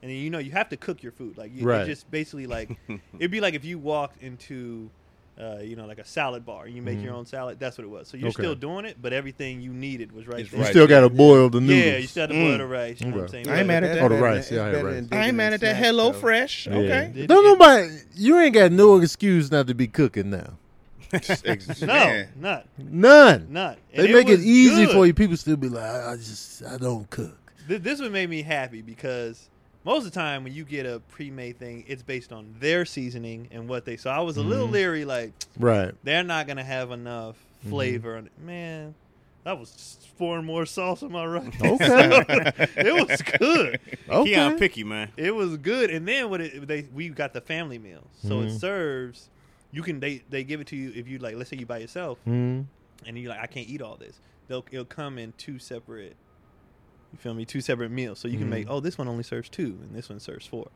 [SPEAKER 4] And then, you know you have to cook your food. Like you
[SPEAKER 3] Right.
[SPEAKER 4] it just basically like it'd be like if you walked into uh, you know, like a salad bar, and you make your own salad. That's what it was. So you're
[SPEAKER 3] Mm-hmm. Okay.
[SPEAKER 4] still doing it, but everything you needed was right
[SPEAKER 2] It's
[SPEAKER 4] there.
[SPEAKER 2] right
[SPEAKER 3] Still got to boil the noodles. Mm.
[SPEAKER 4] Yeah, you still had to boil the rice. You know what I'm
[SPEAKER 3] Okay.
[SPEAKER 4] saying?
[SPEAKER 2] I ain't mad at that.
[SPEAKER 3] Oh, the rice. Yeah, I had rice.
[SPEAKER 2] I ain't mad at that. Hello Fresh.
[SPEAKER 3] Yeah.
[SPEAKER 2] Okay.
[SPEAKER 4] Did
[SPEAKER 3] Don't
[SPEAKER 4] you-
[SPEAKER 3] nobody. You ain't got no excuse not to be cooking now.
[SPEAKER 2] Ex-
[SPEAKER 4] No,
[SPEAKER 2] yeah.
[SPEAKER 4] not,
[SPEAKER 3] None.
[SPEAKER 4] not. And
[SPEAKER 3] They make it
[SPEAKER 4] was
[SPEAKER 3] easy
[SPEAKER 4] good.
[SPEAKER 3] for you. People still be like, I I just, I don't cook.
[SPEAKER 4] Th- This one made me happy because most of the time when you get a pre-made thing, it's based on their seasoning and what they. So I was a
[SPEAKER 3] Mm-hmm.
[SPEAKER 4] little leery, like
[SPEAKER 3] Right.
[SPEAKER 4] they're not gonna have enough flavor. on it. Man, that was four more sauce on my rice.
[SPEAKER 3] Okay.
[SPEAKER 4] it was good.
[SPEAKER 3] Okay.
[SPEAKER 5] Keon picky, man.
[SPEAKER 4] It was good. And then what it, they we got the family meal, so it serves. You can they they give it to you if you like. Let's say you by yourself.
[SPEAKER 2] Mm-hmm.
[SPEAKER 3] Mhm.
[SPEAKER 4] and you're like, I can't eat all this. They'll it'll come in two separate. You feel me? Two separate meals, so you can make. Oh, this one only serves two, and this one serves four.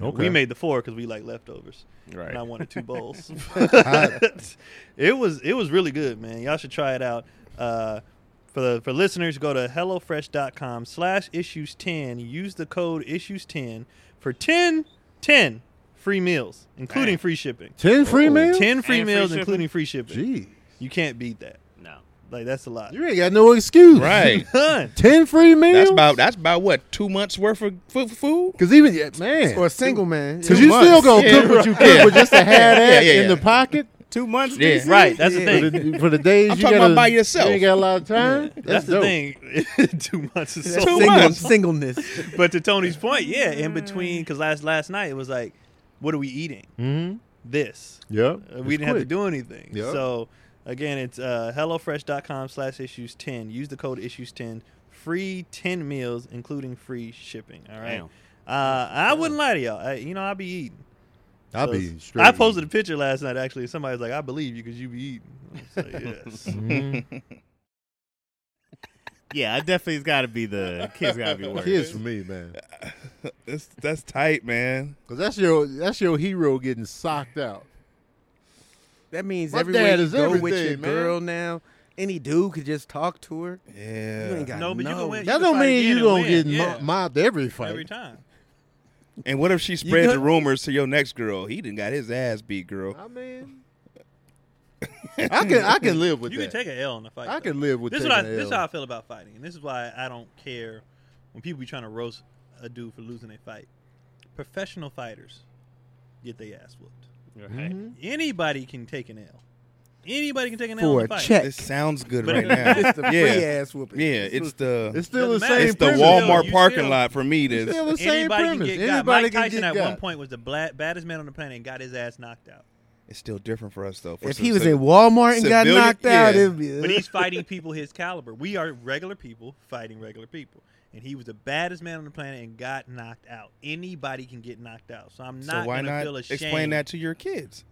[SPEAKER 3] Okay.
[SPEAKER 4] We made the four because we like leftovers,
[SPEAKER 5] Right.
[SPEAKER 4] and I wanted two bowls. But it was it was really good, man. Y'all should try it out. Uh, for the for listeners, go to hellofresh.com slash issues ten. Use the code issues ten for 10, 10 free meals, including
[SPEAKER 5] Dang.
[SPEAKER 4] free shipping.
[SPEAKER 3] Ten free meals.
[SPEAKER 4] Oh, Ten free
[SPEAKER 5] And free
[SPEAKER 4] meals,
[SPEAKER 5] shipping?
[SPEAKER 4] including free shipping.
[SPEAKER 3] Jeez.
[SPEAKER 4] You can't beat that.
[SPEAKER 5] No.
[SPEAKER 4] Like that's a lot.
[SPEAKER 3] You ain't got no excuse.
[SPEAKER 2] Right.
[SPEAKER 4] Done.
[SPEAKER 3] Ten free meals.
[SPEAKER 2] That's about that's about what two months worth of fu- food.
[SPEAKER 3] Cause even yeah, man,
[SPEAKER 1] For a single man.
[SPEAKER 3] cause you still gonna
[SPEAKER 2] Yeah.
[SPEAKER 3] cook what you cook, but just to have that
[SPEAKER 2] yeah, yeah.
[SPEAKER 3] in the pocket
[SPEAKER 5] Two months.
[SPEAKER 2] Yeah.
[SPEAKER 5] DC?
[SPEAKER 4] Right. That's the
[SPEAKER 1] Yeah.
[SPEAKER 3] for
[SPEAKER 4] thing.
[SPEAKER 3] the, for the days
[SPEAKER 2] I'm
[SPEAKER 3] you
[SPEAKER 2] talking
[SPEAKER 3] gotta,
[SPEAKER 2] about by
[SPEAKER 3] You ain't
[SPEAKER 2] yourself.
[SPEAKER 3] got a lot of time. That's,
[SPEAKER 4] That's the
[SPEAKER 3] dope.
[SPEAKER 4] thing. Two months is so
[SPEAKER 2] Two
[SPEAKER 4] much.
[SPEAKER 2] months.
[SPEAKER 1] Singleness.
[SPEAKER 4] But to Tony's point, yeah,
[SPEAKER 3] Mm.
[SPEAKER 4] in between, because last last night it was like, what are we eating?
[SPEAKER 3] Mm-hmm.
[SPEAKER 4] This.
[SPEAKER 3] Yep.
[SPEAKER 4] Uh, we
[SPEAKER 3] It's
[SPEAKER 4] didn't have to
[SPEAKER 3] quick.
[SPEAKER 4] do anything.
[SPEAKER 3] Yep.
[SPEAKER 4] So again, it's uh, hellofresh.com slash issues ten. Use the code issues ten. Free ten meals, including free shipping. All right.
[SPEAKER 5] Damn.
[SPEAKER 4] Uh, I wouldn't lie to y'all. I, you know, I'll be eating.
[SPEAKER 3] I'll
[SPEAKER 4] So
[SPEAKER 3] be
[SPEAKER 4] it's-
[SPEAKER 3] straight.
[SPEAKER 4] I posted a picture last night. Actually, somebody was like, "I believe you because you be eating." I was like, yes.
[SPEAKER 3] Mhm.
[SPEAKER 5] Yeah, I definitely has got to be the kids. Got to be worried.
[SPEAKER 3] Kids for me, man.
[SPEAKER 2] That's that's tight, man.
[SPEAKER 3] Cause that's your that's your hero getting socked out.
[SPEAKER 1] That means
[SPEAKER 3] My
[SPEAKER 1] everywhere
[SPEAKER 3] dad
[SPEAKER 1] you
[SPEAKER 3] is
[SPEAKER 1] go with your
[SPEAKER 3] everything, man.
[SPEAKER 1] girl now, any dude could just talk to her. You
[SPEAKER 2] Yeah.
[SPEAKER 1] ain't got
[SPEAKER 4] No, but you can
[SPEAKER 1] no.
[SPEAKER 4] win.
[SPEAKER 3] That
[SPEAKER 4] can
[SPEAKER 3] don't
[SPEAKER 4] fight
[SPEAKER 3] mean
[SPEAKER 4] again
[SPEAKER 3] you
[SPEAKER 4] and
[SPEAKER 3] gonna
[SPEAKER 4] win.
[SPEAKER 3] get
[SPEAKER 4] Yeah.
[SPEAKER 3] mo- mobbed every fight.
[SPEAKER 4] every time.
[SPEAKER 2] And what if she spread the
[SPEAKER 1] got-
[SPEAKER 2] rumors to your next girl? He didn't got his ass beat, girl.
[SPEAKER 3] I mean, I can I can live with
[SPEAKER 4] you
[SPEAKER 3] that.
[SPEAKER 4] can take an L in a fight.
[SPEAKER 3] I
[SPEAKER 4] though.
[SPEAKER 3] can live with
[SPEAKER 4] This is,
[SPEAKER 3] taking
[SPEAKER 4] what I,
[SPEAKER 3] a
[SPEAKER 4] this is
[SPEAKER 3] L.
[SPEAKER 4] how I feel about fighting, and this is why I don't care when people be trying to roast a dude for losing a fight. Professional fighters get their ass whooped.
[SPEAKER 5] Right.
[SPEAKER 3] Mm-hmm.
[SPEAKER 4] Anybody can take an L. Anybody can take an L in
[SPEAKER 1] For a
[SPEAKER 4] a fight.
[SPEAKER 1] check.
[SPEAKER 2] This sounds good
[SPEAKER 4] But-
[SPEAKER 2] right now.
[SPEAKER 1] It's the
[SPEAKER 2] yeah,
[SPEAKER 1] free ass whooping.
[SPEAKER 2] yeah. It's the
[SPEAKER 3] It's still the
[SPEAKER 4] Doesn't matter.
[SPEAKER 3] same.
[SPEAKER 2] it's the
[SPEAKER 3] premise.
[SPEAKER 2] Walmart
[SPEAKER 4] You
[SPEAKER 2] parking
[SPEAKER 4] still-
[SPEAKER 2] lot for me.
[SPEAKER 3] It's still
[SPEAKER 2] This
[SPEAKER 3] the same
[SPEAKER 4] Anybody can
[SPEAKER 3] premise.
[SPEAKER 4] get got.
[SPEAKER 3] Anybody
[SPEAKER 4] Mike
[SPEAKER 3] can
[SPEAKER 4] Tyson
[SPEAKER 3] get
[SPEAKER 4] at one
[SPEAKER 3] got.
[SPEAKER 4] point was the bla- baddest man on the planet and got his ass knocked out.
[SPEAKER 2] it's still different for us though. For
[SPEAKER 1] If
[SPEAKER 2] some-
[SPEAKER 1] he was in Walmart and got
[SPEAKER 2] civilian-
[SPEAKER 1] knocked out,
[SPEAKER 2] yeah.
[SPEAKER 1] it'd be.
[SPEAKER 4] But he's fighting people his caliber. We are regular people fighting regular people. And he was the baddest man on the planet and got knocked out. Anybody can get knocked out. So I'm
[SPEAKER 2] so
[SPEAKER 4] not
[SPEAKER 2] why
[SPEAKER 4] going to
[SPEAKER 2] not
[SPEAKER 4] feel ashamed.
[SPEAKER 2] explain that to your kids?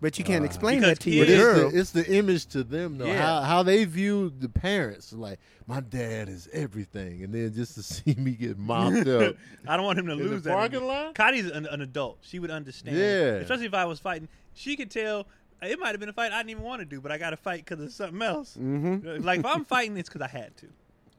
[SPEAKER 1] But you can't
[SPEAKER 3] Uh,
[SPEAKER 1] explain
[SPEAKER 4] because
[SPEAKER 1] that to your
[SPEAKER 3] But it's the,
[SPEAKER 1] girl.
[SPEAKER 3] it's the image to them though.
[SPEAKER 1] Yeah.
[SPEAKER 3] How how they view the parents, like my dad is everything, and then just to see me get mopped up
[SPEAKER 4] I don't want him to
[SPEAKER 3] in the
[SPEAKER 4] lose that.
[SPEAKER 3] parking lot.
[SPEAKER 4] Connie's an, an adult. She would understand.
[SPEAKER 3] Yeah.
[SPEAKER 4] Especially if I was fighting. She could tell it might have been a fight I didn't even want to do, but I got to fight because of something else.
[SPEAKER 1] hmm
[SPEAKER 3] Mm.
[SPEAKER 4] like if I'm fighting, it's because I had to.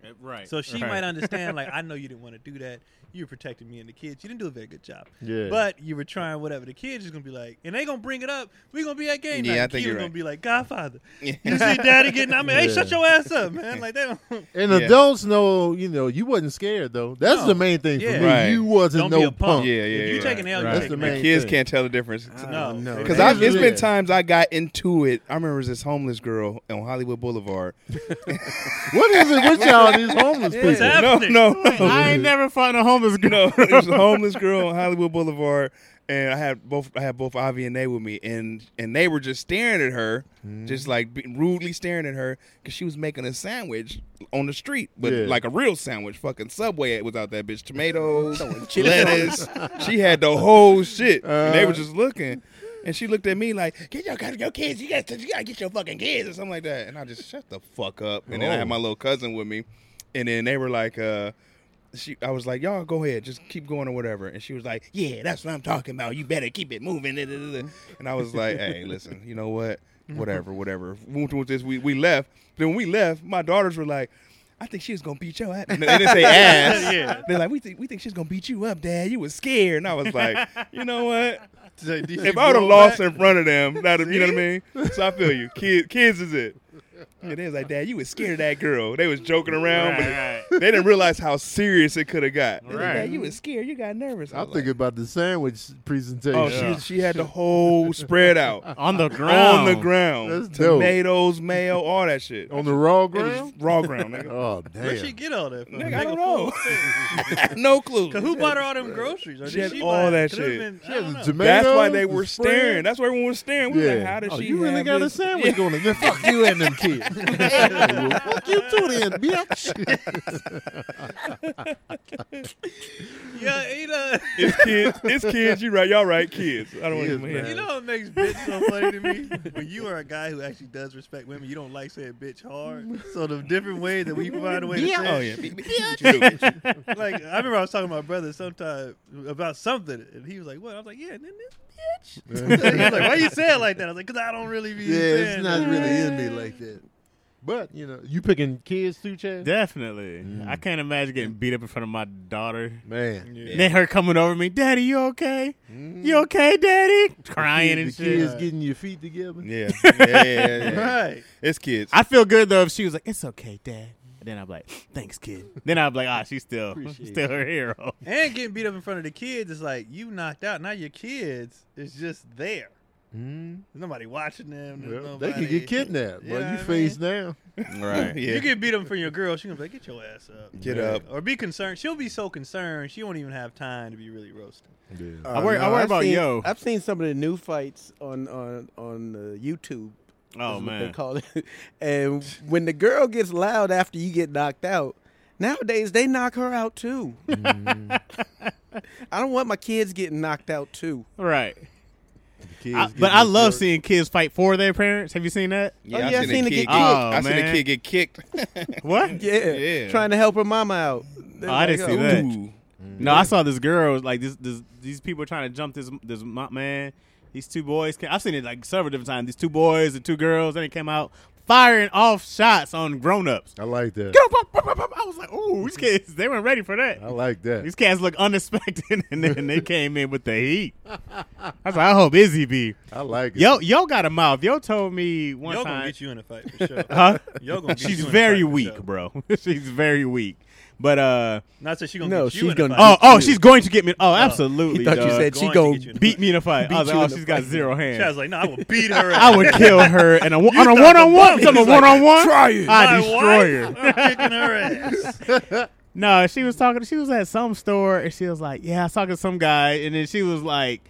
[SPEAKER 5] Eh, Right.
[SPEAKER 4] So she
[SPEAKER 5] right.
[SPEAKER 4] might understand. Like I know you didn't want to do that. You were protecting me and the kids. You didn't do a very good job.
[SPEAKER 3] Yeah,
[SPEAKER 4] But you were trying whatever the kids is gonna be like, and they gonna bring it up. We gonna be at game
[SPEAKER 2] Yeah,
[SPEAKER 4] night.
[SPEAKER 2] I think
[SPEAKER 4] Key
[SPEAKER 2] you're
[SPEAKER 4] gonna
[SPEAKER 2] right.
[SPEAKER 4] be like Godfather. You see Daddy getting? I mean, hey,
[SPEAKER 3] Yeah.
[SPEAKER 4] shut your ass up, man. Like they don't.
[SPEAKER 3] and
[SPEAKER 2] Yeah.
[SPEAKER 3] adults know, you know, you wasn't scared though. That's
[SPEAKER 4] No.
[SPEAKER 3] the main thing
[SPEAKER 4] Yeah.
[SPEAKER 3] for me.
[SPEAKER 2] Right.
[SPEAKER 3] You wasn't
[SPEAKER 4] Don't
[SPEAKER 3] no
[SPEAKER 4] be a punk.
[SPEAKER 2] Yeah, yeah,
[SPEAKER 4] if you
[SPEAKER 2] yeah.
[SPEAKER 4] take an L,
[SPEAKER 5] Right.
[SPEAKER 4] you
[SPEAKER 3] That's
[SPEAKER 4] take
[SPEAKER 3] the
[SPEAKER 4] an
[SPEAKER 3] main
[SPEAKER 4] L.
[SPEAKER 2] The kids
[SPEAKER 3] thing.
[SPEAKER 2] can't tell the difference.
[SPEAKER 4] No.
[SPEAKER 1] no.
[SPEAKER 2] Because
[SPEAKER 3] I-
[SPEAKER 2] I've it's
[SPEAKER 3] Yeah.
[SPEAKER 2] been times I got into it. I remember this homeless girl on Hollywood Boulevard.
[SPEAKER 3] What is it with y'all and these homeless people?
[SPEAKER 4] What's
[SPEAKER 3] Yeah.
[SPEAKER 2] No,
[SPEAKER 4] happening?
[SPEAKER 2] no,
[SPEAKER 5] I
[SPEAKER 2] no.
[SPEAKER 5] ain't never fought a homeless girl.
[SPEAKER 2] no, there's a homeless girl on Hollywood Boulevard, and I had both I had both Avi and Nay with me, and and they were just staring at her, just like be- rudely staring at her because she was making a sandwich on the street, but
[SPEAKER 3] Yeah.
[SPEAKER 2] like a real sandwich, fucking Subway without that bitch tomatoes, lettuce. she had the whole shit, and they were just looking. And she looked at me like, "Get your, your kids. You got to, you got to get your fucking kids or something like that." And I just shut the fuck up. And then I
[SPEAKER 3] Oh.
[SPEAKER 2] had my little cousin with me, and then they were like, uh, she I was like, Y'all go ahead, just keep going or whatever. And she was like, Yeah, that's what I'm talking about. You better keep it moving. da, da, da, da. And I was like, Hey, listen, you know what? Whatever, whatever. We went with this, we, we left. Then when we left, my daughters were like, I think she's gonna beat your ass. And they didn't say ass.
[SPEAKER 4] yeah.
[SPEAKER 2] They're like, we think we think she's gonna beat you up, Dad. You was scared. And I was like, you know what? If I would have lost in front of them, that'd, you know what I mean? So I feel you. Kids kids is it. And they was like, Dad, you was scared of that girl. They was joking around, but
[SPEAKER 5] Right,
[SPEAKER 2] they didn't realize how serious it could have got.
[SPEAKER 5] Right.
[SPEAKER 2] Yeah, you was scared. You got nervous. I
[SPEAKER 3] I'm
[SPEAKER 2] was
[SPEAKER 3] thinking about the sandwich presentation.
[SPEAKER 2] like, oh, she, she had the whole spread out
[SPEAKER 5] on the ground.
[SPEAKER 2] on the ground.
[SPEAKER 3] That's dope.
[SPEAKER 2] Tomatoes, mayo, all that shit.
[SPEAKER 3] on the raw
[SPEAKER 2] it was
[SPEAKER 3] ground.
[SPEAKER 2] raw ground. Nigga.
[SPEAKER 3] Oh
[SPEAKER 4] Where'd she
[SPEAKER 3] damn!
[SPEAKER 4] get all that from?
[SPEAKER 2] Nigga, I
[SPEAKER 4] Nigga,
[SPEAKER 2] don't know. no clue.
[SPEAKER 4] Cause who bought her all them groceries? Or
[SPEAKER 2] She
[SPEAKER 4] did
[SPEAKER 2] had
[SPEAKER 4] she
[SPEAKER 2] all
[SPEAKER 4] buy it?
[SPEAKER 2] that
[SPEAKER 4] Could've
[SPEAKER 2] shit.
[SPEAKER 4] been- I
[SPEAKER 3] She had
[SPEAKER 4] don't
[SPEAKER 3] the
[SPEAKER 4] know.
[SPEAKER 2] That's why
[SPEAKER 3] tomatoes,
[SPEAKER 2] they
[SPEAKER 3] the
[SPEAKER 2] were
[SPEAKER 3] spread.
[SPEAKER 2] staring. That's why everyone was staring. We were like, how did
[SPEAKER 3] oh,
[SPEAKER 2] she
[SPEAKER 3] you really
[SPEAKER 2] have
[SPEAKER 3] got
[SPEAKER 2] this?
[SPEAKER 3] a sandwich going in there. Fuck you and them kids. Well, fuck you too then, bitch.
[SPEAKER 4] Yeah, you know,
[SPEAKER 2] It's kids. It's kids. You right. Y'all right. Kids. I don't want
[SPEAKER 3] Kids,
[SPEAKER 2] to hear
[SPEAKER 3] man.
[SPEAKER 4] you know what makes bitch so funny to me? When you are a guy who actually does respect women, you don't like saying bitch hard. So the different ways that we find a way to say
[SPEAKER 2] Oh
[SPEAKER 4] it,
[SPEAKER 2] yeah. What you do?
[SPEAKER 4] like I remember I was talking to my brother sometime about something, and he was like, "What?" I was like, "Yeah." And then this bitch. he was like, "Why you say it like that?" I was like, "Cause I don't really be."
[SPEAKER 3] Yeah,
[SPEAKER 4] saying
[SPEAKER 3] it's not
[SPEAKER 4] that."
[SPEAKER 3] really in me like that. But you know, you picking kids too, Chad.
[SPEAKER 5] Definitely.
[SPEAKER 2] Mm.
[SPEAKER 5] I can't imagine getting beat up in front of my daughter.
[SPEAKER 3] Man,
[SPEAKER 4] Yeah.
[SPEAKER 5] And Then her coming over me, Daddy, you okay? You okay, Daddy? Crying
[SPEAKER 3] the
[SPEAKER 5] and uh,
[SPEAKER 3] kids
[SPEAKER 5] shit.
[SPEAKER 3] getting your feet together.
[SPEAKER 2] Yeah. Yeah. yeah, yeah, yeah.
[SPEAKER 4] Right.
[SPEAKER 2] It's kids.
[SPEAKER 5] I feel good though if she was like, "It's okay, Dad." And then I'm like, "Thanks, kid." Then I'm like, "Ah, she's still,
[SPEAKER 3] Appreciate
[SPEAKER 5] still her hero."
[SPEAKER 4] And getting beat up in front of the kids is like you knocked out. Now your kids is just there.
[SPEAKER 3] Mm.
[SPEAKER 4] There's nobody watching them. There's
[SPEAKER 3] Well,
[SPEAKER 4] nobody.
[SPEAKER 3] they could get kidnapped.
[SPEAKER 4] You
[SPEAKER 3] Well,
[SPEAKER 4] know
[SPEAKER 3] you
[SPEAKER 4] what I
[SPEAKER 3] face down.
[SPEAKER 2] Right. Yeah.
[SPEAKER 4] You get beat up for your girl. She's gonna be like, "Get your ass up."
[SPEAKER 2] Get
[SPEAKER 3] Yeah.
[SPEAKER 2] up.
[SPEAKER 4] Or be concerned. She'll be so concerned. She won't even have time to be really roasted.
[SPEAKER 3] Yeah.
[SPEAKER 1] Uh,
[SPEAKER 5] worry- I worry
[SPEAKER 1] I've
[SPEAKER 5] about
[SPEAKER 1] seen,
[SPEAKER 5] yo.
[SPEAKER 1] I've seen some of the new fights on on on uh, YouTube.
[SPEAKER 5] Oh
[SPEAKER 1] is what they
[SPEAKER 5] man,
[SPEAKER 1] call it. And when the girl gets loud after you get knocked out, nowadays they knock her out too. I don't want my kids getting knocked out too.
[SPEAKER 5] right?
[SPEAKER 3] Kids
[SPEAKER 5] I-
[SPEAKER 3] getting
[SPEAKER 5] but I
[SPEAKER 3] the
[SPEAKER 5] love
[SPEAKER 3] shirt.
[SPEAKER 5] seeing kids fight for their parents. Have you seen that?
[SPEAKER 2] Yeah,
[SPEAKER 1] Oh,
[SPEAKER 2] I
[SPEAKER 1] yeah, I
[SPEAKER 2] seen,
[SPEAKER 1] seen
[SPEAKER 2] a
[SPEAKER 1] the
[SPEAKER 2] kid
[SPEAKER 1] kid
[SPEAKER 2] get,
[SPEAKER 1] kick.
[SPEAKER 5] Oh,
[SPEAKER 2] I seen a
[SPEAKER 5] man.
[SPEAKER 2] kid get kicked.
[SPEAKER 5] What?
[SPEAKER 1] Yeah,
[SPEAKER 2] Yeah.
[SPEAKER 1] trying to help her mama out.
[SPEAKER 5] Oh, I didn't see
[SPEAKER 1] Like,
[SPEAKER 5] that.
[SPEAKER 2] Ooh.
[SPEAKER 4] Mm.
[SPEAKER 5] No, I saw this girl like this. this these people trying to jump this this mo- man. These two boys. Came, I've seen it like several different times. These two boys and two girls. Then they came out firing off shots on grown ups.
[SPEAKER 4] Oh.
[SPEAKER 3] I like that.
[SPEAKER 5] I was like, oh,
[SPEAKER 4] Mm.
[SPEAKER 5] these kids. They weren't ready for that.
[SPEAKER 4] Oh.
[SPEAKER 3] I like that.
[SPEAKER 5] These cats look unexpected, and then they came in with the heat. I was like, I hope Izzy be.
[SPEAKER 3] I like it.
[SPEAKER 5] Yo, yo got a mouth. Yo told me one
[SPEAKER 4] Oh, Yo gonna
[SPEAKER 5] time.
[SPEAKER 4] get you in a fight for sure.
[SPEAKER 5] huh?
[SPEAKER 4] Yo gonna get you
[SPEAKER 5] She's
[SPEAKER 4] in a fight
[SPEAKER 5] very
[SPEAKER 4] for
[SPEAKER 5] weak,
[SPEAKER 4] sure.
[SPEAKER 5] bro. she's very weak. But uh,
[SPEAKER 4] Not that she gonna
[SPEAKER 1] No,
[SPEAKER 4] get you
[SPEAKER 1] she's
[SPEAKER 4] in
[SPEAKER 1] gonna-
[SPEAKER 4] a
[SPEAKER 5] oh,
[SPEAKER 4] fight.
[SPEAKER 5] oh, she's going to get me. Oh, absolutely.
[SPEAKER 1] He thought you
[SPEAKER 5] dog.
[SPEAKER 1] said she
[SPEAKER 4] Going to
[SPEAKER 1] go
[SPEAKER 4] get you in a
[SPEAKER 5] beat me in a fight. I
[SPEAKER 1] Beat
[SPEAKER 5] was like,
[SPEAKER 1] you
[SPEAKER 5] oh,
[SPEAKER 1] in a
[SPEAKER 5] she's got zero hands.
[SPEAKER 4] Chaz like, no, I will beat her.
[SPEAKER 5] I would kill her and a, on a one on one. I'm a one on one.
[SPEAKER 1] Try it.
[SPEAKER 5] I destroy her.
[SPEAKER 4] I'm kicking her ass.
[SPEAKER 5] No, she was talking. She was at some store, and she was like, "Yeah, I was talking to some guy," and then she was like,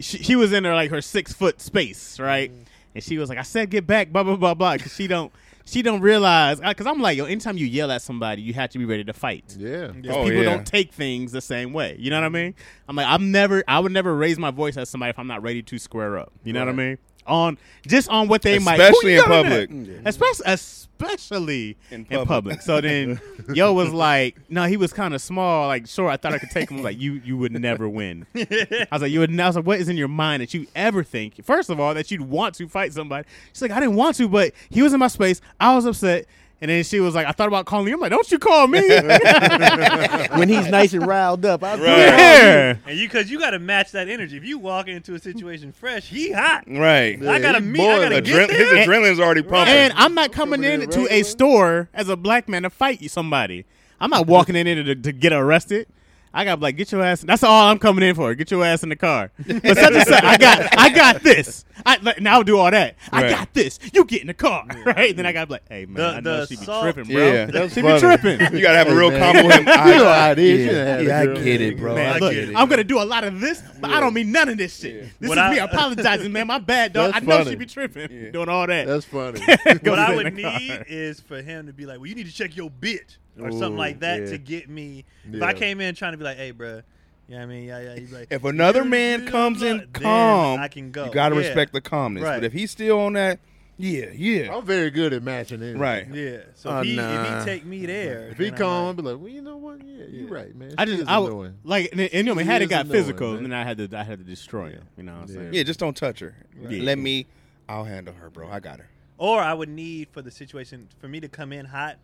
[SPEAKER 5] "She, she was in her like her six foot space, right?"
[SPEAKER 1] Mm-hmm.
[SPEAKER 5] And she was like, "I said get back, blah blah blah blah," because she don't she don't realize because I'm like, yo, anytime you yell at somebody, you have to be ready to fight.
[SPEAKER 3] Yeah.
[SPEAKER 2] Oh,
[SPEAKER 5] People
[SPEAKER 2] yeah.
[SPEAKER 5] don't take things the same way. You know what I mean? I'm like, I'm never, I would never raise my voice at somebody if I'm not ready to square up. You know what I
[SPEAKER 3] Right.
[SPEAKER 5] mean? on just on what they might
[SPEAKER 2] Especially
[SPEAKER 5] Who you
[SPEAKER 2] in
[SPEAKER 5] got that?
[SPEAKER 2] public.
[SPEAKER 5] especially especially
[SPEAKER 2] In
[SPEAKER 5] in public.
[SPEAKER 2] public.
[SPEAKER 5] So then Yo was like, no, he was kind of small, like sure, I thought I could take him. I was like, you you would never win. I was like, you would. I was like, what is in your mind that you ever think? First of all, that you'd want to fight somebody. She's like, I didn't want to, but he was in my space. I was upset. And then she was like, I thought about calling you. I'm like, don't you call me.
[SPEAKER 1] when he's nice and riled up. I
[SPEAKER 2] Right.
[SPEAKER 5] yeah.
[SPEAKER 4] And you, because you got to match that energy. If you walk into a situation fresh, he hot.
[SPEAKER 2] Right.
[SPEAKER 4] I gotta
[SPEAKER 3] he
[SPEAKER 4] meet. I gotta
[SPEAKER 3] boiling.
[SPEAKER 2] Adren-
[SPEAKER 4] get
[SPEAKER 2] his
[SPEAKER 4] there.
[SPEAKER 2] adrenaline's already pumping.
[SPEAKER 5] And I'm not coming
[SPEAKER 3] Somebody
[SPEAKER 5] in
[SPEAKER 3] in
[SPEAKER 5] to a
[SPEAKER 3] regular?
[SPEAKER 5] store as a black man to fight you somebody. I'm not walking in there to, to get arrested. I got like get your ass. That's all I'm coming in for. Get your ass in the car. But such and such, I got, I got this. I like, now I'll do all that. I
[SPEAKER 2] Right.
[SPEAKER 5] got this. You get in the car, right? Then I got like, hey man,
[SPEAKER 4] The-
[SPEAKER 5] I know
[SPEAKER 4] the
[SPEAKER 5] she be
[SPEAKER 4] assault-
[SPEAKER 5] tripping, bro.
[SPEAKER 2] yeah.
[SPEAKER 3] That's
[SPEAKER 5] She
[SPEAKER 3] funny.
[SPEAKER 5] be tripping.
[SPEAKER 2] you gotta have a real
[SPEAKER 3] man.
[SPEAKER 2] combo with him.
[SPEAKER 3] You know
[SPEAKER 2] I,
[SPEAKER 3] how it is. You done
[SPEAKER 1] Yeah,
[SPEAKER 3] had a
[SPEAKER 1] yeah, I
[SPEAKER 3] girl.
[SPEAKER 1] get it, bro.
[SPEAKER 5] Man,
[SPEAKER 1] I
[SPEAKER 5] look,
[SPEAKER 1] get it.
[SPEAKER 5] I'm gonna do a lot of this, but I don't mean none of this shit. This
[SPEAKER 4] What
[SPEAKER 5] is
[SPEAKER 4] I-
[SPEAKER 5] me apologizing, man. My bad, dog. I
[SPEAKER 3] That's
[SPEAKER 5] know
[SPEAKER 3] funny.
[SPEAKER 5] she be tripping,
[SPEAKER 2] Yeah.
[SPEAKER 5] doing all that.
[SPEAKER 3] That's funny.
[SPEAKER 5] Go
[SPEAKER 4] what I
[SPEAKER 5] sit
[SPEAKER 4] would
[SPEAKER 5] in the car.
[SPEAKER 4] need is for him to be like, "Well, you need to check your bitch or something like that
[SPEAKER 1] yeah.
[SPEAKER 4] to get me." If
[SPEAKER 3] Yeah.
[SPEAKER 4] I came in trying to be like, "Hey, bro," you know what I mean? Yeah, yeah. He's like,
[SPEAKER 2] if another
[SPEAKER 4] "You-
[SPEAKER 2] man
[SPEAKER 4] you-
[SPEAKER 2] comes in
[SPEAKER 4] then
[SPEAKER 2] calm,
[SPEAKER 4] I can go.
[SPEAKER 2] you gotta
[SPEAKER 4] Yeah.
[SPEAKER 2] respect the calmness.
[SPEAKER 4] Right.
[SPEAKER 2] But if he's still on that, yeah, yeah,
[SPEAKER 3] I'm very good at matching it.
[SPEAKER 2] right.
[SPEAKER 4] Yeah. So
[SPEAKER 1] Oh,
[SPEAKER 4] he, if
[SPEAKER 1] nah.
[SPEAKER 4] he take me there,
[SPEAKER 3] If he
[SPEAKER 4] then I'm
[SPEAKER 3] calm, I'd
[SPEAKER 4] like,
[SPEAKER 3] be like, well, you know what? Yeah, you're right, man.
[SPEAKER 5] I
[SPEAKER 3] She
[SPEAKER 5] just
[SPEAKER 3] is
[SPEAKER 5] I w-
[SPEAKER 3] annoying.
[SPEAKER 5] like and, and you know, man,
[SPEAKER 3] She
[SPEAKER 5] had it
[SPEAKER 3] is
[SPEAKER 5] got
[SPEAKER 3] annoying,
[SPEAKER 5] physical,
[SPEAKER 3] man.
[SPEAKER 5] and then I had to I had to destroy him. You know what I'm saying?
[SPEAKER 2] Yeah, just don't touch her.
[SPEAKER 5] Right.
[SPEAKER 2] Let me. I'll handle her, bro. I got her.
[SPEAKER 4] or I would need for the situation for me to come in hot.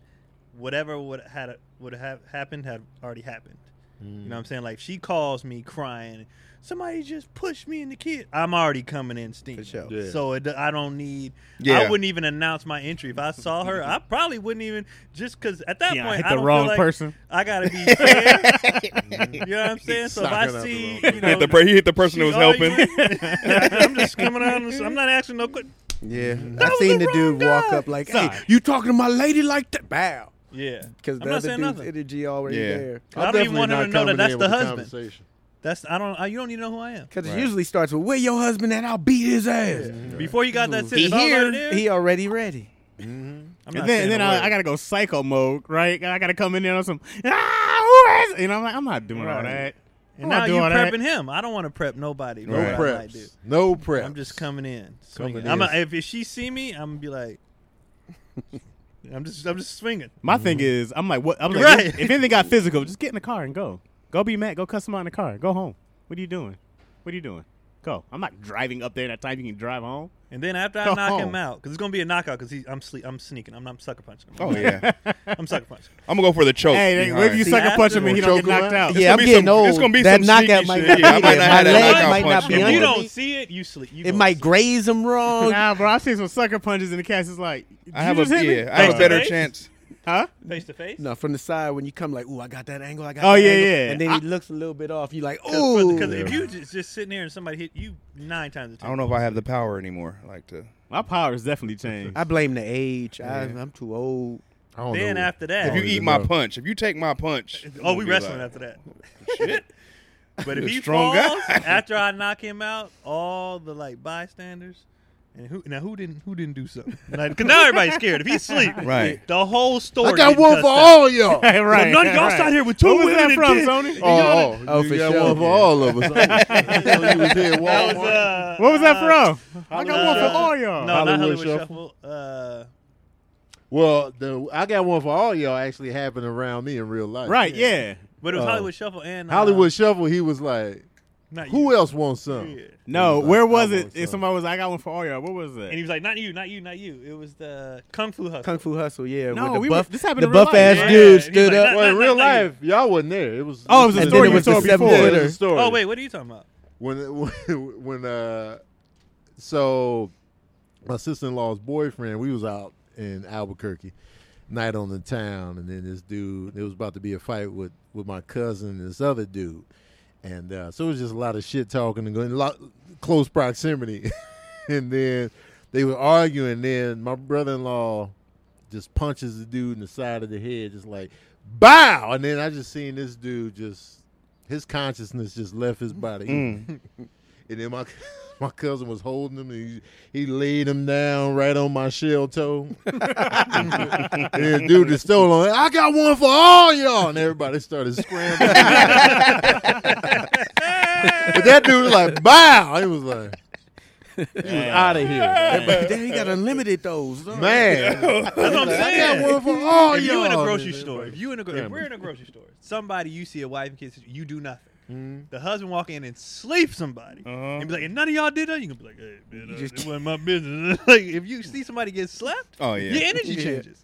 [SPEAKER 4] Whatever would had would have happened had already happened. You
[SPEAKER 3] Mm.
[SPEAKER 4] know what I'm saying? Like if she calls me crying. Somebody just pushed me and the kid. I'm already coming in steam.
[SPEAKER 1] sure.
[SPEAKER 3] Yeah.
[SPEAKER 4] So it, I don't need.
[SPEAKER 2] Yeah.
[SPEAKER 4] I wouldn't even announce my entry if I saw her. I probably wouldn't even just because at that
[SPEAKER 5] Yeah, I
[SPEAKER 4] point
[SPEAKER 5] hit
[SPEAKER 4] I
[SPEAKER 5] the
[SPEAKER 4] don't feel
[SPEAKER 5] wrong
[SPEAKER 4] like
[SPEAKER 5] person.
[SPEAKER 4] I gotta be fair. you know what I'm saying? So if
[SPEAKER 3] Sucking
[SPEAKER 4] I
[SPEAKER 3] up the
[SPEAKER 4] see,
[SPEAKER 3] wrong person.
[SPEAKER 2] Hit
[SPEAKER 4] you know,
[SPEAKER 2] the per- he hit the person that was
[SPEAKER 4] she's
[SPEAKER 2] helping.
[SPEAKER 4] arguing, I'm just coming out. and- I'm not asking no question.
[SPEAKER 1] Yeah,
[SPEAKER 4] That
[SPEAKER 1] I
[SPEAKER 4] was
[SPEAKER 1] seen
[SPEAKER 4] the
[SPEAKER 1] the dude
[SPEAKER 4] wrong
[SPEAKER 1] walk
[SPEAKER 4] guy.
[SPEAKER 1] up like,
[SPEAKER 5] Sorry.
[SPEAKER 1] "Hey, you talking to my lady like that?" Bow,
[SPEAKER 4] Yeah,
[SPEAKER 1] because
[SPEAKER 4] I'm
[SPEAKER 1] the
[SPEAKER 4] not
[SPEAKER 1] other
[SPEAKER 4] saying
[SPEAKER 1] dude's
[SPEAKER 4] nothing.
[SPEAKER 1] energy already
[SPEAKER 2] Yeah.
[SPEAKER 1] there.
[SPEAKER 4] I don't even want her to know that that's the husband. That's I don't. I, you don't even know who I am.
[SPEAKER 1] Because
[SPEAKER 2] Right.
[SPEAKER 1] it usually starts with, "Where your husband at? I'll beat his ass."
[SPEAKER 4] Before you got that,
[SPEAKER 1] He
[SPEAKER 4] sentence, I'm already
[SPEAKER 1] here,
[SPEAKER 4] there.
[SPEAKER 1] he already ready.
[SPEAKER 4] I'm
[SPEAKER 5] And
[SPEAKER 4] not
[SPEAKER 5] then, and
[SPEAKER 4] saying
[SPEAKER 5] then
[SPEAKER 4] a
[SPEAKER 5] I,
[SPEAKER 4] word.
[SPEAKER 5] I gotta go psycho mode, right? I gotta come in there on some ah, who is? You know, I'm like, I'm not doing all
[SPEAKER 4] Right.
[SPEAKER 5] that.
[SPEAKER 4] And
[SPEAKER 5] I'm
[SPEAKER 4] now
[SPEAKER 5] not
[SPEAKER 4] you
[SPEAKER 5] doing all that.
[SPEAKER 4] prepping him. I don't want to prep nobody.
[SPEAKER 2] No
[SPEAKER 4] No
[SPEAKER 2] Right.
[SPEAKER 4] prep. do.
[SPEAKER 3] Preps. No prep.
[SPEAKER 4] I'm just coming in. Swinging.
[SPEAKER 3] Coming
[SPEAKER 4] I'm
[SPEAKER 3] in.
[SPEAKER 4] a, if, if she see me, I'm gonna be like, I'm just I'm just swinging.
[SPEAKER 5] My thing is, I'm like, what? I'm like,
[SPEAKER 4] Right.
[SPEAKER 5] if, if anything got physical, just get in the car and go. Go be mad. Go cuss him out in the car. Go home. What are you doing? What are you doing? Go. I'm not driving up there that time. You can drive home.
[SPEAKER 4] And then after I
[SPEAKER 5] Go
[SPEAKER 4] knock him
[SPEAKER 5] home.
[SPEAKER 4] out, because it's gonna be a knockout, because I'm sleep, I'm sneaking, I'm, I'm sucker punching. him.
[SPEAKER 2] Oh yeah,
[SPEAKER 4] I'm sucker punching.
[SPEAKER 2] I'm gonna go for the
[SPEAKER 3] Oh,
[SPEAKER 2] choke.
[SPEAKER 5] Hey,
[SPEAKER 2] behind.
[SPEAKER 5] if you
[SPEAKER 4] See,
[SPEAKER 5] sucker punch him and he don't
[SPEAKER 3] after-
[SPEAKER 5] get knocked out,
[SPEAKER 2] It's
[SPEAKER 1] yeah,
[SPEAKER 2] gonna
[SPEAKER 1] I'm
[SPEAKER 2] be
[SPEAKER 1] getting
[SPEAKER 2] some-
[SPEAKER 1] old.
[SPEAKER 2] it's gonna be
[SPEAKER 1] that
[SPEAKER 2] some
[SPEAKER 1] knockout
[SPEAKER 2] sneaky
[SPEAKER 1] might
[SPEAKER 2] shit.
[SPEAKER 1] not be
[SPEAKER 2] Yeah, I might
[SPEAKER 1] there.
[SPEAKER 2] not
[SPEAKER 1] My
[SPEAKER 2] have that knockout
[SPEAKER 1] leg might
[SPEAKER 2] punch
[SPEAKER 1] not be
[SPEAKER 2] in
[SPEAKER 4] If you
[SPEAKER 2] Younger.
[SPEAKER 1] under
[SPEAKER 4] don't
[SPEAKER 1] me.
[SPEAKER 4] see it, you sleep. You
[SPEAKER 1] It
[SPEAKER 4] gonna
[SPEAKER 1] might
[SPEAKER 4] sleep.
[SPEAKER 1] graze him wrong.
[SPEAKER 5] nah, bro. I seen some sucker punches in the cast. It's like, did
[SPEAKER 2] I
[SPEAKER 5] you
[SPEAKER 2] have a
[SPEAKER 5] just hit me?
[SPEAKER 2] yeah, I have a
[SPEAKER 4] Face to
[SPEAKER 2] better
[SPEAKER 4] face?
[SPEAKER 2] chance.
[SPEAKER 5] huh?
[SPEAKER 4] face to face.
[SPEAKER 1] No, from the side when you come like, ooh, I got that angle, I got.
[SPEAKER 5] Oh,
[SPEAKER 1] that
[SPEAKER 5] yeah,
[SPEAKER 1] angle,"
[SPEAKER 5] yeah.
[SPEAKER 1] And then
[SPEAKER 5] I-
[SPEAKER 1] he looks a little bit off. You like, ooh,
[SPEAKER 4] Because if you just, just sitting there and somebody hit you nine times, a
[SPEAKER 2] I don't know if I have the power anymore. Like to.
[SPEAKER 5] My power has definitely changed.
[SPEAKER 1] I blame the age. I, I'm too old.
[SPEAKER 3] I don't
[SPEAKER 4] Then
[SPEAKER 3] know.
[SPEAKER 4] after that,
[SPEAKER 2] If you
[SPEAKER 3] Oh,
[SPEAKER 2] eat
[SPEAKER 3] you
[SPEAKER 2] my
[SPEAKER 3] know.
[SPEAKER 2] punch, if you take my punch,
[SPEAKER 4] Oh, we wrestling
[SPEAKER 2] that.
[SPEAKER 4] after that. but if
[SPEAKER 2] You're a
[SPEAKER 4] he
[SPEAKER 2] strong guy.
[SPEAKER 4] falls after I knock him out, all the like bystanders and who now who didn't who didn't do something? Because now everybody's scared. If he's asleep,
[SPEAKER 2] Right.
[SPEAKER 4] the whole story.
[SPEAKER 3] I got
[SPEAKER 4] getting
[SPEAKER 3] one
[SPEAKER 4] cussed
[SPEAKER 3] for
[SPEAKER 4] out.
[SPEAKER 3] all y'all.
[SPEAKER 5] Hey,
[SPEAKER 4] So
[SPEAKER 5] right.
[SPEAKER 4] none of y'all
[SPEAKER 5] right.
[SPEAKER 4] sat here with two
[SPEAKER 5] Who was
[SPEAKER 4] women
[SPEAKER 5] that
[SPEAKER 4] and
[SPEAKER 5] from,
[SPEAKER 4] did-
[SPEAKER 5] Sony?
[SPEAKER 3] Oh, oh,
[SPEAKER 1] Oh,
[SPEAKER 3] you
[SPEAKER 1] for
[SPEAKER 3] got
[SPEAKER 1] sure.
[SPEAKER 3] one for all of us. You know, you was here at
[SPEAKER 4] That was,
[SPEAKER 3] Walmart.
[SPEAKER 4] uh,
[SPEAKER 5] What was
[SPEAKER 4] uh,
[SPEAKER 5] that from? I got one
[SPEAKER 4] Shuffle.
[SPEAKER 5] for all
[SPEAKER 4] No,
[SPEAKER 5] y'all.
[SPEAKER 4] not
[SPEAKER 3] Hollywood
[SPEAKER 4] Hollywood Shuffle.
[SPEAKER 3] Shuffle.
[SPEAKER 4] Uh,
[SPEAKER 3] Well, the I got one for all y'all actually happened around me in real life.
[SPEAKER 5] Right, yeah.
[SPEAKER 4] but it was
[SPEAKER 3] Oh.
[SPEAKER 4] Hollywood Shuffle and uh,
[SPEAKER 3] Hollywood Shuffle, he was like,
[SPEAKER 4] Not
[SPEAKER 3] who
[SPEAKER 4] you.
[SPEAKER 3] else wants some?
[SPEAKER 4] Yeah.
[SPEAKER 5] No,
[SPEAKER 3] Like,
[SPEAKER 5] where
[SPEAKER 3] I
[SPEAKER 5] was
[SPEAKER 3] want
[SPEAKER 5] it? If
[SPEAKER 3] some.
[SPEAKER 5] somebody was, I got one for all y'all. What was
[SPEAKER 4] And he
[SPEAKER 5] it?
[SPEAKER 4] was like, "Not you, not you, not you." It was the Kung Fu Hustle.
[SPEAKER 1] Kung Fu Hustle, yeah.
[SPEAKER 5] No,
[SPEAKER 1] when the
[SPEAKER 5] we were-
[SPEAKER 1] buff,
[SPEAKER 5] this happened
[SPEAKER 1] the
[SPEAKER 5] in real
[SPEAKER 1] buff ass
[SPEAKER 5] life. Yeah.
[SPEAKER 1] dude
[SPEAKER 4] He
[SPEAKER 1] stood
[SPEAKER 4] like,
[SPEAKER 1] up.
[SPEAKER 4] "Nah,
[SPEAKER 3] Well, in
[SPEAKER 4] nah,
[SPEAKER 3] real
[SPEAKER 4] nah, nah, you."
[SPEAKER 3] life, y'all wasn't there. It was.
[SPEAKER 5] Oh, it was a
[SPEAKER 1] And
[SPEAKER 5] story
[SPEAKER 1] then it
[SPEAKER 5] you
[SPEAKER 1] was the
[SPEAKER 5] told
[SPEAKER 1] seven
[SPEAKER 3] Yeah,
[SPEAKER 5] before.
[SPEAKER 3] it was
[SPEAKER 1] footer.
[SPEAKER 3] a story.
[SPEAKER 4] Oh wait, what are you talking about?
[SPEAKER 3] when when when, uh, so my sister in law's boyfriend, we was out in Albuquerque, night on the town, and then this dude, it was about to be a fight with with my cousin and this other dude, and uh, so it was just a lot of shit talking and going a lot close proximity, and then they were arguing. And then my brother in law just punches the dude in the side of the head, just like bow, and then I just seen this dude just. His consciousness just left his body and then my my cousin was holding him. And he, he laid him down right on my shell toe. and then dude that stole on, I got one for all y'all, and everybody started scrambling. but that dude was like, "Bow!" He was like. out of here.
[SPEAKER 1] But then you got unlimited those. All right.
[SPEAKER 3] Man.
[SPEAKER 2] Uh-huh.
[SPEAKER 4] That's what I'm
[SPEAKER 3] I
[SPEAKER 4] saying.
[SPEAKER 3] got one for
[SPEAKER 2] Oh,
[SPEAKER 3] all
[SPEAKER 4] if you in a
[SPEAKER 3] y'all.
[SPEAKER 4] grocery store, if you in a gro-
[SPEAKER 3] Yeah.
[SPEAKER 4] if we're in a grocery store, somebody you see a wife and kids, you do nothing.
[SPEAKER 2] Mm-hmm.
[SPEAKER 4] The husband walk in and sleep somebody,
[SPEAKER 2] Uh-huh.
[SPEAKER 4] and be like, and none of y'all did that. You can be like, hey, man, uh,
[SPEAKER 1] just
[SPEAKER 4] it wasn't my business. like if you see somebody get slapped,
[SPEAKER 2] Oh, yeah.
[SPEAKER 4] your energy
[SPEAKER 1] Yeah.
[SPEAKER 4] changes.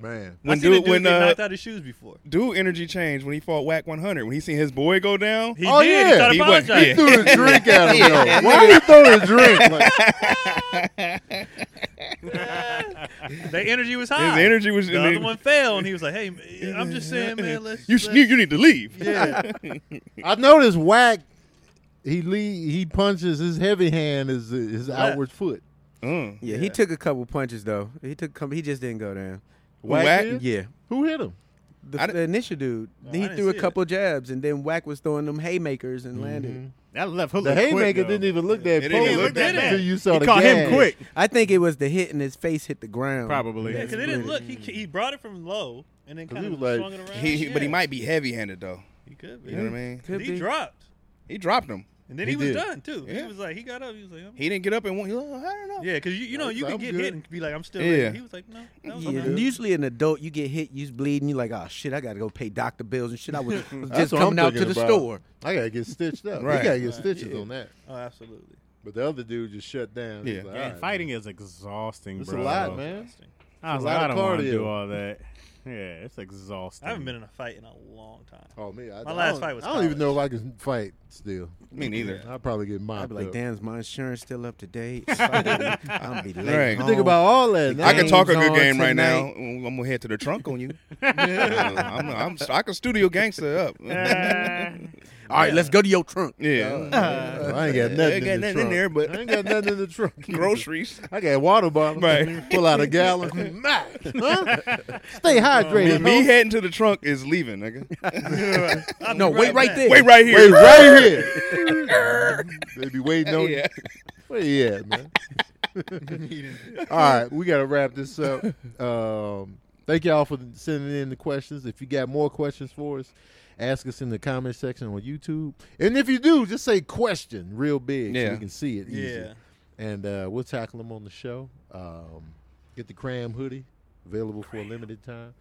[SPEAKER 3] Man.
[SPEAKER 2] When
[SPEAKER 4] I seen a
[SPEAKER 2] dude,
[SPEAKER 4] dude
[SPEAKER 2] when
[SPEAKER 4] get
[SPEAKER 2] uh,
[SPEAKER 4] knocked out his shoes before.
[SPEAKER 2] dude, energy changed when he fought Whack 100. When he seen his boy go down,
[SPEAKER 4] He
[SPEAKER 3] Oh,
[SPEAKER 4] did.
[SPEAKER 3] yeah.
[SPEAKER 4] He started
[SPEAKER 2] He wasn't-
[SPEAKER 4] apologizing.
[SPEAKER 2] yeah.
[SPEAKER 3] Threw the drink at him, though. Why you throw the drink? Like,
[SPEAKER 4] Their energy was
[SPEAKER 2] his
[SPEAKER 4] high.
[SPEAKER 2] energy was.
[SPEAKER 4] The other one fell, and he was like, "Hey, man, I'm just saying, man, let's."
[SPEAKER 2] you,
[SPEAKER 4] let
[SPEAKER 2] you you need to leave.
[SPEAKER 3] yeah. I noticed Whack, he lead, he punches his heavy hand is his outward foot.
[SPEAKER 2] Mm.
[SPEAKER 1] Yeah, he took a couple punches though. He took a couple, he just didn't go down.
[SPEAKER 3] Whack,
[SPEAKER 2] Whack?
[SPEAKER 3] did?
[SPEAKER 1] Yeah.
[SPEAKER 3] Who hit him?
[SPEAKER 2] I
[SPEAKER 1] The,
[SPEAKER 2] di-
[SPEAKER 1] the initial dude,
[SPEAKER 4] No, I
[SPEAKER 1] he
[SPEAKER 4] didn't
[SPEAKER 1] threw a
[SPEAKER 4] see it.
[SPEAKER 1] couple jabs, and then Whack was throwing them haymakers and landed.
[SPEAKER 5] That left hook.
[SPEAKER 3] The
[SPEAKER 5] looked quick,
[SPEAKER 3] haymaker
[SPEAKER 5] though.
[SPEAKER 3] didn't even look that
[SPEAKER 2] It
[SPEAKER 3] close
[SPEAKER 2] didn't even look that
[SPEAKER 3] until
[SPEAKER 2] bad.
[SPEAKER 3] you saw
[SPEAKER 5] He
[SPEAKER 3] the
[SPEAKER 5] caught him
[SPEAKER 3] gas.
[SPEAKER 5] quick,
[SPEAKER 1] I think it was the hit, and his face hit the ground.
[SPEAKER 5] probably.
[SPEAKER 4] Yeah, because it didn't look. He,
[SPEAKER 2] Mm.
[SPEAKER 4] he brought it from low and then
[SPEAKER 3] 'Cause
[SPEAKER 4] kind
[SPEAKER 3] he
[SPEAKER 4] of
[SPEAKER 3] was like-
[SPEAKER 4] swung it around.
[SPEAKER 2] He, he- but he
[SPEAKER 4] Yeah.
[SPEAKER 2] might be heavy handed though.
[SPEAKER 4] He could be.
[SPEAKER 2] You know what I mean?
[SPEAKER 1] Could
[SPEAKER 4] He
[SPEAKER 1] be.
[SPEAKER 4] dropped,
[SPEAKER 2] He dropped him.
[SPEAKER 4] and then
[SPEAKER 3] He
[SPEAKER 4] he, was
[SPEAKER 3] did.
[SPEAKER 4] done too. He
[SPEAKER 2] Yeah.
[SPEAKER 4] was like, he got up. He was like, I'm,
[SPEAKER 2] He didn't get up and went. he was like, I don't know.
[SPEAKER 4] yeah, because you, you know
[SPEAKER 3] Like,
[SPEAKER 4] you can
[SPEAKER 3] I'm
[SPEAKER 4] get
[SPEAKER 3] good.
[SPEAKER 4] hit and be like, I'm still.
[SPEAKER 2] Yeah.
[SPEAKER 4] Here. He was like, no, that was
[SPEAKER 1] Yeah,
[SPEAKER 4] fine."
[SPEAKER 1] usually an adult, you get hit, you bleeding, you like, oh shit, I gotta go pay doctor bills and shit. I was was
[SPEAKER 3] That's
[SPEAKER 1] just
[SPEAKER 3] what I'm
[SPEAKER 1] coming out to the
[SPEAKER 3] thinking about.
[SPEAKER 1] store.
[SPEAKER 3] I gotta get stitched up. Right.
[SPEAKER 2] Right.
[SPEAKER 3] You gotta get stitches on that.
[SPEAKER 4] Oh, absolutely.
[SPEAKER 3] But the other dude just shut down. He's
[SPEAKER 2] Yeah.
[SPEAKER 3] like,
[SPEAKER 5] Yeah,
[SPEAKER 3] all right,
[SPEAKER 5] fighting is exhausting,
[SPEAKER 3] It's a
[SPEAKER 5] bro.
[SPEAKER 3] lot, man.
[SPEAKER 5] I
[SPEAKER 3] It's a
[SPEAKER 5] was like,
[SPEAKER 3] lot
[SPEAKER 5] I
[SPEAKER 3] of
[SPEAKER 5] don't want to
[SPEAKER 3] cardio.
[SPEAKER 5] do all that. Yeah, it's exhausting.
[SPEAKER 4] I haven't been in a fight in a long time.
[SPEAKER 3] Oh me, I,
[SPEAKER 4] My
[SPEAKER 3] I
[SPEAKER 4] last
[SPEAKER 3] don't-
[SPEAKER 4] fight was
[SPEAKER 3] I don't even know if I can fight still.
[SPEAKER 2] Me neither.
[SPEAKER 3] I'll probably get mobbed.
[SPEAKER 1] I'd be like,
[SPEAKER 3] up.
[SPEAKER 1] damn, is my insurance still up to date? If I didn't, I'm be late.
[SPEAKER 2] Right.
[SPEAKER 3] You
[SPEAKER 1] home.
[SPEAKER 3] think about all that.
[SPEAKER 2] I can
[SPEAKER 1] Game's
[SPEAKER 3] now.
[SPEAKER 2] talk a good
[SPEAKER 1] on
[SPEAKER 2] game right now.
[SPEAKER 1] tonight.
[SPEAKER 2] I'm gonna head to the trunk on you. I'm, I'm, I can studio gangster up. yeah,
[SPEAKER 1] all right, let's go to your trunk.
[SPEAKER 3] Well, I ain't got nothing,
[SPEAKER 2] I ain't got
[SPEAKER 3] in, the
[SPEAKER 2] nothing in
[SPEAKER 3] trunk.
[SPEAKER 2] there, but-
[SPEAKER 3] I ain't got nothing in the trunk.
[SPEAKER 2] groceries.
[SPEAKER 3] I got water bottle.
[SPEAKER 2] Right.
[SPEAKER 3] Pull out a gallon. Nah, huh? Stay hydrated.
[SPEAKER 2] me
[SPEAKER 3] homie.
[SPEAKER 2] heading to the trunk is leaving, nigga.
[SPEAKER 1] No, wait right there.
[SPEAKER 2] Wait right
[SPEAKER 3] Wait
[SPEAKER 2] here.
[SPEAKER 3] right here. they be waiting on you.
[SPEAKER 2] Yeah.
[SPEAKER 3] Where you at, man? All right, we got to wrap this up. Um, thank y'all for sending in the questions. If you got more questions for us, ask us in the comment section on YouTube. And if you do, just say question real big so
[SPEAKER 2] Yeah.
[SPEAKER 3] we can see it easy.
[SPEAKER 4] Yeah.
[SPEAKER 3] And uh, we'll tackle them on the show. Um, get the cram hoodie available for a limited time.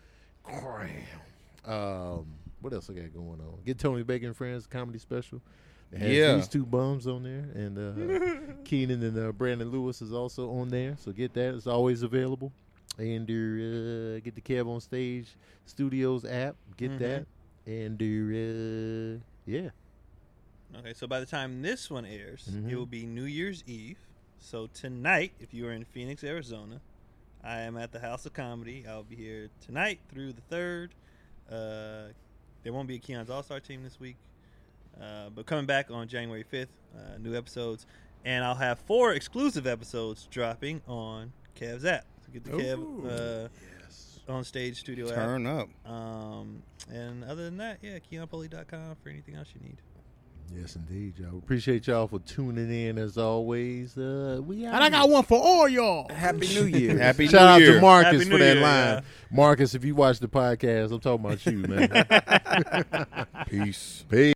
[SPEAKER 3] Cram. Um, what else I got going on? Get Tony Bacon and Friends comedy special. It has
[SPEAKER 2] Yeah.
[SPEAKER 3] these two bums on there, and uh, Keenan and uh, Brandon Lewis is also on there. So get that; it's always available. And your, uh, get the Kev on Stage Studios app. Get
[SPEAKER 4] Mhm.
[SPEAKER 3] that. And your, uh, yeah,
[SPEAKER 4] Okay, so by the time this one airs,
[SPEAKER 3] Mhm.
[SPEAKER 4] it will be New Year's Eve. So tonight, if you are in Phoenix, Arizona, I am at the House of Comedy. I'll be here tonight through the third. Uh, there won't be a Keon's All Star team this week, uh, but coming back on January fifth, uh, new episodes, and I'll have four exclusive episodes dropping on Kev's app. So get the
[SPEAKER 5] Ooh.
[SPEAKER 4] Kev uh, on stage studio app.
[SPEAKER 2] Turn up.
[SPEAKER 4] Um, and other than that, yeah, KeonPoly.com for anything else you need.
[SPEAKER 3] yes, indeed, y'all. Appreciate y'all for tuning in as always. Uh, we out.
[SPEAKER 5] and I got one for all y'all.
[SPEAKER 1] Happy New Year.
[SPEAKER 2] Happy
[SPEAKER 3] Shout out
[SPEAKER 2] New Year.
[SPEAKER 3] to Marcus
[SPEAKER 4] Happy
[SPEAKER 3] for
[SPEAKER 4] New
[SPEAKER 3] that
[SPEAKER 4] Year,
[SPEAKER 3] line.
[SPEAKER 4] yeah.
[SPEAKER 3] Marcus, if you watch the podcast, I'm talking about you, man.
[SPEAKER 2] Peace.
[SPEAKER 3] Peace.